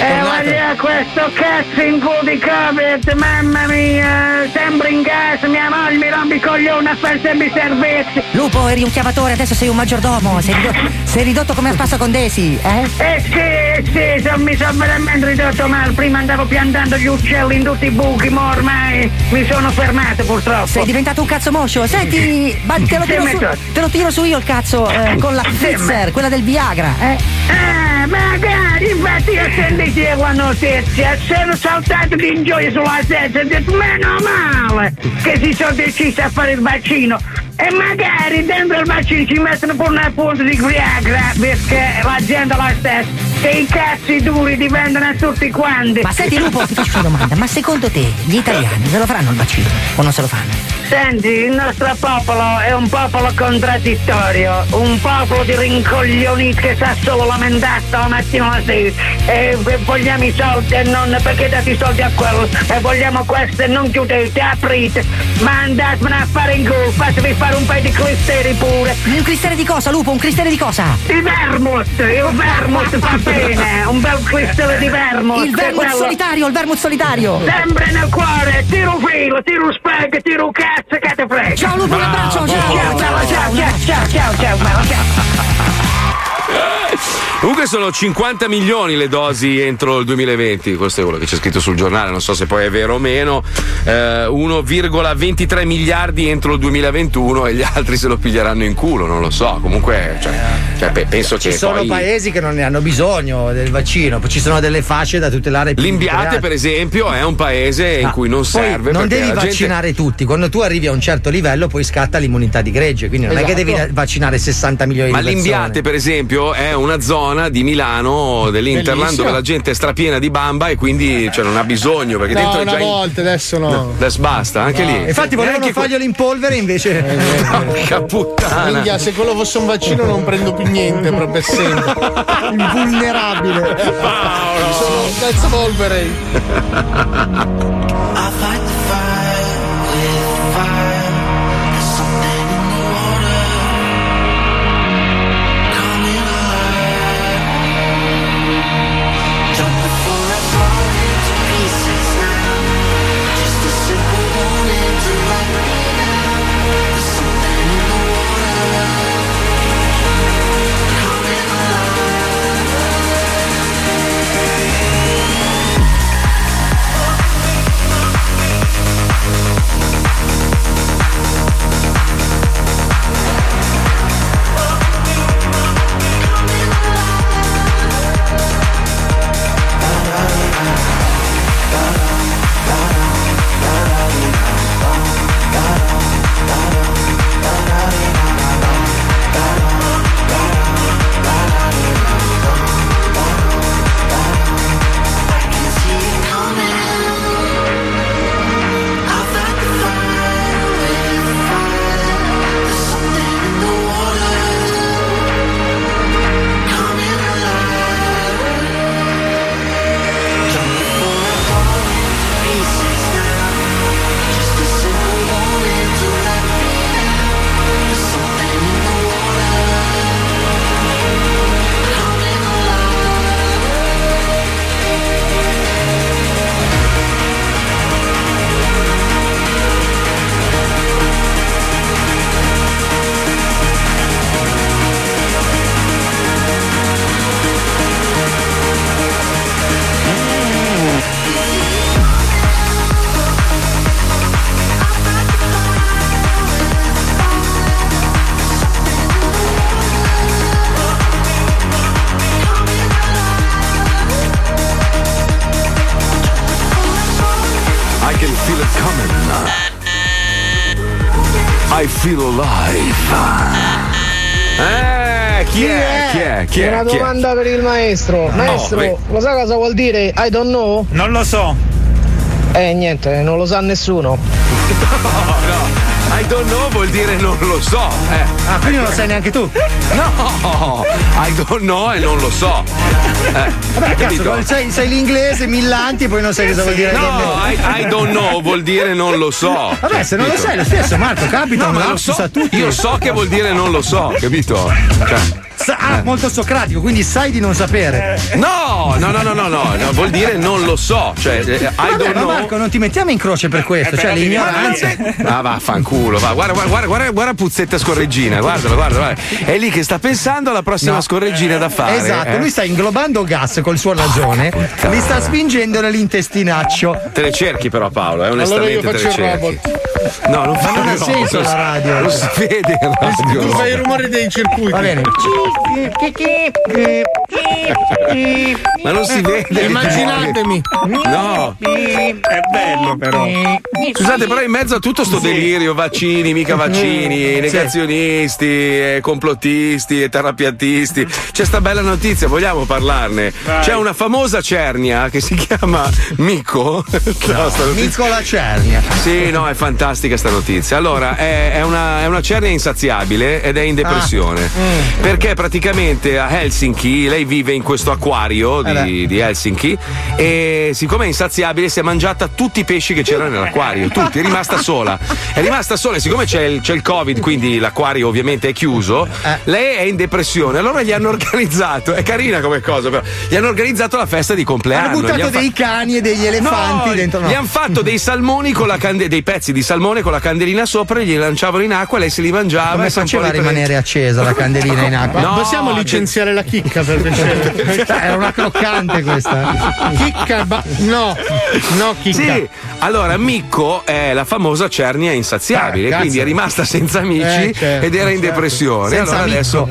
Speaker 18: E voglio questo cazzo in culo di Covid, mamma mia, sempre in gas, mia moglie mi rompe i coglioni a fare sempre i servizi.
Speaker 15: Lupo, eri un chiavatore, adesso sei un maggiordomo. Sei ridotto, sei ridotto come a spasso condesi, eh?
Speaker 18: Eh sì, eh sì, son- mi sono veramente ridotto male, prima andavo piantando gli uccelli in tutti i buchi, ma ormai mi sono fermato purtroppo.
Speaker 15: Sei diventato un cazzo moscio. Senti, ma te lo tiro
Speaker 18: Dimmi
Speaker 15: su,
Speaker 18: tutto.
Speaker 15: te lo tiro su io il cazzo eh, con la Pfizer, quella del Viagra, eh?
Speaker 18: Ah, magari, infatti io sentito la notizia, sono saltato di gioia sulla testa e ho detto meno male che si sono decisi a fare il vaccino e magari dentro il vaccino ci mettono pure una punta di Viagra perché la gente la stessa che i cazzi duri diventano a tutti quanti.
Speaker 15: Ma senti Lupo, ti faccio una domanda, ma secondo te gli italiani se lo faranno il vaccino o non se lo fanno?
Speaker 18: Senti, il nostro popolo è un popolo contraddittorio, un popolo di rincoglioniti che sa solo lamentarsi la mattina alla sera e vogliamo i soldi e non perché date i soldi a quello e vogliamo questo e non chiudete, aprite, ma andatevene a fare in culo, fatevi fare un paio di cristeri pure.
Speaker 15: Un cristere di cosa, Lupo? Un cristere di cosa?
Speaker 18: Il vermouth, il vermouth fa bene, un bel cristere di vermouth.
Speaker 15: Il vermouth
Speaker 18: quello-
Speaker 15: solitario, il vermouth solitario!
Speaker 18: Sempre nel cuore, tiro filo, tiro spag, tiro cazzo che te frega.
Speaker 15: Ciao Lupo, un abbraccio, ciao!
Speaker 18: Ciao, ciao, ciao, ciao, ciao, ciao, ciao, ciao, ciao.
Speaker 2: Comunque sono 50 milioni le dosi entro il 2020, questo è quello che c'è scritto sul giornale, non so se poi è vero o meno, eh, 1,23 miliardi entro il 2021 e gli altri se lo piglieranno in culo, non lo so, comunque cioè, cioè, pe- penso
Speaker 6: Ci
Speaker 2: che
Speaker 6: sono
Speaker 2: poi...
Speaker 6: paesi che non ne hanno bisogno del vaccino, poi ci sono delle fasce da tutelare. più
Speaker 2: L'Imbiate
Speaker 6: tutelate.
Speaker 2: per esempio è un paese in
Speaker 6: Ah,
Speaker 2: cui non
Speaker 6: poi
Speaker 2: serve...
Speaker 6: non
Speaker 2: perché
Speaker 6: devi
Speaker 2: la gente-
Speaker 6: vaccinare tutti, quando tu arrivi a un certo livello poi scatta l'immunità di gregge, quindi non è che
Speaker 2: Esatto.
Speaker 6: devi vaccinare 60 milioni
Speaker 2: Ma
Speaker 6: di persone.
Speaker 2: l'Imbiate, per esempio, è una zona di Milano dell'Interland
Speaker 6: Bellissimo.
Speaker 2: dove la gente è strapiena di bamba e quindi cioè, non ha bisogno perché
Speaker 7: No,
Speaker 2: dentro è
Speaker 7: una
Speaker 2: già. in-
Speaker 7: volta, adesso no.
Speaker 2: No, adesso basta, anche lì.
Speaker 6: Infatti volevano
Speaker 2: Neanche
Speaker 6: farglielo in polvere invece.
Speaker 7: Eh,
Speaker 2: Porca
Speaker 4: Ah,
Speaker 2: puttana.
Speaker 7: Minchia, se quello fosse un vaccino non prendo più niente proprio essendo invulnerabile. Paolo! Sono un pezzo polvere.
Speaker 28: I fight the fire with fire. There's something in the water.
Speaker 2: I feel alive. Eh, chi è? Chi è? Chi è?
Speaker 21: Una
Speaker 2: Chi è?
Speaker 21: domanda per il maestro.
Speaker 2: No,
Speaker 21: maestro,
Speaker 2: Oh, beh.
Speaker 21: lo sa cosa vuol dire I don't know?
Speaker 4: Non lo so.
Speaker 21: Eh niente, non lo sa nessuno.
Speaker 2: No, no. I don't know vuol dire non lo so. Ah,
Speaker 6: quindi non lo sai neanche tu?
Speaker 2: No, I don't know e non lo so. Eh,
Speaker 6: Vabbè,
Speaker 2: capito?
Speaker 6: cazzo, sai, sai l'inglese, millanti e poi non sai cosa vuol dire.
Speaker 2: No, I, I don't know vuol dire non lo so.
Speaker 6: Vabbè, se non lo
Speaker 2: capito?
Speaker 6: sai, lo stesso, Marco, capita,
Speaker 2: No,
Speaker 6: un
Speaker 2: ma lo
Speaker 6: lapsus
Speaker 2: so,
Speaker 6: a tutti.
Speaker 2: Io so che vuol dire non lo so, capito? Cioè,
Speaker 6: Sa- ah, molto socratico, quindi sai di non sapere.
Speaker 2: no, no, no, no, no, no, no, vuol dire non lo so. Cioè, eh, I
Speaker 6: Vabbè,
Speaker 2: don't
Speaker 6: ma
Speaker 2: know. Eh,
Speaker 6: Marco, non ti mettiamo in croce per questo, cioè l'ignoranza.
Speaker 2: Ah, vaffanculo, va, guarda, guarda, guarda, guarda, guarda Puzzetta Scorreggina, guardala, guarda, guarda. È lì che sta pensando alla prossima
Speaker 6: No.
Speaker 2: scorreggina da fare.
Speaker 6: Esatto,
Speaker 2: eh. Ah,
Speaker 6: lui sta inglobando gas col suo lagione, li sta spingendo nell'intestinaccio.
Speaker 2: Te le cerchi però Paolo, eh, onestamente
Speaker 6: Allora io
Speaker 2: te le
Speaker 6: faccio il
Speaker 2: cerchi. No, non fa
Speaker 6: Ma non ha
Speaker 2: il robot,
Speaker 6: senso
Speaker 2: lo
Speaker 6: la
Speaker 2: si-
Speaker 6: radio.
Speaker 2: Lo si vede il
Speaker 7: Tu
Speaker 2: radio.
Speaker 7: fai il rumore dei circuiti.
Speaker 2: Va bene. Ma non si vede.
Speaker 7: Immaginatemi.
Speaker 2: No.
Speaker 4: È bello però.
Speaker 2: Scusate, però in mezzo a tutto sto delirio, vaccini, mica vaccini,
Speaker 4: Sì.
Speaker 2: negazionisti, eh, complottisti, e terapiatisti, c'è sta bella notizia, vogliamo parlarne. C'è una famosa cernia che si chiama Mico. No, sta notizia-
Speaker 6: Nicola Cernia.
Speaker 2: Sì, no, è fantastica sta notizia. Allora, è, è una, è una cernia insaziabile ed è in depressione.
Speaker 6: Ah, mm.
Speaker 2: Perché praticamente a Helsinki, lei vive in questo acquario
Speaker 6: Eh
Speaker 2: di, di Helsinki e siccome è insaziabile si è mangiata tutti i pesci che c'erano nell'acquario, tutti, è rimasta sola. È rimasta sola e siccome c'è il, c'è il Covid, quindi l'acquario ovviamente è chiuso,
Speaker 6: Eh.
Speaker 2: lei è in depressione. Allora gli hanno organizzato, è carina come cosa però, gli hanno organizzato la festa di compleanno.
Speaker 6: Hanno
Speaker 2: Ah, gli
Speaker 6: buttato
Speaker 2: hanno fa-
Speaker 6: dei cani e degli elefanti dentro. No.
Speaker 2: gli hanno fatto dei salmoni con la cande- dei pezzi di salmone con la candelina sopra, li lanciavano in acqua, lei se li mangiava
Speaker 6: Come
Speaker 2: e s'han
Speaker 6: faceva a
Speaker 2: poi ripresi-
Speaker 6: rimanere accesa la candelina in acqua?
Speaker 2: No,
Speaker 7: Possiamo licenziare la chicca per piacere?
Speaker 6: Era una croccante questa.
Speaker 7: Chicca, ba- no, no, chicca.
Speaker 2: Sì, allora Micco è la famosa cernia
Speaker 7: Ah,
Speaker 2: insaziabile,
Speaker 7: cazzo.
Speaker 2: quindi è rimasta senza amici
Speaker 7: Eh, certo,
Speaker 2: ed era in
Speaker 7: certo.
Speaker 2: depressione.
Speaker 7: Senza
Speaker 2: allora
Speaker 7: Micco.
Speaker 2: adesso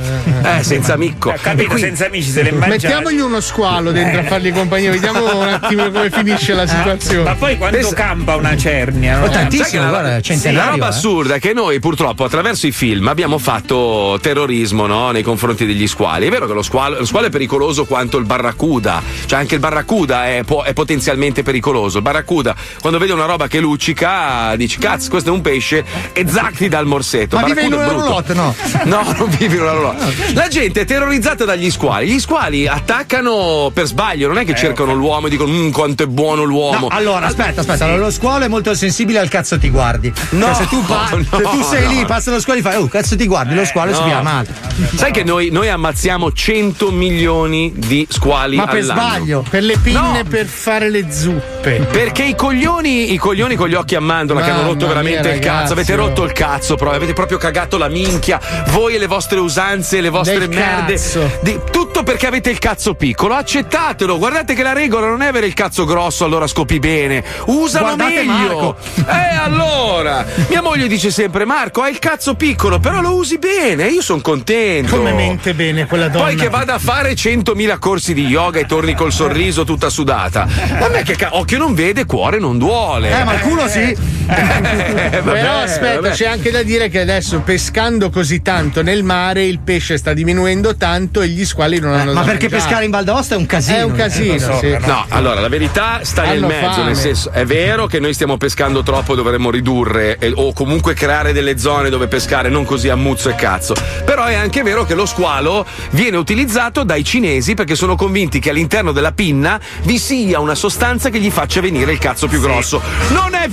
Speaker 2: eh, senza Micco.
Speaker 4: capito, senza amici se le mangia.
Speaker 7: Mettiamogli uno squalo dentro a fargli compagnia, vediamo un attimo come finisce la situazione.
Speaker 4: Ma poi quanto
Speaker 7: Pensa-
Speaker 4: campa una cernia? no?
Speaker 2: Sai che la- La
Speaker 6: eh.
Speaker 2: roba assurda è che noi purtroppo attraverso i film abbiamo fatto terrorismo no, nei confronti degli squali. È vero che lo squalo, lo squalo è pericoloso quanto il barracuda, cioè anche il barracuda è, po- è potenzialmente pericoloso. Il barracuda quando vede una roba che luccica dici cazzo questo è un pesce e zac ti dà il morsetto.
Speaker 6: Ma vive in
Speaker 2: Barracuda
Speaker 6: una
Speaker 2: è
Speaker 6: roulotte,
Speaker 2: brutto.
Speaker 6: no? Ah,
Speaker 2: No, non vivi in una roulotte. La gente è terrorizzata dagli squali. Gli squali attaccano per sbaglio, non è che cercano l'uomo e dicono "Mm, quanto è buono l'uomo.
Speaker 6: Eh, No, allora, aspetta, aspetta.
Speaker 2: Sì.
Speaker 6: Allora, lo squalo è molto sensibile al cazzo ti guardi.
Speaker 2: No,
Speaker 6: Cioè, se, tu pa-
Speaker 2: no,
Speaker 6: se tu sei lì,
Speaker 2: no. Eh,
Speaker 6: passa lo squalo e fai, oh, cazzo ti guardi, lo squalo si
Speaker 2: no.
Speaker 6: chiama male.
Speaker 2: Sai che noi, noi ammazziamo 100 milioni di squali
Speaker 7: Ma per
Speaker 2: all'anno.
Speaker 7: sbaglio, per le pinne, per fare le zuppe.
Speaker 2: Perché i coglioni, i coglioni con gli occhi a mandorla che hanno
Speaker 7: Mamma
Speaker 2: rotto veramente
Speaker 7: mia,
Speaker 2: il cazzo,
Speaker 7: ragazzi,
Speaker 2: avete
Speaker 7: oh.
Speaker 2: rotto il cazzo proprio, avete proprio cagato la minchia, voi e le vostre usanze, le vostre
Speaker 7: Del
Speaker 2: merde,
Speaker 7: cazzo.
Speaker 2: di- tutto perché avete il cazzo piccolo, accettatelo, guardate che la regola non è avere il cazzo grosso allora scopi bene, usalo
Speaker 6: Guardate
Speaker 2: meglio. Eh allora, mia moglie dice sempre Marco hai il cazzo piccolo però lo usi bene, io sono contento.
Speaker 7: Come mente bene quella donna.
Speaker 2: Poi che vada a fare 100.000 corsi di yoga e torni col sorriso tutta sudata. A me che ca- occhio non vede, cuore non duole.
Speaker 7: Eh, ma il culo sì.
Speaker 2: Eh, vabbè,
Speaker 7: Però aspetta,
Speaker 2: vabbè.
Speaker 7: c'è anche da dire che adesso pescando così tanto nel mare il pesce sta diminuendo tanto e gli squali non hanno
Speaker 6: Eh, Ma
Speaker 7: da
Speaker 6: perché
Speaker 7: mangiare.
Speaker 6: pescare in Val d'Aosta è un casino.
Speaker 7: È un casino,
Speaker 6: Eh, lo so,
Speaker 7: sì.
Speaker 6: però.
Speaker 2: No, allora la verità sta nel
Speaker 6: Hanno
Speaker 2: mezzo,
Speaker 6: fame.
Speaker 2: nel senso è vero che noi stiamo pescando troppo, dovremmo ridurre eh, o comunque creare delle zone dove pescare, non così a muzzo e cazzo. Però è anche vero che lo squalo viene utilizzato dai cinesi perché sono convinti che all'interno della pinna vi sia una sostanza che gli faccia venire il cazzo più grosso. Non è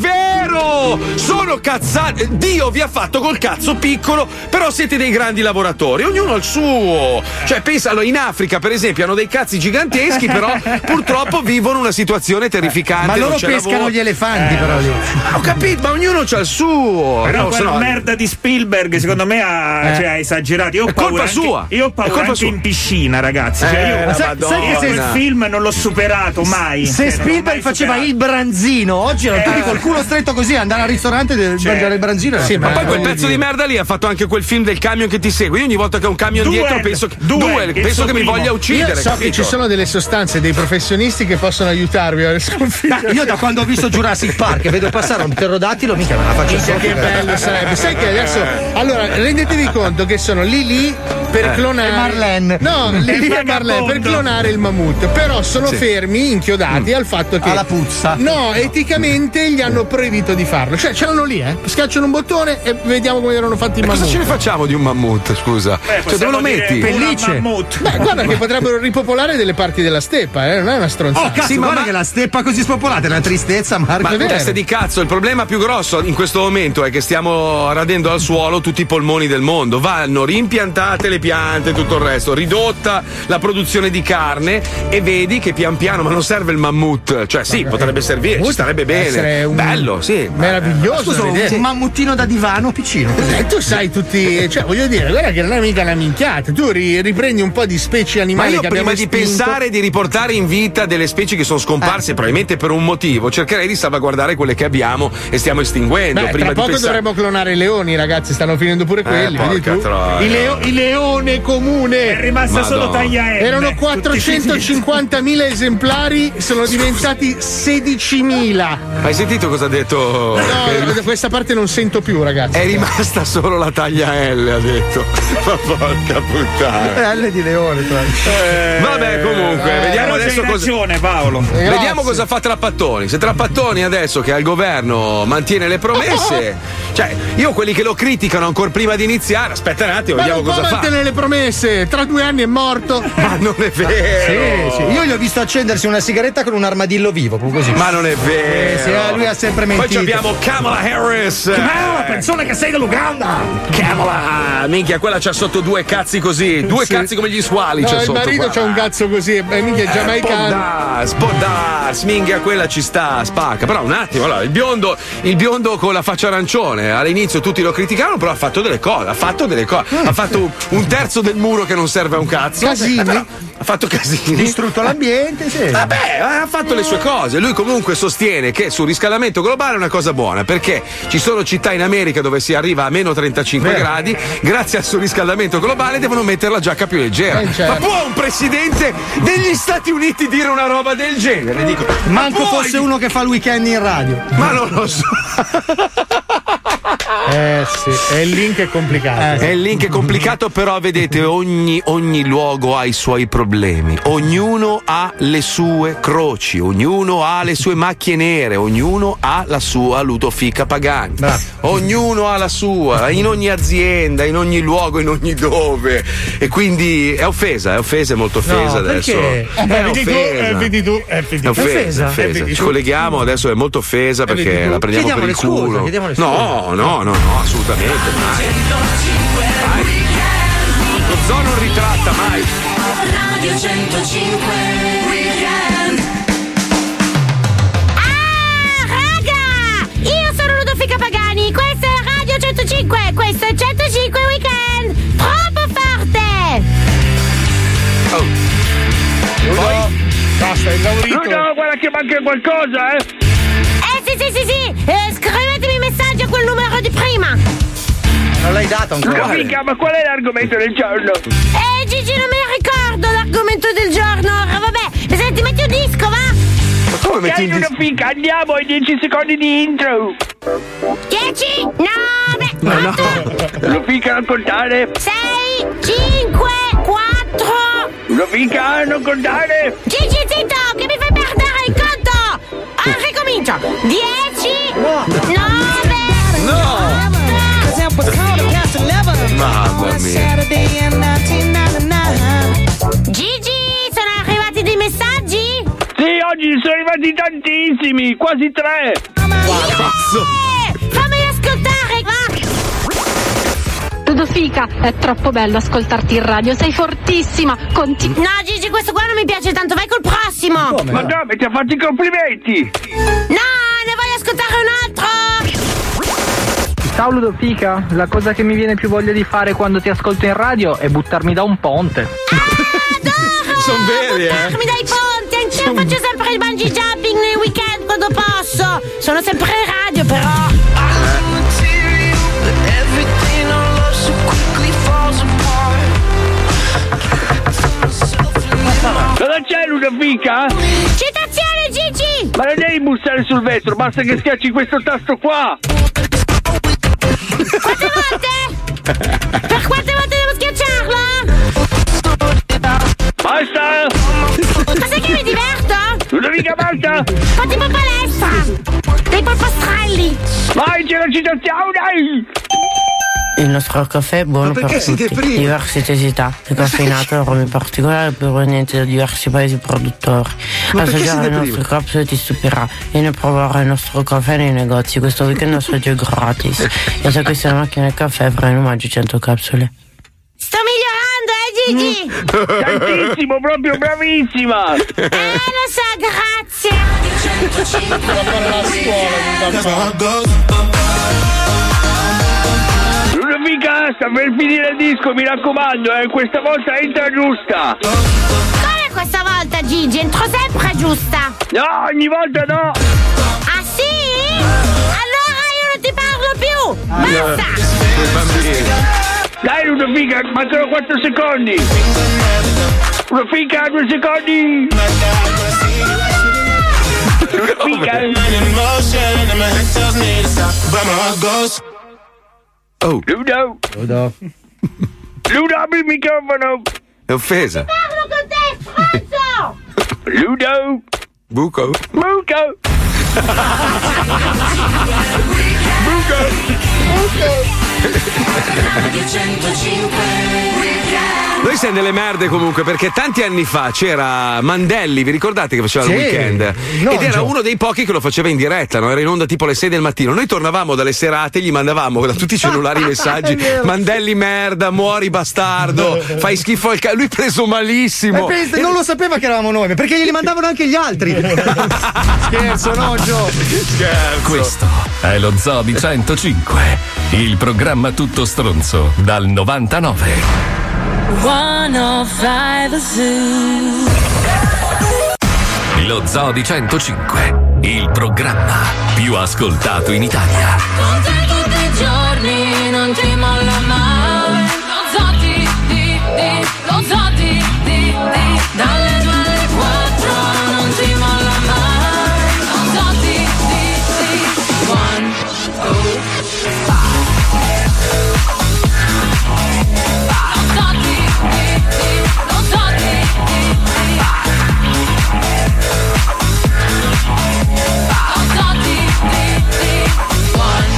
Speaker 2: vero! Sono cazzate! Dio vi ha fatto col cazzo piccolo, però siete dei grandi lavoratori, ognuno ha il suo. Cioè, pensa, allora, in Africa, per esempio, hanno dei cazzi giganteschi, però purtroppo vivono una situazione terrificante.
Speaker 6: Ma
Speaker 2: non
Speaker 6: loro
Speaker 2: c'è
Speaker 6: pescano
Speaker 2: lavoro.
Speaker 6: gli elefanti, però lì.
Speaker 2: Ah, Ho capito, ma ognuno c'ha il suo.
Speaker 4: Però
Speaker 2: No, eh.
Speaker 4: quella
Speaker 2: sennò-
Speaker 4: merda di Spielberg, secondo me, ha,
Speaker 2: Eh.
Speaker 4: cioè, ha esagerato. Io ho
Speaker 2: È
Speaker 4: paura
Speaker 2: colpa
Speaker 4: anche-
Speaker 2: sua.
Speaker 4: Io ho
Speaker 2: È
Speaker 4: paura
Speaker 2: colpa
Speaker 4: anche
Speaker 2: sua.
Speaker 4: in piscina, ragazzi. Cioè,
Speaker 2: Eh,
Speaker 4: io
Speaker 2: la
Speaker 4: sai- sai che
Speaker 2: Madonna.
Speaker 4: quel film non l'ho superato mai.
Speaker 6: Se
Speaker 4: Cioè, non l'ho
Speaker 6: Spielberg
Speaker 4: mai
Speaker 6: faceva
Speaker 4: superato. Eh.
Speaker 6: il branzino, oggi erano tutti col culo stretto così sì, andare al ristorante e
Speaker 4: Cioè,
Speaker 6: mangiare il branzino. eh.
Speaker 2: Sì, ma, poi quel pezzo di merda lì ha fatto anche quel film del camion che ti segue. Io ogni volta che ho un camion
Speaker 7: Duel,
Speaker 2: dietro penso che,
Speaker 7: duel,
Speaker 2: Duel,
Speaker 7: il
Speaker 2: penso
Speaker 7: suo
Speaker 2: che mi
Speaker 7: primo.
Speaker 2: voglia uccidere.
Speaker 7: Io so che
Speaker 2: capito?
Speaker 7: ci sono delle sostanze, dei professionisti che possono aiutarvi eh, a sconfiggere.
Speaker 6: io da quando ho visto Jurassic Park e vedo passare un pterodattilo, mica me la faccio
Speaker 7: Minchia,
Speaker 6: sotto,
Speaker 7: che
Speaker 6: però.
Speaker 7: bello sarebbe. Sai che adesso. Allora, rendetevi conto che sono lì lì
Speaker 6: Eh.
Speaker 7: per clonare.
Speaker 6: E Marlene.
Speaker 7: No,
Speaker 6: E
Speaker 7: lì lì e
Speaker 6: Vagabondo.
Speaker 7: Marlene per clonare il mammut. Però sono
Speaker 6: Sì.
Speaker 7: fermi,
Speaker 2: Mm.
Speaker 7: inchiodati al fatto che.
Speaker 6: Alla puzza.
Speaker 7: No, eticamente gli hanno proibito di farlo. Cioè, ce l'hanno lì, eh. Schiacciano un bottone e vediamo come erano fatti i
Speaker 2: Ma cosa
Speaker 7: mammut.
Speaker 2: ce ne facciamo di un mammut, scusa? cioè, dove lo metti?
Speaker 7: Beh, guarda che potrebbero ripopolare delle parti della steppa, eh. Non è una stronzata.
Speaker 2: Oh, cazzo, Sì, ma- guarda ma- che
Speaker 7: la steppa così spopolata è una tristezza, Marco.
Speaker 2: Ma testa di cazzo, il problema più grosso in questo momento è che stiamo radendo al suolo tutti i polmoni del mondo. Vanno rimpiantate le piante e tutto il resto, ridotta la produzione di carne e vedi che pian piano, ma non serve il mammut. Cioè, sì, potrebbe servire, ci starebbe bene.
Speaker 7: essere un-
Speaker 2: Bello, sì.
Speaker 7: Meraviglioso.
Speaker 6: Scusa, un
Speaker 7: un'idea.
Speaker 6: mammutino da divano piccino.
Speaker 7: Eh, tu sai tutti, cioè voglio dire, guarda che non è mica la minchiata, tu ri- riprendi un po' di specie
Speaker 2: Ma
Speaker 7: animali
Speaker 2: io
Speaker 7: che
Speaker 2: prima
Speaker 7: abbiamo
Speaker 2: di
Speaker 7: estinto.
Speaker 2: pensare di riportare in vita delle specie che sono
Speaker 7: Eh.
Speaker 2: scomparse, probabilmente per un motivo, cercherei di salvaguardare quelle che abbiamo e stiamo estinguendo.
Speaker 7: Beh,
Speaker 2: prima
Speaker 7: tra
Speaker 2: di
Speaker 7: poco
Speaker 2: pensare...
Speaker 7: dovremmo clonare i leoni, ragazzi, stanno finendo pure quelli,
Speaker 2: Eh,
Speaker 7: vedi
Speaker 2: porca
Speaker 7: tu?
Speaker 2: troia.
Speaker 7: Il, leo- il leone comune è
Speaker 2: rimasta solo Madonna. taglia
Speaker 4: M,
Speaker 7: Erano
Speaker 4: tutti
Speaker 7: 450.000 esemplari, sono diventati 16.000.
Speaker 2: Hai sentito cosa ha detto? Che-
Speaker 7: No, da questa parte non sento più, ragazzi.
Speaker 2: È rimasta solo la taglia L, ha detto. Ma porca puttana.
Speaker 6: L di leone, tra l'altro.
Speaker 2: Vabbè, comunque,
Speaker 4: eh,
Speaker 2: vediamo
Speaker 4: però
Speaker 2: adesso
Speaker 4: c'hai
Speaker 2: cosa.
Speaker 4: ragione,
Speaker 2: Eh,
Speaker 4: Paolo.
Speaker 7: Eh,
Speaker 4: Grazie.
Speaker 2: Vediamo cosa fa Trappattoni. Se Trappattoni adesso che al governo mantiene le promesse. Cioè, io quelli che lo criticano ancora prima di iniziare, aspetta un attimo,
Speaker 7: Ma
Speaker 2: vediamo
Speaker 7: non può
Speaker 2: cosa fa.
Speaker 7: mantenere le promesse, tra due anni è morto.
Speaker 2: Ma non è vero.
Speaker 6: Eh, Sì, sì. Io gli ho visto accendersi una sigaretta con un armadillo vivo, proprio così.
Speaker 2: Ma non è vero.
Speaker 6: Eh, sì, eh, lui ha sempre mentito.
Speaker 2: Poi ci abbiamo Kamala Harris.
Speaker 6: Kamala,
Speaker 2: persona che sei dell'Uganda. Kamala, minchia, quella c'ha sotto due cazzi così, due
Speaker 7: Sì.
Speaker 2: cazzi come gli squali
Speaker 7: No,
Speaker 2: c'ha
Speaker 7: il
Speaker 2: sotto.
Speaker 7: marito
Speaker 2: guarda.
Speaker 7: c'ha un cazzo così, e e minchia è
Speaker 2: Eh,
Speaker 7: giamaicano.
Speaker 2: può darsi, può darsi, minchia quella ci sta, spacca. Però un attimo, allora, il biondo, il biondo con la faccia arancione, all'inizio tutti lo criticavano, però ha fatto delle cose, ha fatto delle cose. Ha fatto un terzo del muro che non serve a un cazzo.
Speaker 6: Casini.
Speaker 2: Eh, però ha fatto casini.
Speaker 6: Eh. Distrutto l'ambiente, sì.
Speaker 2: Vabbè, ha fatto le sue cose. Lui comunque sostiene che sul riscaldamento globale è una cosa buona perché ci sono città in America dove si arriva a meno 35
Speaker 13: Vero.
Speaker 2: gradi, grazie al surriscaldamento globale devono mettere la giacca più leggera.
Speaker 13: Eh,
Speaker 6: Cioè.
Speaker 13: certo.
Speaker 2: Ma può un presidente degli Stati Uniti dire una roba del genere? Dico, ma
Speaker 6: Manco
Speaker 2: puoi-
Speaker 6: fosse uno che fa il weekend in radio.
Speaker 2: Ma non lo so.
Speaker 7: Eh sì, e il link è complicato.
Speaker 2: È il link è complicato, però vedete, ogni, ogni luogo ha i suoi problemi, ognuno ha le sue croci, ognuno ha le sue macchie nere, ognuno ha la sua ludofica pagani. Ognuno ha la sua, in ogni azienda, in ogni luogo, in ogni dove. E quindi è offesa, è offesa, è molto offesa adesso.
Speaker 7: Eh,
Speaker 2: È
Speaker 7: vedi tu, eh,
Speaker 2: offesa.
Speaker 7: vedi tu, eh, vedi
Speaker 2: esatto. È
Speaker 7: tu.
Speaker 2: offesa, è
Speaker 7: Eh,
Speaker 2: offesa.
Speaker 7: vedi
Speaker 2: Ci
Speaker 7: tu.
Speaker 2: colleghiamo adesso, è molto offesa perché
Speaker 7: vedi tu.
Speaker 2: la prendiamo per
Speaker 7: Chiediamole
Speaker 2: il
Speaker 7: scusa,
Speaker 2: culo.
Speaker 7: chiediamole
Speaker 2: No, no, no, no, assolutamente. mai. Lo zoo non ritratta mai.
Speaker 28: Radio 105 Weekend.
Speaker 3: Ah, raga! Io sono Ludofica Pagani, questa è Radio 105, questo è 105 Weekend! Troppo forte!
Speaker 7: Basta, esaurito.
Speaker 12: No, guarda che manca qualcosa, eh.
Speaker 3: Eh sì sì sì sì! Eh, scrivetemi messaggi a quel numero di prima!
Speaker 6: Non l'hai dato ancora.
Speaker 12: Ma mica, ma qual è l'argomento del giorno?
Speaker 3: Eh Gigi non mi ricordo l'argomento del giorno, Ah, vabbè! Senti, metti un disco, va!
Speaker 2: Come
Speaker 12: metti in una fica, andiamo ai 10 secondi di intro.
Speaker 3: 10, 9,
Speaker 12: Ma no. Lo fica non contare.
Speaker 3: 5, 4...
Speaker 12: Lo fica non contare.
Speaker 3: Gigi, zitto, che mi fai perdere il conto! Ah, ricomincio! 10, 9...
Speaker 2: No! Mamma mia.
Speaker 3: Gigi, sono arrivati dei messaggi?
Speaker 12: Sì, oggi ne sono arrivati tantissimi, quasi tre.
Speaker 3: Eh, Fammi ascoltare, va! Ludofica, è troppo bello ascoltarti in radio, sei fortissima! no, Gigi, questo qua non mi piace tanto, vai col prossimo!
Speaker 12: Ma no, mi ti ha fatto i complimenti.
Speaker 3: No, Ah, ne voglio ascoltare un altro!
Speaker 22: Ciao Ludofica, la cosa che mi viene più voglia di fare quando ti ascolto in radio è buttarmi da un ponte.
Speaker 2: Sono veri, eh?
Speaker 3: é. Mi dai ponti, perché io faccio sempre il bungee jumping nei weekend quando posso. Sono sempre in radio però.
Speaker 12: Ma non c'è una fica?
Speaker 3: Citazione Gigi!
Speaker 12: Ma non devi bussare sul vetro, basta che schiacci questo tasto qua!
Speaker 3: Quante volte? Per quante volte devo schiacciarla?
Speaker 12: Basta!
Speaker 3: Ma sai che mi diverto?
Speaker 12: Una mica basta!
Speaker 3: Fa tipo palestra! Dei polpastrelli!
Speaker 12: Vai, c'è la citazione!
Speaker 27: Il nostro caffè è buono
Speaker 12: Ma perché
Speaker 27: per
Speaker 12: siete
Speaker 27: tutti,
Speaker 12: primi?
Speaker 27: diverse età, decaffeinato, romi particolari provenienti da diversi paesi produttori.
Speaker 12: Ma perché
Speaker 27: Assaggiare il
Speaker 12: siete
Speaker 27: nostro caffè ti stupirà, vieni a provare il nostro caffè nei negozi, questo weekend assaggio è gratis. E se questa è la macchina del caffè avrai in omaggio 100 capsule.
Speaker 3: Sto migliorando, eh Gigi!
Speaker 12: Mm. Tantissimo, proprio bravissima!
Speaker 3: Eh, lo so, grazie!
Speaker 12: Una mica sta per finire il disco, mi raccomando, eh, questa volta entra giusta!
Speaker 3: Come questa volta Gigi? Entro sempre giusta!
Speaker 12: No, ogni volta no!
Speaker 3: Ah sì? Allora io non ti parlo
Speaker 12: Ah,
Speaker 3: più! Basta!
Speaker 12: Dai, una figa, mancano 4 secondi! Una figa, 2 secondi!
Speaker 2: Oh.
Speaker 12: Ludo!
Speaker 6: Ludo!
Speaker 12: Ludo, apri il microfono!
Speaker 8: É
Speaker 2: È
Speaker 8: Eh.
Speaker 2: offesa.
Speaker 3: Parlo con te, Franzo!
Speaker 12: Ludo!
Speaker 2: Buco.
Speaker 12: Buco!
Speaker 2: Noi siamo delle merde comunque perché tanti anni fa c'era Mandelli, vi ricordate che faceva
Speaker 13: Sì,
Speaker 2: il weekend? Ed
Speaker 13: Nongio.
Speaker 2: era uno dei pochi che lo faceva in diretta, no? era in onda tipo alle 6 del mattino. Noi tornavamo dalle serate, gli mandavamo da tutti i cellulari i
Speaker 13: È
Speaker 2: messaggi:
Speaker 13: vero.
Speaker 2: Mandelli merda, muori bastardo, fai schifo al ca-". Lui preso
Speaker 6: Ma
Speaker 2: malissimo.
Speaker 6: Eh, pensa- non lo sapeva che eravamo noi, perché glieli mandavano anche gli altri. Scherzo, no, Gio.
Speaker 1: Questo è lo Zoo di 105, il programma tutto stronzo dal 99.
Speaker 27: 105 Zoo.
Speaker 1: Lo Zoo di 105, il programma più ascoltato in Italia.
Speaker 27: Con te tutti i giorni non ti molla mai. Lo zoo di, di, di, lo zoo di, di, di. Dalle due alle quattro non ti molla mai. Lo zoo di, di, di. One, oh, five. Lo zoo di, di, di, lo zoo di, di, di. Lo zoo di, di, di. One,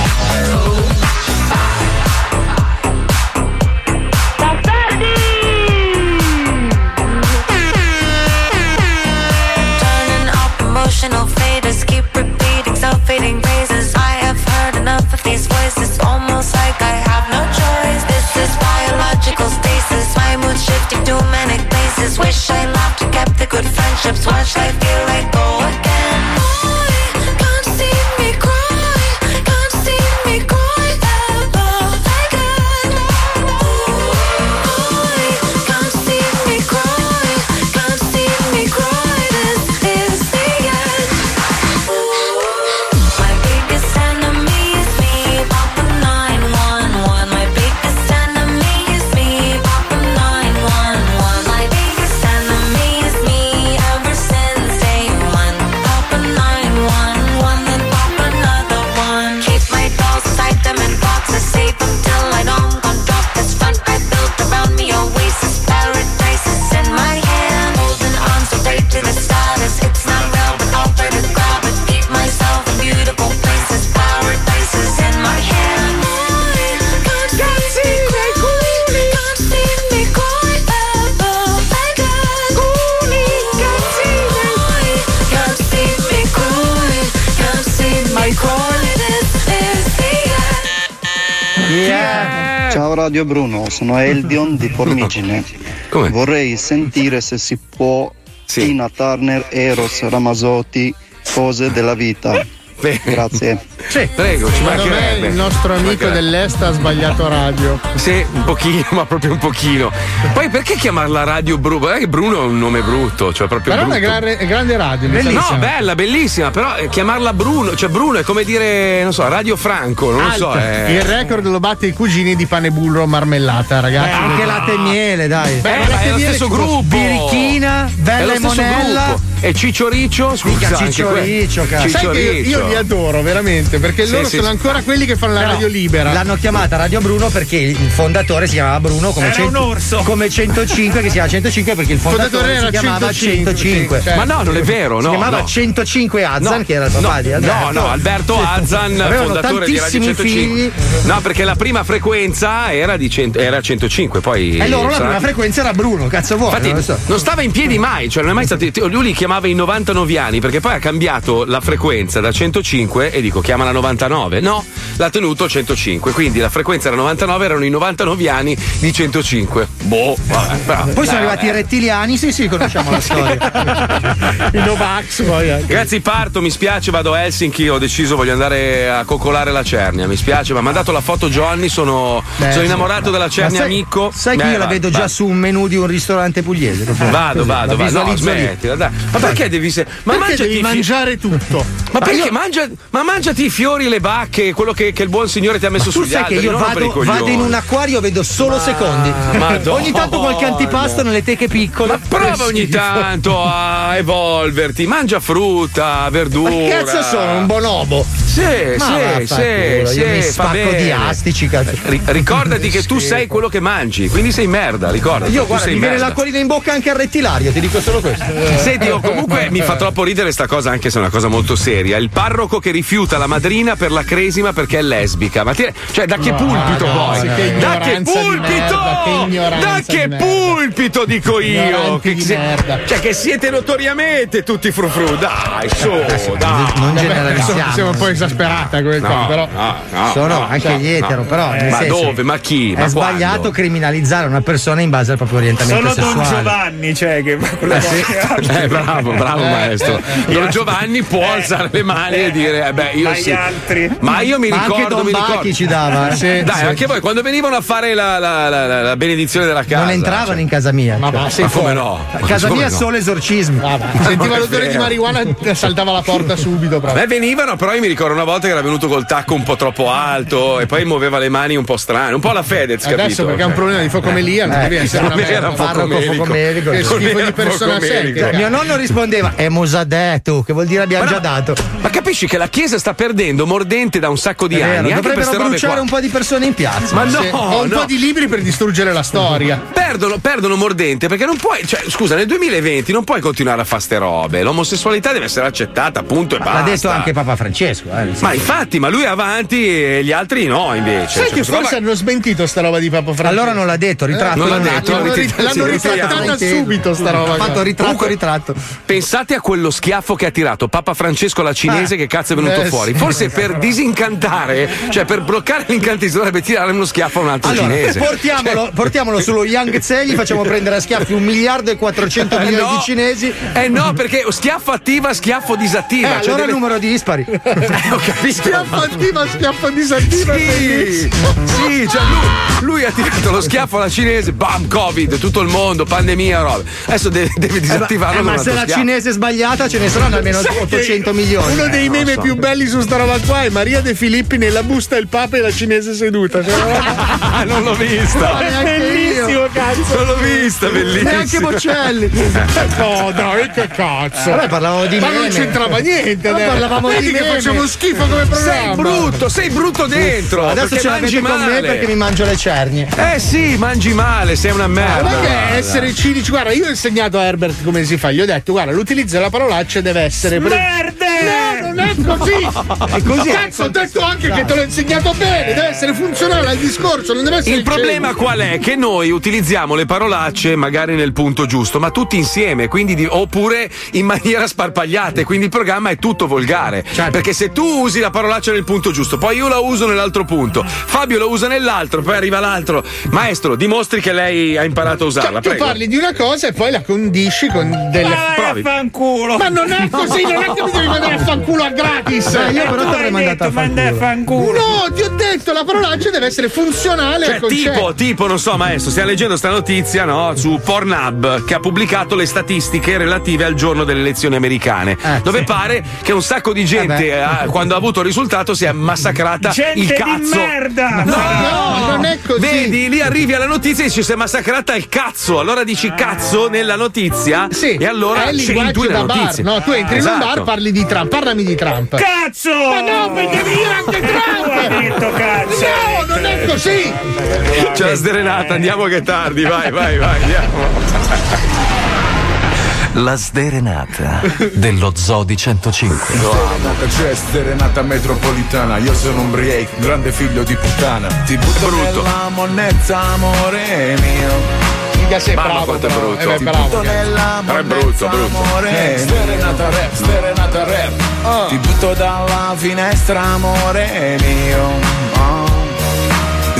Speaker 8: Turning up emotional faders, keep repeating self-fading praises. I have heard enough of these voices, almost like I have no choice. This is biological stasis, my mood shifting to manic places. Wish I loved and kept the good friendships. Watch life feel like go again. Can't see me cry, can't see me cry ever again. Can't see me cry, can't see me cry. This is the end. My biggest enemy is me. Papa 911. My biggest enemy is me. Papa 911. My biggest enemy is me. Ever since day one, Papa 911. Then pop another one. Keep my dolls tight, them in boxes, save them till I don't go drop this front. I built around me oasis, paradise is in my hand. Holding on so tight to the status, it's not real, but I'll try to grab it. Keep myself in beautiful places, paradise is in my hand. Can't see me cry, can't see me cry ever again. Can't see me cry, can't see me cry, can't see me cry. This is the end.
Speaker 32: Ciao Radio Bruno, sono Eldion di Formigine. Vorrei sentire se si può Tina Turner, Eros Ramazotti, cose della vita. Grazie.
Speaker 2: Prego, ci
Speaker 7: Secondo me
Speaker 2: mancherebbe.
Speaker 7: il nostro
Speaker 2: Ci
Speaker 7: amico
Speaker 2: mancherebbe.
Speaker 7: dell'est ha sbagliato radio.
Speaker 2: Sì, un pochino, ma proprio un pochino. Poi perché chiamarla Radio Bruno? Guarda che Bruno è un nome brutto, cioè proprio
Speaker 7: Però è una
Speaker 2: brutto.
Speaker 7: gran- grande radio. mi sa.
Speaker 2: No, bella, bellissima, però eh, chiamarla Bruno, cioè Bruno è come dire, non so, Radio Franco, non lo so, eh.
Speaker 7: Alta.
Speaker 6: eh.
Speaker 2: è...
Speaker 7: Il record lo batte i cugini di pane burro marmellata, ragazzi.
Speaker 6: Eh, anche latte e miele, dai.
Speaker 7: Beh,
Speaker 2: Eh, ma è lo stesso gruppo.
Speaker 6: Birichina,
Speaker 2: È
Speaker 6: Bella
Speaker 2: lo
Speaker 6: e
Speaker 2: stesso
Speaker 6: Monella.
Speaker 2: gruppo. E Ciccio Riccio? Scusa,
Speaker 6: Mica
Speaker 2: anche
Speaker 6: Ciccio
Speaker 2: quello.
Speaker 6: Riccio, cazzo.
Speaker 2: Ciccio
Speaker 7: Sai che io- io
Speaker 2: Riccio.
Speaker 7: li adoro veramente perché
Speaker 6: Sì,
Speaker 7: loro
Speaker 6: sì,
Speaker 7: sono
Speaker 6: sì.
Speaker 7: ancora quelli che fanno la
Speaker 6: No,
Speaker 7: radio libera.
Speaker 6: L'hanno chiamata Radio Bruno perché il fondatore si chiamava Bruno come,
Speaker 7: Era un orso.
Speaker 6: come 105 che si chiama 105 perché il fondatore,
Speaker 7: Fondatore era
Speaker 6: si chiamava
Speaker 7: 105,
Speaker 6: 105.
Speaker 7: sì, certo. Ma no, non è
Speaker 2: vero,
Speaker 6: Si
Speaker 2: no,
Speaker 6: chiamava
Speaker 2: no.
Speaker 6: 105 Azzan
Speaker 2: No,
Speaker 6: che era il papà
Speaker 2: no,
Speaker 6: di Alberto.
Speaker 2: No, no, Alberto Azzan,
Speaker 6: Avevano
Speaker 2: fondatore di Radio
Speaker 6: tantissimi
Speaker 2: 105.
Speaker 6: figli.
Speaker 2: No, perché la prima frequenza era, di cento- era 105, poi.
Speaker 6: E loro la
Speaker 2: sarà-
Speaker 6: prima frequenza era Bruno, cazzo vuoi?
Speaker 2: esatto. Infatti,
Speaker 6: non lo so.
Speaker 2: non stava in piedi mai, cioè non è mai stato. Lui li chiamava i 99 anni perché poi ha cambiato la frequenza da 105 e dico chiamala 99. No, l'ha tenuto 105, quindi la frequenza era 99, erano i 99 anni di 105. Boh, vabbè, però-
Speaker 6: Poi sono
Speaker 2: dai,
Speaker 6: arrivati i
Speaker 2: vabbè.
Speaker 6: rettiliani, sì sì, conosciamo la storia. I Novax poi anche.
Speaker 2: Ragazzi, parto, mi spiace, vado a Helsinki, ho deciso, voglio andare a coccolare la cernia, mi spiace, ma mi ha mandato la foto Johnny, sono,
Speaker 6: Beh,
Speaker 2: sono
Speaker 6: sì.
Speaker 2: innamorato della
Speaker 6: Ma
Speaker 2: cernia
Speaker 6: sai-
Speaker 2: amico.
Speaker 6: Sai che
Speaker 2: Beh,
Speaker 6: io la
Speaker 2: va-
Speaker 6: vedo
Speaker 2: va-
Speaker 6: già su un menù di un ristorante pugliese. proprio.
Speaker 2: Vado,
Speaker 6: Eh, Così,
Speaker 2: vado,
Speaker 6: la
Speaker 2: vado. No,
Speaker 6: visualizzo lì.
Speaker 2: smettila, dai. Ma perché devi se- Ma
Speaker 7: Perché
Speaker 2: mangiati
Speaker 7: devi
Speaker 2: i fi-
Speaker 7: mangiare tutto.
Speaker 2: Ma perché mangia- ma mangiati i fiori, le bacche, quello che, che il buon signore ti ha messo
Speaker 6: Ma tu
Speaker 2: sugli
Speaker 6: sai che
Speaker 2: alberi,
Speaker 6: io
Speaker 2: non rompere i
Speaker 6: vado,
Speaker 2: coglioni.
Speaker 6: vado in un acquario vedo solo secondi.
Speaker 2: Madonna.
Speaker 6: Ogni tanto qualche antipasto nelle teche piccole.
Speaker 2: Prova ogni tanto a evolverti, mangia frutta, verdura.
Speaker 6: Che cazzo sono? Un bonobo?
Speaker 2: Sì, sì, sì,
Speaker 6: vaffanculo,
Speaker 2: sì,
Speaker 6: io mi
Speaker 2: fa
Speaker 6: spacco
Speaker 2: bene.
Speaker 6: di astici, cazzo.
Speaker 2: Ri- ricordati che tu sei quello che mangi, quindi sei merda, ricordati.
Speaker 6: Io
Speaker 2: tu
Speaker 6: guarda,
Speaker 2: sei
Speaker 6: mi viene
Speaker 2: merda.
Speaker 6: l'acquolina in bocca anche al rettilario, ti dico solo questo.
Speaker 2: Senti, oh, comunque mi fa troppo ridere sta cosa, anche se è una cosa molto seria. Il parroco che rifiuta la madrina per la cresima perché è lesbica. Ma ti- cioè, da che pulpito poi?
Speaker 7: che
Speaker 2: da
Speaker 7: ignoranza di merda,
Speaker 2: che
Speaker 7: che
Speaker 2: pulpito? Da
Speaker 7: ignoranza
Speaker 2: che
Speaker 7: di merda.
Speaker 2: pulpito dico io?
Speaker 7: Ignoranti
Speaker 2: Che
Speaker 7: di
Speaker 2: se-
Speaker 7: merda.
Speaker 2: cioè, che siete notoriamente tutti frufru. Dai, su, dai.
Speaker 7: Vabbè, insomma, Siamo un po' esasperata come
Speaker 2: No,
Speaker 7: cosa, però.
Speaker 2: no, no,
Speaker 6: Sono
Speaker 2: no, cioè,
Speaker 6: anche
Speaker 2: no,
Speaker 6: gli etero,
Speaker 2: no.
Speaker 6: però. nel
Speaker 2: ma
Speaker 6: senso,
Speaker 2: dove? Ma chi? Ma
Speaker 6: È sbagliato
Speaker 2: quando?
Speaker 6: criminalizzare una persona in base al proprio orientamento
Speaker 4: Solo
Speaker 6: sessuale.
Speaker 4: Don Giovanni, cioè, che
Speaker 2: Eh, sì. Eh, bravo, bravo
Speaker 4: Eh,
Speaker 2: maestro. Don Giovanni
Speaker 7: Eh.
Speaker 2: può alzare le mani e dire: eh beh, io
Speaker 4: ma gli
Speaker 2: sì.
Speaker 4: altri?
Speaker 2: Ma io mi
Speaker 6: Ma anche
Speaker 2: ricordo.
Speaker 6: Don
Speaker 2: mi ricordo.
Speaker 6: Bachi ci dava, eh. Sì,
Speaker 2: Dai,
Speaker 6: sì.
Speaker 2: anche voi, quando venivano a fare la, la- la- la- la benedizione della casa. cioè.
Speaker 6: non entravano in casa mia. Ma
Speaker 2: sì, come no?
Speaker 6: A casa
Speaker 2: Come
Speaker 6: mia
Speaker 2: no? Ah,
Speaker 6: solo esorcismi.
Speaker 2: Ma
Speaker 7: Sentiva
Speaker 2: è
Speaker 7: l'odore di
Speaker 2: vero.
Speaker 7: marijuana e saltava la porta subito.
Speaker 2: cioè. A
Speaker 7: Proprio.
Speaker 2: me venivano, però io mi ricordo una volta che era venuto col tacco un po' troppo alto e poi muoveva le mani un po' strane, un po' la Fedez, capito?
Speaker 7: Adesso perché è un
Speaker 2: Cioè.
Speaker 7: problema di focomelia, non
Speaker 2: Eh,
Speaker 7: devi essere una
Speaker 2: non era
Speaker 7: merda.
Speaker 2: focomelico.
Speaker 7: Parroco focomelico. Che
Speaker 2: Non
Speaker 7: schifo
Speaker 2: era
Speaker 7: di persona
Speaker 2: focomelico.
Speaker 7: secca.
Speaker 6: Mio nonno rispondeva, è musadetto, che vuol dire abbiamo già dato.
Speaker 2: Cioè. Ma capisci che la Chiesa sta perdendo mordente da un sacco di
Speaker 6: È vero,
Speaker 2: anni? anche per
Speaker 6: dovrebbero
Speaker 2: ste robe
Speaker 6: bruciare
Speaker 2: qua.
Speaker 6: un po' di persone in piazza.
Speaker 2: Ma no,
Speaker 6: Sì.
Speaker 7: Ho un
Speaker 2: no.
Speaker 7: po' di libri per distruggere la storia.
Speaker 2: Perdono, perdono mordente perché non puoi, cioè, scusa, nel 2020 non puoi continuare a fare ste robe. L'omosessualità deve essere accettata, punto e basta.
Speaker 6: L'ha detto anche Papa Francesco. eh.
Speaker 2: Ma infatti, ma lui è avanti e gli altri no, invece.
Speaker 7: Sai
Speaker 2: Cioè,
Speaker 7: che
Speaker 2: questa roba-
Speaker 7: forse hanno smentito sta roba di Papa Francesco? Eh,
Speaker 6: Allora non l'ha detto, ritratto.
Speaker 2: Non l'ha
Speaker 6: un
Speaker 2: detto,
Speaker 6: attimo.
Speaker 2: l'hanno rit- sì,
Speaker 7: L'hanno
Speaker 2: lo
Speaker 7: ritrattata
Speaker 2: togliamo.
Speaker 7: subito sta roba.
Speaker 6: Ha fatto ritratto,
Speaker 7: Ecco,
Speaker 6: ritratto.
Speaker 2: Pensate a quello schiaffo che ha tirato Papa Francesco alla cinese
Speaker 6: Eh.
Speaker 2: che cazzo è venuto
Speaker 6: Eh,
Speaker 2: fuori.
Speaker 6: sì.
Speaker 2: Forse per disincantare, cioè per bloccare l'incantesimo dovrebbe tirare uno schiaffo a un altro
Speaker 6: Allora,
Speaker 2: cinese.
Speaker 6: portiamolo,
Speaker 2: Cioè-
Speaker 6: portiamolo sullo Yangtze, gli facciamo prendere a schiaffi un miliardo e 400
Speaker 2: Eh,
Speaker 6: milioni
Speaker 2: no.
Speaker 6: di cinesi.
Speaker 2: Eh no, perché schiaffo attiva, schiaffo
Speaker 6: Eh,
Speaker 2: disattiva.
Speaker 6: allora
Speaker 2: cioè deve-
Speaker 6: numero dispari.
Speaker 2: Eh, ho capito.
Speaker 7: Schiaffo attiva, schiaffo disattiva.
Speaker 2: Sì, sì, cioè lui, lui ha tirato lo schiaffo alla cinese, bam, Covid, tutto il mondo, pandemia, roba. Adesso deve, deve disattivarlo.
Speaker 6: Eh,
Speaker 2: con
Speaker 6: ma
Speaker 2: un
Speaker 6: se
Speaker 2: altro
Speaker 6: la
Speaker 2: schiaffo.
Speaker 6: cinese è sbagliata ce ne saranno almeno
Speaker 7: Sai che
Speaker 6: 800 milioni.
Speaker 7: Uno dei meme più belli su sta roba qua è Maria De Filippi nella busta il Papa e la cinese seduta. Cioè,
Speaker 2: Ah, non l'ho vista.
Speaker 7: Ma neanche
Speaker 4: Bellissimo,
Speaker 7: io.
Speaker 4: cazzo.
Speaker 2: Non l'ho vista, bellissima.
Speaker 7: Neanche Bocelli. no, dai, che cazzo.
Speaker 6: Vabbè, parlavamo di
Speaker 7: Ma
Speaker 6: meme.
Speaker 7: non c'entrava niente.
Speaker 6: Ma
Speaker 7: adesso.
Speaker 6: parlavamo
Speaker 7: Vedi
Speaker 6: di
Speaker 7: che
Speaker 6: meme.
Speaker 7: facciamo schifo come programma.
Speaker 2: Sei brutto, sei brutto dentro.
Speaker 6: Adesso
Speaker 2: perché
Speaker 6: ce l'avete
Speaker 2: mangi
Speaker 6: con me
Speaker 2: male.
Speaker 6: perché mi mangio le cernie.
Speaker 2: Eh sì, mangi male, sei una merda.
Speaker 7: Ma che
Speaker 2: guarda.
Speaker 7: essere cinici? Guarda, io ho insegnato a Herbert come si fa. Gli ho detto, guarda, l'utilizzo della parolaccia deve essere.
Speaker 4: Merde!
Speaker 7: No, non è così!
Speaker 6: È così.
Speaker 7: Cazzo, ho detto anche che te l'ho insegnato bene, deve essere funzionale al discorso, non deve essere.
Speaker 2: Il problema
Speaker 7: cinico.
Speaker 2: qual è? Che noi utilizziamo le parolacce magari nel punto giusto, ma tutti insieme, quindi di- oppure in maniera sparpagliata, e quindi il programma è tutto volgare.
Speaker 7: Certo.
Speaker 2: Perché se tu usi la parolaccia nel punto giusto, poi io la uso nell'altro punto, Fabio la usa nell'altro, poi arriva l'altro. Maestro, dimostri che lei ha imparato a usarla,
Speaker 7: Cioè, Tu
Speaker 2: prego.
Speaker 7: parli di una cosa e poi la condisci con delle.
Speaker 2: Provi.
Speaker 4: Fanculo.
Speaker 7: Ma non è così, non è che mi devi mandare a fanculo a gratis.
Speaker 33: Ma io però
Speaker 7: Tu
Speaker 33: t'avrei
Speaker 7: hai
Speaker 33: mandato
Speaker 7: detto,
Speaker 33: a fanculo.
Speaker 7: "Manda a fanculo". No, ti ho detto, la parolaccia deve essere funzionale al
Speaker 2: Cioè,
Speaker 7: concetto.
Speaker 2: tipo, tipo, non so, maestro, stiamo leggendo sta notizia, no? Su Pornhub che ha pubblicato le statistiche relative al giorno delle elezioni americane.
Speaker 7: Eh,
Speaker 2: dove pare che un sacco di gente, eh, quando ha avuto il risultato, si è massacrata
Speaker 4: Gente
Speaker 2: il
Speaker 4: di
Speaker 2: cazzo.
Speaker 4: merda!
Speaker 2: No,
Speaker 4: No, non è così.
Speaker 2: Vedi, lì arrivi alla notizia e ci si è massacrata il cazzo. Allora dici cazzo nella notizia. Sì. E
Speaker 7: Ah.
Speaker 2: allora
Speaker 7: è il
Speaker 2: c'è
Speaker 7: linguaggio da bar.
Speaker 2: notizia.
Speaker 7: No, tu entri in un bar,
Speaker 2: Esatto.
Speaker 7: parli di Trump. Parlami di Trump.
Speaker 4: Cazzo!
Speaker 7: Ma no, mi devi dire anche Trump!
Speaker 4: cazzo!
Speaker 7: No, non è così!
Speaker 2: C'è la sdrenata, andiamo che è tardi, vai, vai, vai, andiamo.
Speaker 6: La sderenata dello Zodi 105.
Speaker 34: Sderenata, c'è sderenata metropolitana Io sono un break, grande figlio di puttana Ti butto nella monnezza, amore mio
Speaker 7: Mica sei
Speaker 34: Mamma
Speaker 7: bravo,
Speaker 34: quanto è
Speaker 7: però.
Speaker 34: brutto.
Speaker 7: Eh beh,
Speaker 34: Ti
Speaker 7: bravo,
Speaker 34: butto
Speaker 7: cazzo.
Speaker 34: nella
Speaker 7: Però è
Speaker 34: monnezza,
Speaker 7: brutto, brutto.
Speaker 34: amore
Speaker 7: Eh.
Speaker 34: Sderenata rap, sderenata rap
Speaker 8: Oh,
Speaker 34: Ti butto dalla finestra, amore mio Oh.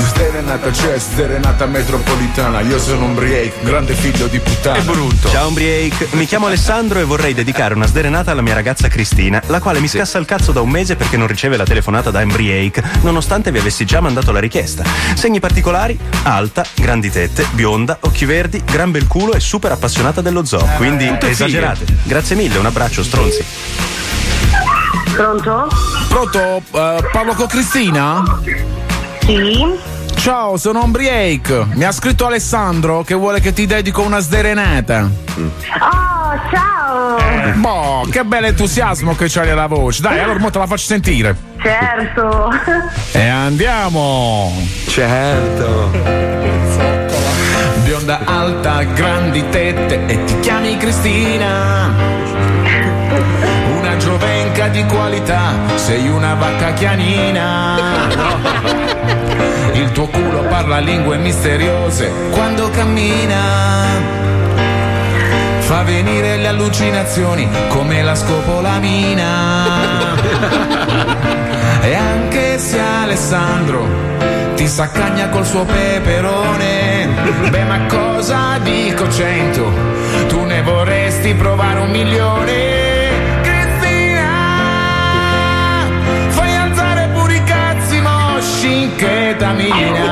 Speaker 34: Sderenata c'è, sderenata metropolitana Io sono un break, grande figlio di puttana È brutto
Speaker 30: Ciao Umbriake, mi chiamo Alessandro e vorrei dedicare una sderenata alla mia ragazza Cristina, la quale mi scassa il cazzo da un mese perché non riceve la telefonata da Umbriake, nonostante vi avessi già mandato la richiesta. Segni particolari? Alta, grandi tette, bionda, occhi verdi, gran bel culo e super appassionata dello zoo,
Speaker 34: Eh,
Speaker 30: quindi
Speaker 6: tutte fighe.
Speaker 30: esagerate. Grazie mille, un abbraccio stronzi.
Speaker 34: Pronto? Pronto? Eh, parlo con Cristina? Sì. Ciao, sono Ombriake. Mi ha scritto Alessandro che vuole che ti dedico una sderenata.
Speaker 8: Oh, ciao!
Speaker 34: Boh, che bello entusiasmo che c'hai la voce. Dai, allora mo te la faccio sentire.
Speaker 8: Certo!
Speaker 34: E andiamo! Certo! Bionda alta, grandi tette e ti chiami Cristina. Una giovenca di qualità, sei una vacca chianina. Il tuo culo parla lingue misteriose quando cammina. Fa venire le allucinazioni come la scopolamina. e anche se Alessandro ti saccagna col suo peperone, beh ma cosa dico cento? Tu ne vorresti provare un milione? Cristina, fai alzare pure i cazzi mosci in chetamina.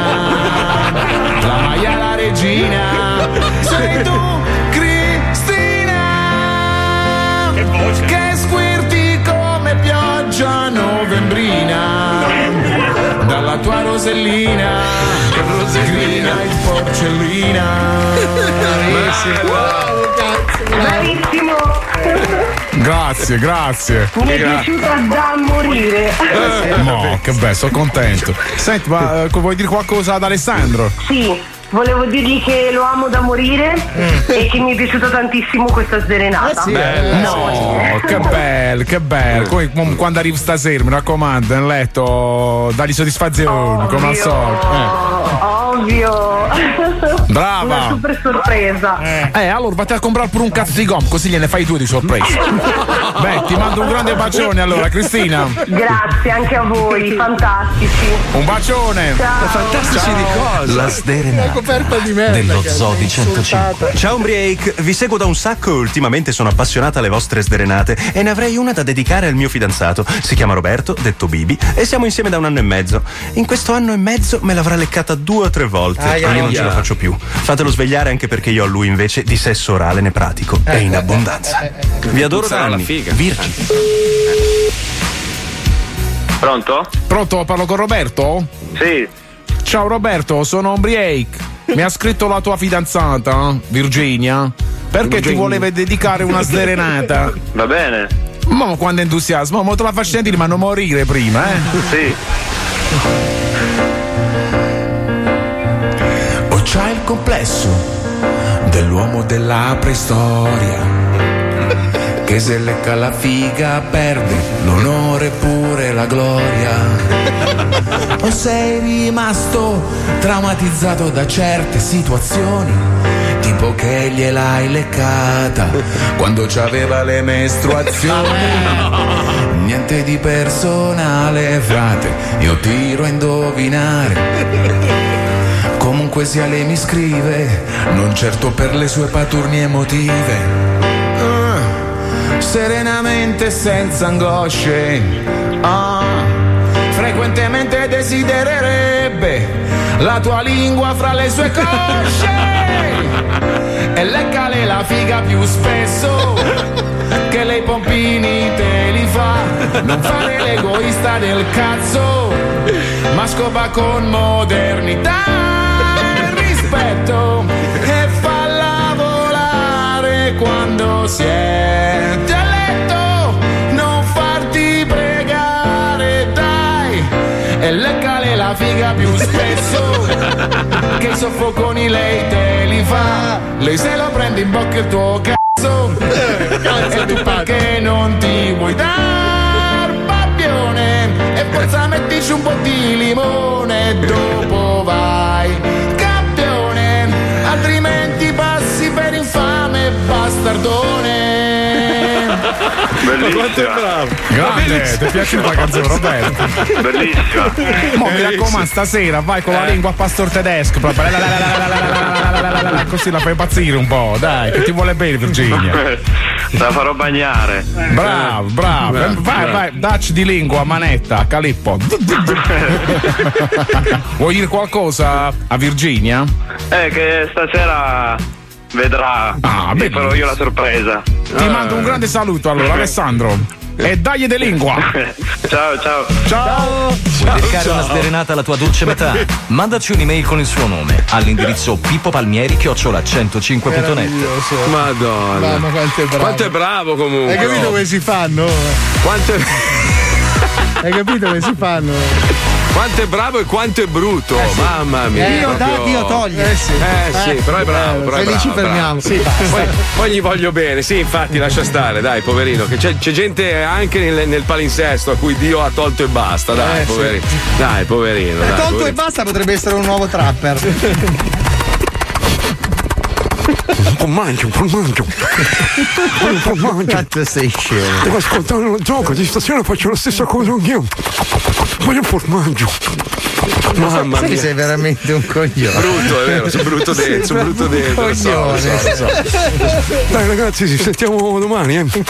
Speaker 34: La maia la regina, sei tu Cristina Che squirti come pioggia novembrina Dalla tua rosellina Grina e porcellina
Speaker 8: Bravissimo!
Speaker 34: Grazie, grazie
Speaker 8: Mi è piaciuta da morire!
Speaker 34: No, che bello, sono contento Senti, ma eh, vuoi dire qualcosa ad Alessandro?
Speaker 8: Sì, volevo dirgli che lo amo da morire e che mi è piaciuta tantissimo questa
Speaker 28: Eh
Speaker 8: sderenata.
Speaker 34: no, che bello, che bello. Come- come Quando arrivi stasera, mi raccomando, nel letto, dagli soddisfazione, come al solito. Eh.
Speaker 8: Ovvio!
Speaker 34: Brava.
Speaker 8: Una super sorpresa!
Speaker 34: Eh, allora vatti a comprare pure un cazzo di gom, così gliene fai due di sorpresa. Beh, ti mando un grande bacione allora, Cristina.
Speaker 8: Grazie anche a voi, fantastici!
Speaker 34: Un bacione.
Speaker 8: Fantastici
Speaker 34: di
Speaker 30: cosa? La sderenata.
Speaker 7: coperta di merda.
Speaker 30: dello
Speaker 7: cazzo, mi ha
Speaker 30: Zodi
Speaker 7: insultato.
Speaker 30: 105. Ciao Umbriake, vi seguo da un sacco e ultimamente sono appassionata alle vostre sderenate e ne avrei una da dedicare al mio fidanzato. Si chiama Roberto, detto Bibi, e siamo insieme da un anno e mezzo. In questo anno e mezzo me l'avrà leccata due o tre volte
Speaker 6: Aia,
Speaker 30: e io non
Speaker 6: aia.
Speaker 30: ce la faccio più. Fatelo svegliare anche perché io a lui invece di sesso orale ne pratico
Speaker 6: Eh,
Speaker 30: e in abbondanza. Vi adoro da
Speaker 2: Sarà la
Speaker 30: anni.
Speaker 2: figa.
Speaker 30: Virgi.
Speaker 34: Pronto? Pronto, parlo con Roberto? Sì. Ciao Roberto, sono Ombriake. Mi ha scritto la tua fidanzata, Virginia, perché ti
Speaker 28: Virginia.
Speaker 34: voleva dedicare una sderenata.
Speaker 28: Va bene.
Speaker 34: Ma quando entusiasmo, ma te la faccio sentire, ma non morire prima, eh?
Speaker 28: Sì.
Speaker 34: O c'ha il complesso dell'uomo della preistoria che se lecca la figa perde l'onore e pure la gloria. O sei rimasto traumatizzato da certe situazioni, tipo che gliel'hai leccata quando c'aveva le mestruazioni. Niente di personale, frate, io tiro a indovinare. Comunque sia lei mi scrive, non certo per le sue paturnie emotive. Ah, serenamente senza angosce. Ah, frequentemente desidererebbe la tua lingua fra le sue cosce e leccale la figa più spesso che lei pompini te li fa. Non fare l'egoista del cazzo, ma scopa con modernità e rispetto e falla volare quando siete a letto. Non farti pregare, dai, e leccale la figa più spesso. Che i soffoconi lei te li fa, lei se lo prende in bocca il tuo cazzo. E tu perché non ti vuoi dar babbione? E forza mettici un po' di limone e dopo vai. Campione, altrimenti passi per infame bastardone.
Speaker 28: Quanto è bravo. Grande, ti è piaciuta la canzone Roberto? Bellissima. Mo mi raccomando, stasera vai con la lingua a pastor tedesco. proprio, la, la, la, la, la, la, la, la, la, la, la, Così la fai impazzire un po', dai, che ti vuole bene Virginia.
Speaker 4: La farò bagnare.
Speaker 28: Bravo, bravo. Eh, Vai, vai, dacci di lingua, manetta, calippo. Vuoi dire qualcosa a Virginia? Ah,
Speaker 4: Eh, che stasera vedrà. Ah,
Speaker 28: beh,
Speaker 4: farò io la sorpresa. Eh.
Speaker 28: Ti mando un grande saluto allora, Alessandro. E dagli de lingua.
Speaker 4: Ciao, ciao.
Speaker 28: Ciao.
Speaker 29: Vuoi dedicare
Speaker 28: ciao.
Speaker 29: una sderenata alla tua dolce metà? Mandaci un'email con il suo nome all'indirizzo Pippo Palmieri chiocciola 105.net.
Speaker 2: Madonna.
Speaker 29: Mamma,
Speaker 2: quanto è
Speaker 29: bravo.
Speaker 2: Quanto è bravo comunque.
Speaker 7: Hai capito come si fanno?
Speaker 2: Quanto è...
Speaker 7: Hai capito come si fanno?
Speaker 2: Quanto è bravo e quanto è brutto, mamma mia.
Speaker 7: Dio dà, Eh, Dio toglie.
Speaker 2: Eh sì, Eh, sì, però è bravo. Però è
Speaker 7: E lì
Speaker 2: bravo,
Speaker 7: ci fermiamo.
Speaker 2: bravo.
Speaker 7: Sì, basta.
Speaker 2: poi, poi gli voglio bene, sì, infatti, lascia stare, dai, poverino. Che c'è, c'è gente anche nel, nel palinsesto a cui Dio ha tolto e basta, dai,
Speaker 6: Eh, sì.
Speaker 2: poverino. Dai, poverino. dai,
Speaker 6: Tonto eh, e
Speaker 2: poverino.
Speaker 6: basta potrebbe essere un nuovo trapper.
Speaker 8: Mangio, mangio. Cazzo sei scemo. Devo ascoltare lo gioco, di stasera faccio la stessa cosa anch'io. Voglio un formaggio.
Speaker 6: Mamma Sai che sei veramente un coglione.
Speaker 2: Brutto, è vero, sono brutto dentro, sono brutto dentro. lo so, lo so, lo so.
Speaker 8: Dai ragazzi, ci sentiamo domani, eh. Mi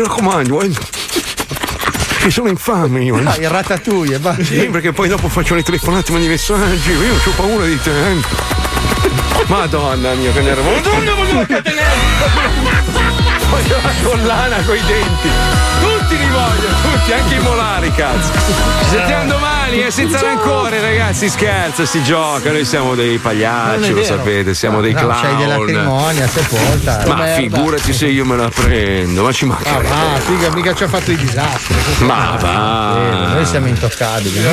Speaker 8: raccomando, eh. Che sono infame io. eh.
Speaker 6: Dai, ratatouille, va.
Speaker 8: Sì, perché poi dopo faccio le telefonate, mandi i messaggi, io ho paura di te. eh.
Speaker 2: Madonna mia, che nervoso. Madonna, madonna, che te ne- Voglio la collana coi denti. Tutti li voglio, tutti, anche i molari, cazzo. Ci sentiamo domani, eh, senza rancore, ragazzi. Scherzo, si gioca. Noi siamo dei
Speaker 6: Non è
Speaker 2: pagliacci, lo
Speaker 6: vero.
Speaker 2: sapete, siamo dei
Speaker 6: No,
Speaker 2: clown.
Speaker 6: C'hai della crimonia, sepolta.
Speaker 2: Ma
Speaker 6: Merda.
Speaker 2: figurati se io me la prendo, ma ci manca.
Speaker 6: Ah, va, figa, mica ci ha fatto i disastri.
Speaker 2: Ma va.
Speaker 6: Eh,
Speaker 7: Eh,
Speaker 6: Noi siamo intoccabili.